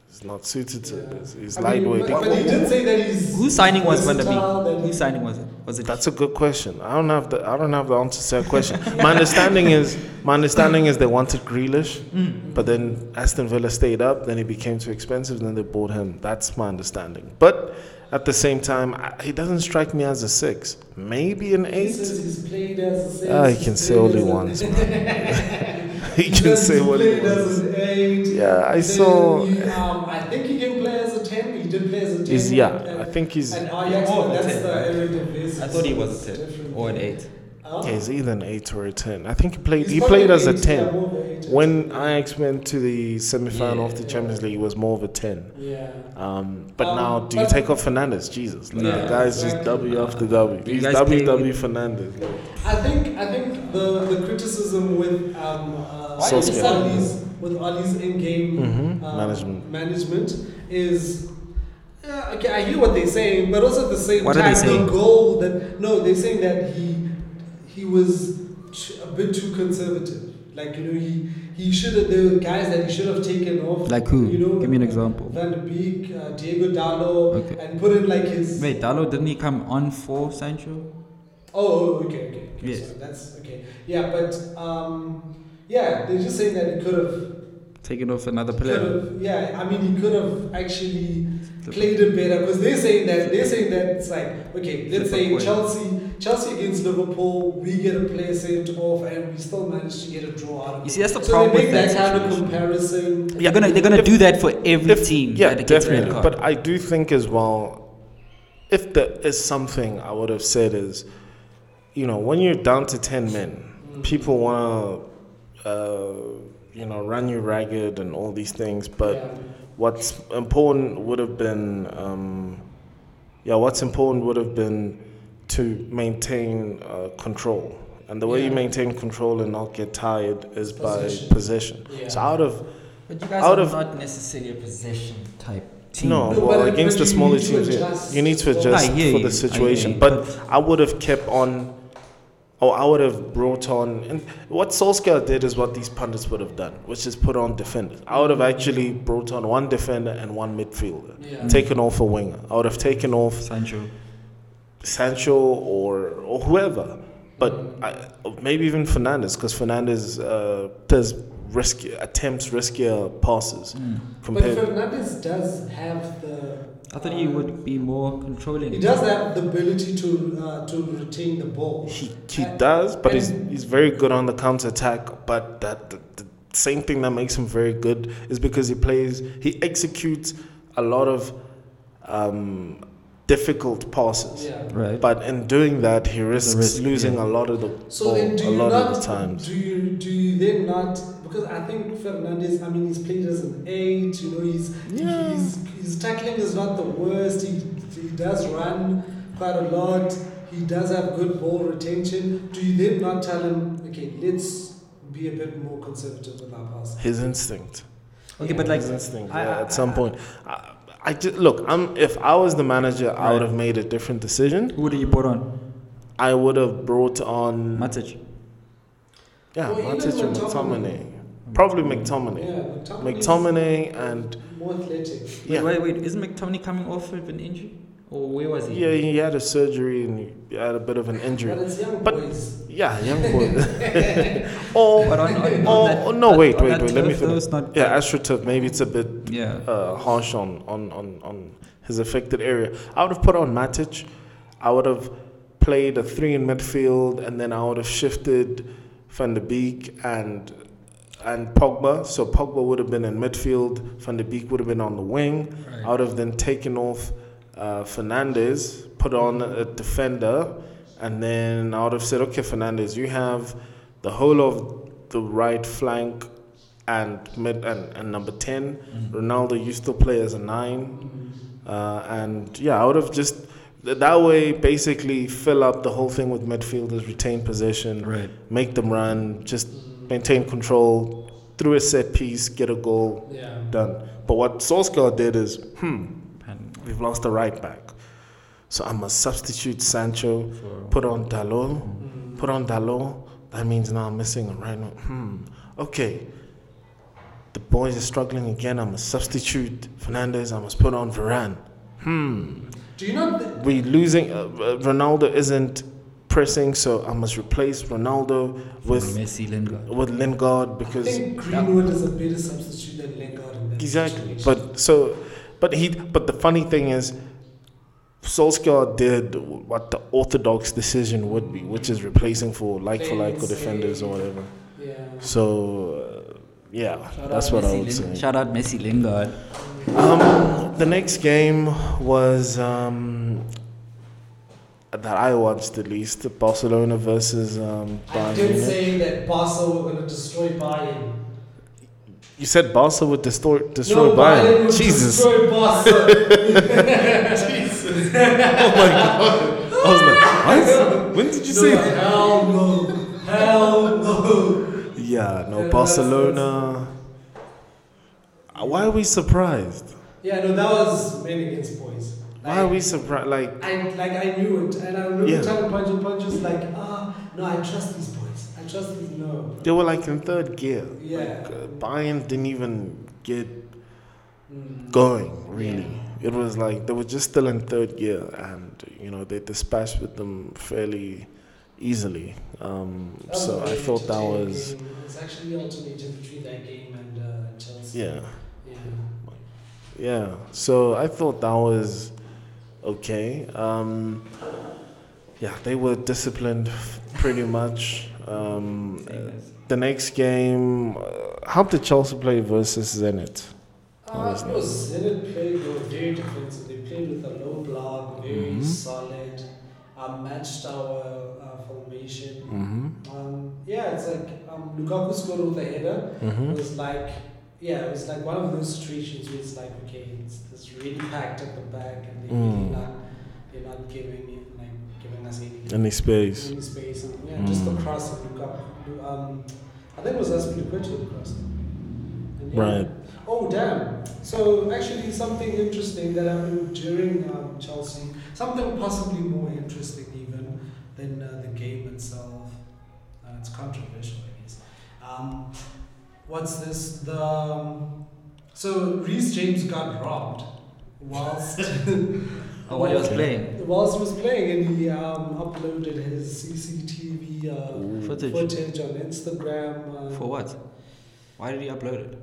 Speaker 1: He's not suited to
Speaker 3: Yeah.
Speaker 1: this. He's
Speaker 3: I mean,
Speaker 1: lightweight.
Speaker 3: Um, but, but he did say that he's.
Speaker 2: Whose signing was Van der
Speaker 3: versatile,
Speaker 2: Beek?
Speaker 3: that
Speaker 2: Whose
Speaker 3: he's-
Speaker 2: signing was it? Was it?
Speaker 1: That's a good question. I don't have the I don't have the answer to that question. my understanding is my understanding is they wanted Grealish,
Speaker 3: Mm.
Speaker 1: but then Aston Villa stayed up. Then he became too expensive. Then they bought him. That's my understanding. But at the same time, I, he doesn't strike me as a six. Maybe an
Speaker 3: He
Speaker 1: eight.
Speaker 3: says he's played as a
Speaker 1: Ah, he
Speaker 3: six,
Speaker 1: can
Speaker 3: he's
Speaker 1: say all
Speaker 3: played
Speaker 1: he
Speaker 3: as a-
Speaker 1: wants. he can
Speaker 3: says
Speaker 1: say
Speaker 3: he's
Speaker 1: what he
Speaker 3: played as
Speaker 1: wants.
Speaker 3: an eight.
Speaker 1: Yeah, I
Speaker 3: Then
Speaker 1: saw.
Speaker 3: He, um, I think he can play as a ten. He did play as a ten.
Speaker 1: Is yeah.
Speaker 3: and-
Speaker 1: I think he's.
Speaker 3: And Ajax,
Speaker 2: More of
Speaker 3: but
Speaker 2: a
Speaker 3: that's
Speaker 2: 10,
Speaker 3: the
Speaker 2: right?
Speaker 3: Eric de Vries.
Speaker 2: I thought he was a
Speaker 3: It's
Speaker 2: ten
Speaker 3: different.
Speaker 2: or an eight.
Speaker 3: Huh?
Speaker 1: Yeah, he's either an eight or a ten. I think he played.
Speaker 3: He's
Speaker 1: He
Speaker 3: probably
Speaker 1: played as a
Speaker 3: eight, yeah,
Speaker 1: ten.
Speaker 3: more of an eight.
Speaker 1: When Ajax went to the semi-final of the
Speaker 3: Yeah.
Speaker 1: Champions League, he was more of a ten.
Speaker 3: Yeah.
Speaker 1: Um, but
Speaker 3: Um,
Speaker 1: now, do you
Speaker 3: but-
Speaker 1: take off Fernandez? Jesus, like,
Speaker 2: Nah.
Speaker 1: the guys just
Speaker 3: Exactly.
Speaker 1: W after W.
Speaker 2: You
Speaker 1: He's
Speaker 2: guys
Speaker 1: W
Speaker 2: play
Speaker 1: W
Speaker 2: with-
Speaker 1: Fernandez.
Speaker 3: I think I think the, the criticism with um, uh,
Speaker 1: Why is it
Speaker 3: with
Speaker 1: so-
Speaker 3: Ollie's with Ollie's in-game
Speaker 1: Mhm,
Speaker 2: Mm-hmm.
Speaker 3: um,
Speaker 1: management.
Speaker 3: management is yeah, okay. I hear what they're saying, but also at the same
Speaker 2: What are
Speaker 3: time,
Speaker 2: they saying?
Speaker 3: the goal that no, they're saying that he he was t- a bit too conservative. Like you know, he he should have the guys that he should have taken off.
Speaker 2: Like who?
Speaker 3: You know,
Speaker 2: Give me an example.
Speaker 3: Van der Beek, uh, Diego Dallo,
Speaker 2: Okay.
Speaker 3: and put in like his
Speaker 2: Wait, Dalo didn't he come on for Sancho?
Speaker 3: Oh, oh, okay, okay, okay.
Speaker 2: Yes.
Speaker 3: So that's okay. Yeah, but um, yeah, they're just saying that he could have,
Speaker 2: Taking off another
Speaker 3: could
Speaker 2: player.
Speaker 3: have, yeah. I mean, he could have actually played it better because they're saying that they're saying that it's like okay, let's say
Speaker 2: Flip a coin.
Speaker 3: Chelsea, Chelsea against Liverpool, we get a player sent off and we still manage to get a draw out of
Speaker 2: You
Speaker 3: it.
Speaker 2: see, that's the
Speaker 3: so
Speaker 2: problem
Speaker 3: they
Speaker 2: with
Speaker 3: make
Speaker 2: that.
Speaker 3: that, kind of
Speaker 2: situation.
Speaker 3: comparison.
Speaker 2: They're gonna they're gonna
Speaker 1: If-
Speaker 2: do that for every
Speaker 1: If-
Speaker 2: team.
Speaker 1: yeah,
Speaker 2: that gets a red
Speaker 1: definitely.
Speaker 2: card.
Speaker 1: But I do think as well, if there is something I would have said is, you know, when you're down to ten men, people want to, uh, you know, run you ragged and all these things, but. what's important would have been um, yeah what's important would have been to maintain uh, control and the way you
Speaker 3: Yeah.
Speaker 1: maintain control and not get tired is
Speaker 3: Possession.
Speaker 1: by possession
Speaker 3: Yeah.
Speaker 1: so out of
Speaker 4: But you guys
Speaker 1: Out
Speaker 4: are
Speaker 1: of-
Speaker 4: not necessarily a possession type team.
Speaker 1: no
Speaker 3: No,
Speaker 1: well
Speaker 3: but-
Speaker 1: against
Speaker 3: but
Speaker 1: the
Speaker 3: you
Speaker 1: smaller
Speaker 3: need to
Speaker 1: teams yeah,
Speaker 3: adjust.
Speaker 1: you need to
Speaker 3: I
Speaker 1: adjust
Speaker 2: hear
Speaker 1: for
Speaker 2: you.
Speaker 1: the
Speaker 2: I hear
Speaker 1: situation
Speaker 2: you.
Speaker 1: but I would have kept on or I would have brought on and what Solskjaer did is what these pundits would have done which is put on defenders I would have
Speaker 3: Mm-hmm.
Speaker 1: actually brought on one defender and one midfielder
Speaker 3: Yeah.
Speaker 1: taken off a winger. I would have taken off
Speaker 2: Sancho.
Speaker 1: Sancho or or whoever, but I, maybe even Fernandez because Fernandez uh, does risky attempts riskier passes
Speaker 3: Hmm. But
Speaker 1: compared.
Speaker 3: Fernandez does have the.
Speaker 2: I thought he would be more controlling.
Speaker 3: He does have the ability to uh, to retain the ball.
Speaker 1: he he
Speaker 3: And-
Speaker 1: does, but he's
Speaker 3: and-
Speaker 1: he's very good on the counter attack. But that the, the same thing that makes him very good is because he plays he executes a lot of um, difficult passes.
Speaker 3: Yeah.
Speaker 2: Right.
Speaker 1: But in doing that, he risks
Speaker 2: risk,
Speaker 1: losing
Speaker 2: yeah.
Speaker 1: a lot of the
Speaker 3: So
Speaker 1: ball,
Speaker 3: then, do
Speaker 1: Oh, a
Speaker 3: you
Speaker 1: lot
Speaker 3: not
Speaker 1: of the times.
Speaker 3: do you do you then not because I think Fernandez? I mean, he's played as an eight. You know, he's
Speaker 1: Yeah.
Speaker 3: he's his tackling is not the worst. He he does run quite a lot. He does have good ball retention. Do you then not tell him, okay, let's be a bit more conservative with our passing?
Speaker 1: His instinct.
Speaker 2: Okay, but like,
Speaker 1: His instinct.
Speaker 2: I-
Speaker 1: yeah,
Speaker 2: I-
Speaker 1: at some point, I, I just look. I'm if I was the manager, I would have made a different decision.
Speaker 2: who do you put on?
Speaker 1: I would have brought on
Speaker 2: Matic.
Speaker 1: yeah,
Speaker 3: Or even
Speaker 1: Matic and
Speaker 3: McTominay.
Speaker 1: McTominay, probably McTominay,
Speaker 3: Yeah, McTominay.
Speaker 1: McTominay, and
Speaker 3: More athletic.
Speaker 2: Wait,
Speaker 1: yeah,
Speaker 2: wait, wait. Isn't McTominay coming off of an injury? Or where was he?
Speaker 1: yeah. He had a surgery and he had a bit of an
Speaker 3: But
Speaker 1: injury.
Speaker 3: it's young
Speaker 1: But-
Speaker 3: boys.
Speaker 1: Yeah, young boy. or
Speaker 2: But on, on, on
Speaker 1: or
Speaker 2: that-
Speaker 1: or no,
Speaker 2: that-
Speaker 1: wait,
Speaker 2: on
Speaker 1: wait,
Speaker 2: that
Speaker 1: wait. Let me
Speaker 2: turf, though,
Speaker 1: finish.
Speaker 2: it's not-
Speaker 1: Yeah, AstroTurf. Maybe it's a bit
Speaker 2: yeah.
Speaker 1: uh, harsh on, on, on, on his affected area. I would have put on Matic. I would have played a three in midfield, and then I would have shifted Van der Beek and and Pogba. So Pogba would have been in midfield. Van der Beek would have been on the wing. I would have then taken off uh, Fernandez, put on a defender, and then I would have said, okay, Fernandez, you have the whole of the right flank and mid and, and number 10 Ronaldo you still play as a nine uh, and yeah I would have just th- that way basically fill up the whole thing with midfielders retain possession
Speaker 2: Right.
Speaker 1: make them run just
Speaker 3: Mm,
Speaker 1: maintain control through a set piece get a goal
Speaker 3: Yeah.
Speaker 1: done but what Solskjaer did is hmm
Speaker 2: And
Speaker 1: we've lost the right back so I must substitute Sancho
Speaker 2: for-
Speaker 1: put on Dalot
Speaker 3: Mm.
Speaker 1: put on Dalot. That means now I'm missing a right now. Hmm. Okay. The boys are struggling again. I must substitute Fernandez. I must put on Varane. Hmm.
Speaker 3: Do you not think
Speaker 1: We losing. Uh, uh, Ronaldo isn't pressing, so I must replace Ronaldo
Speaker 2: for
Speaker 1: with
Speaker 2: Messi, Lingard.
Speaker 1: with Lingard
Speaker 3: I
Speaker 1: because
Speaker 3: think Greenwood is a better substitute than Lingard in that
Speaker 1: exactly.
Speaker 3: situation?
Speaker 1: But so, but he. But the funny thing is. Solskjaer did what the orthodox decision would be, which is replacing for like for like or defenders or whatever.
Speaker 3: yeah.
Speaker 1: So, uh, yeah, that's what I
Speaker 2: Messi,
Speaker 1: would say.
Speaker 2: Lin- Shout out Messi, Lingard.
Speaker 1: Um, the next game was um, that I watched at least Barcelona versus um,
Speaker 3: I
Speaker 1: Bayern.
Speaker 3: did
Speaker 1: Munich.
Speaker 3: say that Barca were going to destroy Bayern.
Speaker 1: you said Barca would distort, destroy
Speaker 3: no,
Speaker 1: Bayern.
Speaker 3: would
Speaker 1: Jesus,
Speaker 3: Destroy Barca. Jesus.
Speaker 1: oh my god! I was like, what? When did you
Speaker 3: No,
Speaker 1: say? that?
Speaker 3: hell no. Hell no.
Speaker 1: Yeah,
Speaker 3: Yeah,
Speaker 1: no,
Speaker 3: that's-
Speaker 1: Barcelona. Uh, Why are we surprised?
Speaker 3: Yeah, no, that was men against boys.
Speaker 1: Why are we surprised? Like,
Speaker 3: I like I knew it, and I remember
Speaker 1: Yeah.
Speaker 3: telling Pancho Pancho's like, ah, no, I trust these boys. I trust these no.
Speaker 1: they were like in third gear.
Speaker 3: Yeah.
Speaker 1: Like, uh, Bayern didn't even get
Speaker 3: Mm.
Speaker 1: going really it was like they were just still in third gear and you know they dispatched with them fairly easily um,
Speaker 3: That was
Speaker 1: so
Speaker 3: a
Speaker 1: i
Speaker 3: very
Speaker 1: thought that
Speaker 3: entertaining
Speaker 1: was
Speaker 3: game. It's actually alternated between that game and uh, Chelsea.
Speaker 1: yeah
Speaker 3: Yeah.
Speaker 1: yeah so i thought that was okay um, yeah they were disciplined pretty much um, uh, the next game uh, how did chelsea play versus zenit
Speaker 3: Uh, it was Zenit played they were very defensive. They played with a low block, very
Speaker 1: Mhm.
Speaker 3: solid. Um, matched our uh, formation.
Speaker 1: mm-hmm.
Speaker 3: Um, yeah, it's like um, Lukaku scored with a header. It
Speaker 1: Mm-hmm.
Speaker 3: was like, yeah, it was like one of those situations where it's like, okay, it's, it's really packed at the back, and they
Speaker 1: Mm.
Speaker 3: really not, they're not giving you like giving us any,
Speaker 1: any space
Speaker 3: any space, and yeah, just the
Speaker 1: Mm.
Speaker 3: cross of Lukaku. Um, I think it was us Aspilicueta who crossed. it. And yeah.
Speaker 1: right
Speaker 3: Oh damn! So actually, something interesting that happened during um, Chelsea. Something possibly more interesting even than uh, the game itself. Uh, it's controversial, I guess. Um, what's this? The um, so Reece James got robbed whilst
Speaker 2: Oh, while he was playing.
Speaker 3: whilst he was playing, and he um, uploaded his CCTV uh,
Speaker 2: Footage.
Speaker 3: footage on Instagram. Uh,
Speaker 2: For what? Why did he upload it?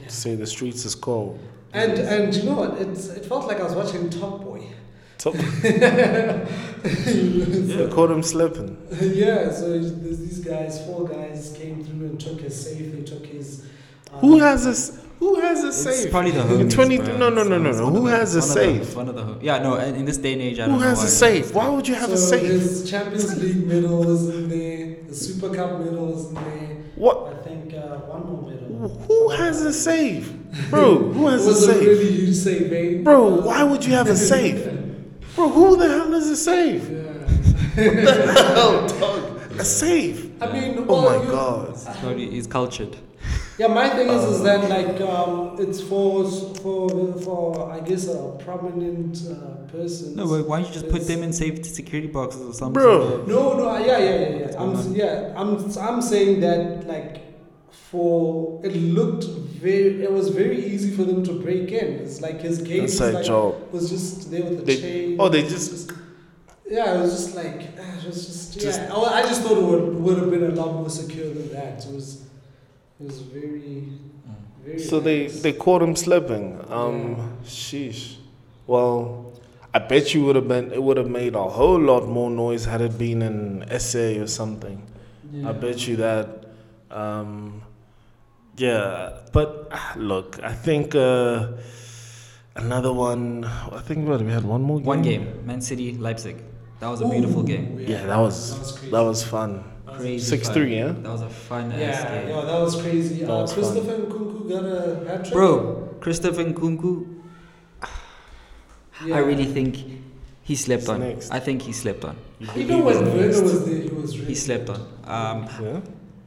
Speaker 3: yeah.
Speaker 1: say the streets is cold
Speaker 3: And and you know what? It's, it felt like I was watching Top Boy.
Speaker 1: Top-
Speaker 3: yeah.
Speaker 1: They caught him slipping.
Speaker 3: So there's these guys, four guys, came through and took his safe. They took his. Um,
Speaker 1: Who has a s- Who has a
Speaker 2: It's
Speaker 1: safe?
Speaker 2: probably the
Speaker 1: In
Speaker 2: homies.
Speaker 1: 20
Speaker 2: bruh.
Speaker 1: no, no, no, no,
Speaker 2: It's
Speaker 1: no.
Speaker 2: one of
Speaker 1: Who
Speaker 2: the-
Speaker 1: has a
Speaker 2: one of the-
Speaker 1: safe?
Speaker 2: one of the ho- yeah, no. In in this day and age, I
Speaker 1: Who
Speaker 2: don't know
Speaker 1: has
Speaker 2: why.
Speaker 1: a safe? Why would you have a
Speaker 3: so
Speaker 1: safe?
Speaker 3: There's Champions League medals in there. The Super Cup medals in there.
Speaker 1: What?
Speaker 3: I think uh, one more medal.
Speaker 1: Who has a safe, bro? Who
Speaker 3: It
Speaker 1: has a
Speaker 3: was a
Speaker 1: safe,
Speaker 3: really huge save, eh?
Speaker 1: bro? Why would you have a safe, bro? Who the hell is a safe?
Speaker 3: Yeah.
Speaker 1: What the hell, dog? A save.
Speaker 3: I mean,
Speaker 1: Oh
Speaker 3: all
Speaker 1: my
Speaker 3: you-
Speaker 1: god.
Speaker 2: He's not- He's cultured.
Speaker 3: Yeah, my thing is, is that like um, it's for for for I guess a prominent uh, person.
Speaker 2: No, but why don't you just put them in safe security boxes or something?
Speaker 1: Bro.
Speaker 3: No, no, yeah, yeah, yeah, yeah.
Speaker 2: Uh-huh.
Speaker 3: I'm yeah, I'm I'm saying that like for it looked very, it was very easy for them to break in. It's like his gate was,
Speaker 1: Inside
Speaker 3: like,
Speaker 1: job.
Speaker 3: was just there with a
Speaker 1: They,
Speaker 3: chain.
Speaker 1: oh, they just.
Speaker 3: Yeah, it was just like ah, it was just,
Speaker 1: Just-
Speaker 3: yeah. Oh, I, I just thought it would would have been a lot more secure than that. It was it was very
Speaker 2: Mm.
Speaker 3: very.
Speaker 1: So they,
Speaker 3: nice.
Speaker 1: they caught him slipping. Um, sheesh. Well, I bet you would have been. It would have made a whole lot more noise had it been in SA or something. I bet you that. Um, yeah, but ah, look, I think uh, another one. I think what we had one more. Game?
Speaker 2: One game, Man City, Leipzig. That was a beautiful
Speaker 3: Ooh,
Speaker 2: game.
Speaker 1: Yeah, that was
Speaker 3: crazy.
Speaker 1: that was fun.
Speaker 2: Crazy.
Speaker 1: Six
Speaker 2: fun.
Speaker 1: three, yeah.
Speaker 2: That was a fun ass
Speaker 3: Yeah,
Speaker 2: game.
Speaker 3: yeah, that was crazy.
Speaker 1: That
Speaker 3: uh,
Speaker 1: was fun.
Speaker 3: Christopher Nkunku got a hat trick.
Speaker 2: Bro, Christopher Nkunku,
Speaker 3: Yeah.
Speaker 2: I really think he slept
Speaker 1: He's
Speaker 2: on.
Speaker 1: next.
Speaker 2: I think he slept on.
Speaker 3: Even when Werner was there, he was really.
Speaker 2: He slept on. Um,
Speaker 1: Yeah.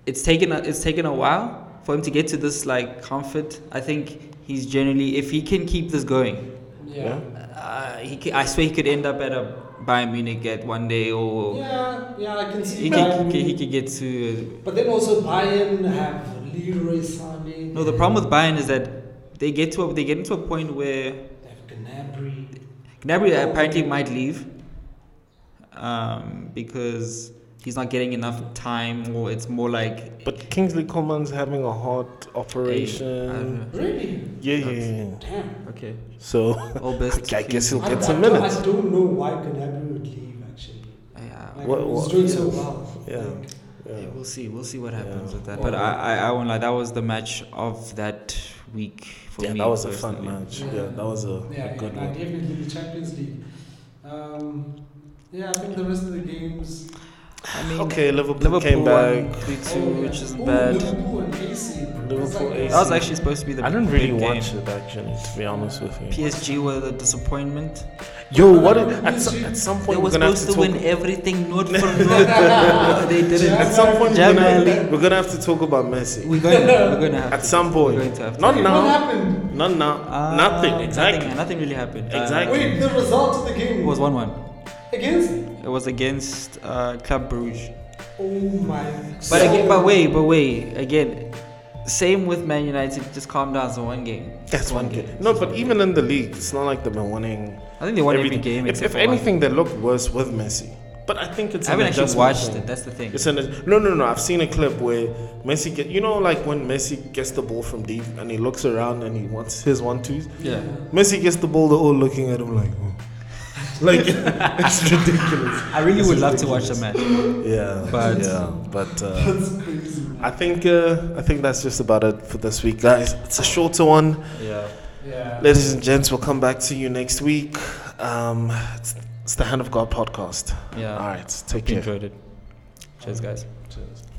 Speaker 2: it's taken a, it's taken a while for him to get to this like comfort. I think he's generally if he can keep this going,
Speaker 3: Yeah.
Speaker 2: uh, he ca I swear he could end up at a Bayern Munich at one day or
Speaker 3: Yeah, yeah, I can see
Speaker 2: he,
Speaker 3: that.
Speaker 2: could, he, could, he could get to.
Speaker 3: But then also Bayern have Leroy Sané.
Speaker 2: uh, No, the problem with Bayern is that they get to a, they get into a point where
Speaker 3: They have Gnabry.
Speaker 2: Gnabry apparently might leave um, because he's not getting enough time, or it's more like
Speaker 1: But Kingsley Coman's having a heart
Speaker 2: I don't
Speaker 1: operation.
Speaker 2: know.
Speaker 3: Really?
Speaker 1: Yeah, yeah, yeah. yeah.
Speaker 3: Damn.
Speaker 2: Okay,
Speaker 1: So
Speaker 2: all best.
Speaker 1: I guess he'll
Speaker 3: I-
Speaker 1: get
Speaker 3: I
Speaker 1: some
Speaker 3: don't-
Speaker 1: minutes.
Speaker 3: I don't know why Gnabry would leave actually.
Speaker 2: Yeah,
Speaker 3: Like,
Speaker 1: What-
Speaker 3: he's
Speaker 1: what-
Speaker 3: doing so well.
Speaker 1: Yeah.
Speaker 3: Like,
Speaker 1: Yeah.
Speaker 2: yeah, we'll see. We'll see what happens
Speaker 1: Yeah.
Speaker 2: with that. But I, I, I won't lie. That was the match of that week for
Speaker 1: Yeah,
Speaker 2: me.
Speaker 1: that was a fun
Speaker 2: personally.
Speaker 1: match. Yeah, that was a,
Speaker 3: yeah,
Speaker 1: a good
Speaker 3: yeah,
Speaker 1: one.
Speaker 3: Definitely the Champions League. Um, yeah, I think the rest of the games.
Speaker 2: I mean,
Speaker 1: Okay, Liverpool,
Speaker 2: Liverpool
Speaker 1: came
Speaker 2: won
Speaker 1: back.
Speaker 2: 3-2,
Speaker 3: Oh, yeah.
Speaker 2: which is
Speaker 3: Ooh,
Speaker 2: bad.
Speaker 3: Liverpool and AC. It's
Speaker 1: Liverpool
Speaker 3: like-
Speaker 1: AC.
Speaker 2: That was actually supposed to be the.
Speaker 1: I didn't really
Speaker 2: big game.
Speaker 1: watch it actually, to be honest with you.
Speaker 2: PSG were the disappointment.
Speaker 1: Yo, what? If, at, some, at some
Speaker 2: They
Speaker 1: point
Speaker 2: were
Speaker 1: we're gonna have
Speaker 2: supposed
Speaker 1: to,
Speaker 2: to,
Speaker 1: talk.
Speaker 2: win everything, not for not. they didn't.
Speaker 1: At some point we're
Speaker 2: Jamal.
Speaker 1: gonna, we're gonna have to talk about Messi.
Speaker 2: We're going. We're going to have.
Speaker 1: At
Speaker 2: to.
Speaker 1: some
Speaker 2: We're
Speaker 1: point,
Speaker 2: going to have to.
Speaker 1: not
Speaker 3: What
Speaker 1: now,
Speaker 3: happened?
Speaker 1: not now,
Speaker 2: Uh,
Speaker 1: nothing exactly.
Speaker 2: Nothing, nothing really happened. Uh,
Speaker 1: Exactly.
Speaker 3: Wait, the result of the
Speaker 2: it
Speaker 3: game
Speaker 2: was
Speaker 3: was
Speaker 2: one-one.
Speaker 3: against.
Speaker 2: It was against uh, Club Brugge.
Speaker 3: Oh my.
Speaker 2: But again, but wait, but wait. Again, same with Man United. Just calm down. It's one game.
Speaker 1: That's one game. No, but even in the league, it's not like they've been winning.
Speaker 2: I think they won every
Speaker 1: everything.
Speaker 2: game.
Speaker 1: If,
Speaker 2: except
Speaker 1: if
Speaker 2: for one.
Speaker 1: anything, they look worse with Messi. But I think it's.
Speaker 2: I haven't
Speaker 1: an
Speaker 2: actually
Speaker 1: adjustment
Speaker 2: watched
Speaker 1: thing.
Speaker 2: it. That's the thing.
Speaker 1: It's an no, no, no. I've seen a clip where Messi get. You know, like when Messi gets the ball from deep and he looks around and he wants his one twos.
Speaker 2: Yeah.
Speaker 1: Messi gets the ball, they're all looking at him like, oh. like it's ridiculous.
Speaker 2: I really
Speaker 1: It's
Speaker 2: would love to watch the match.
Speaker 1: Yeah,
Speaker 2: But-
Speaker 1: yeah, but uh,
Speaker 3: That's crazy.
Speaker 1: I think uh, I think that's just about it for this week, guys. It's a shorter one.
Speaker 2: Yeah.
Speaker 3: Yeah.
Speaker 1: Ladies and gents, we'll come back to you next week. Um, it's, it's the Hand of God podcast.
Speaker 2: Yeah.
Speaker 1: All right, take
Speaker 2: You
Speaker 1: care.
Speaker 2: enjoyed it. Cheers, guys.
Speaker 1: Cheers.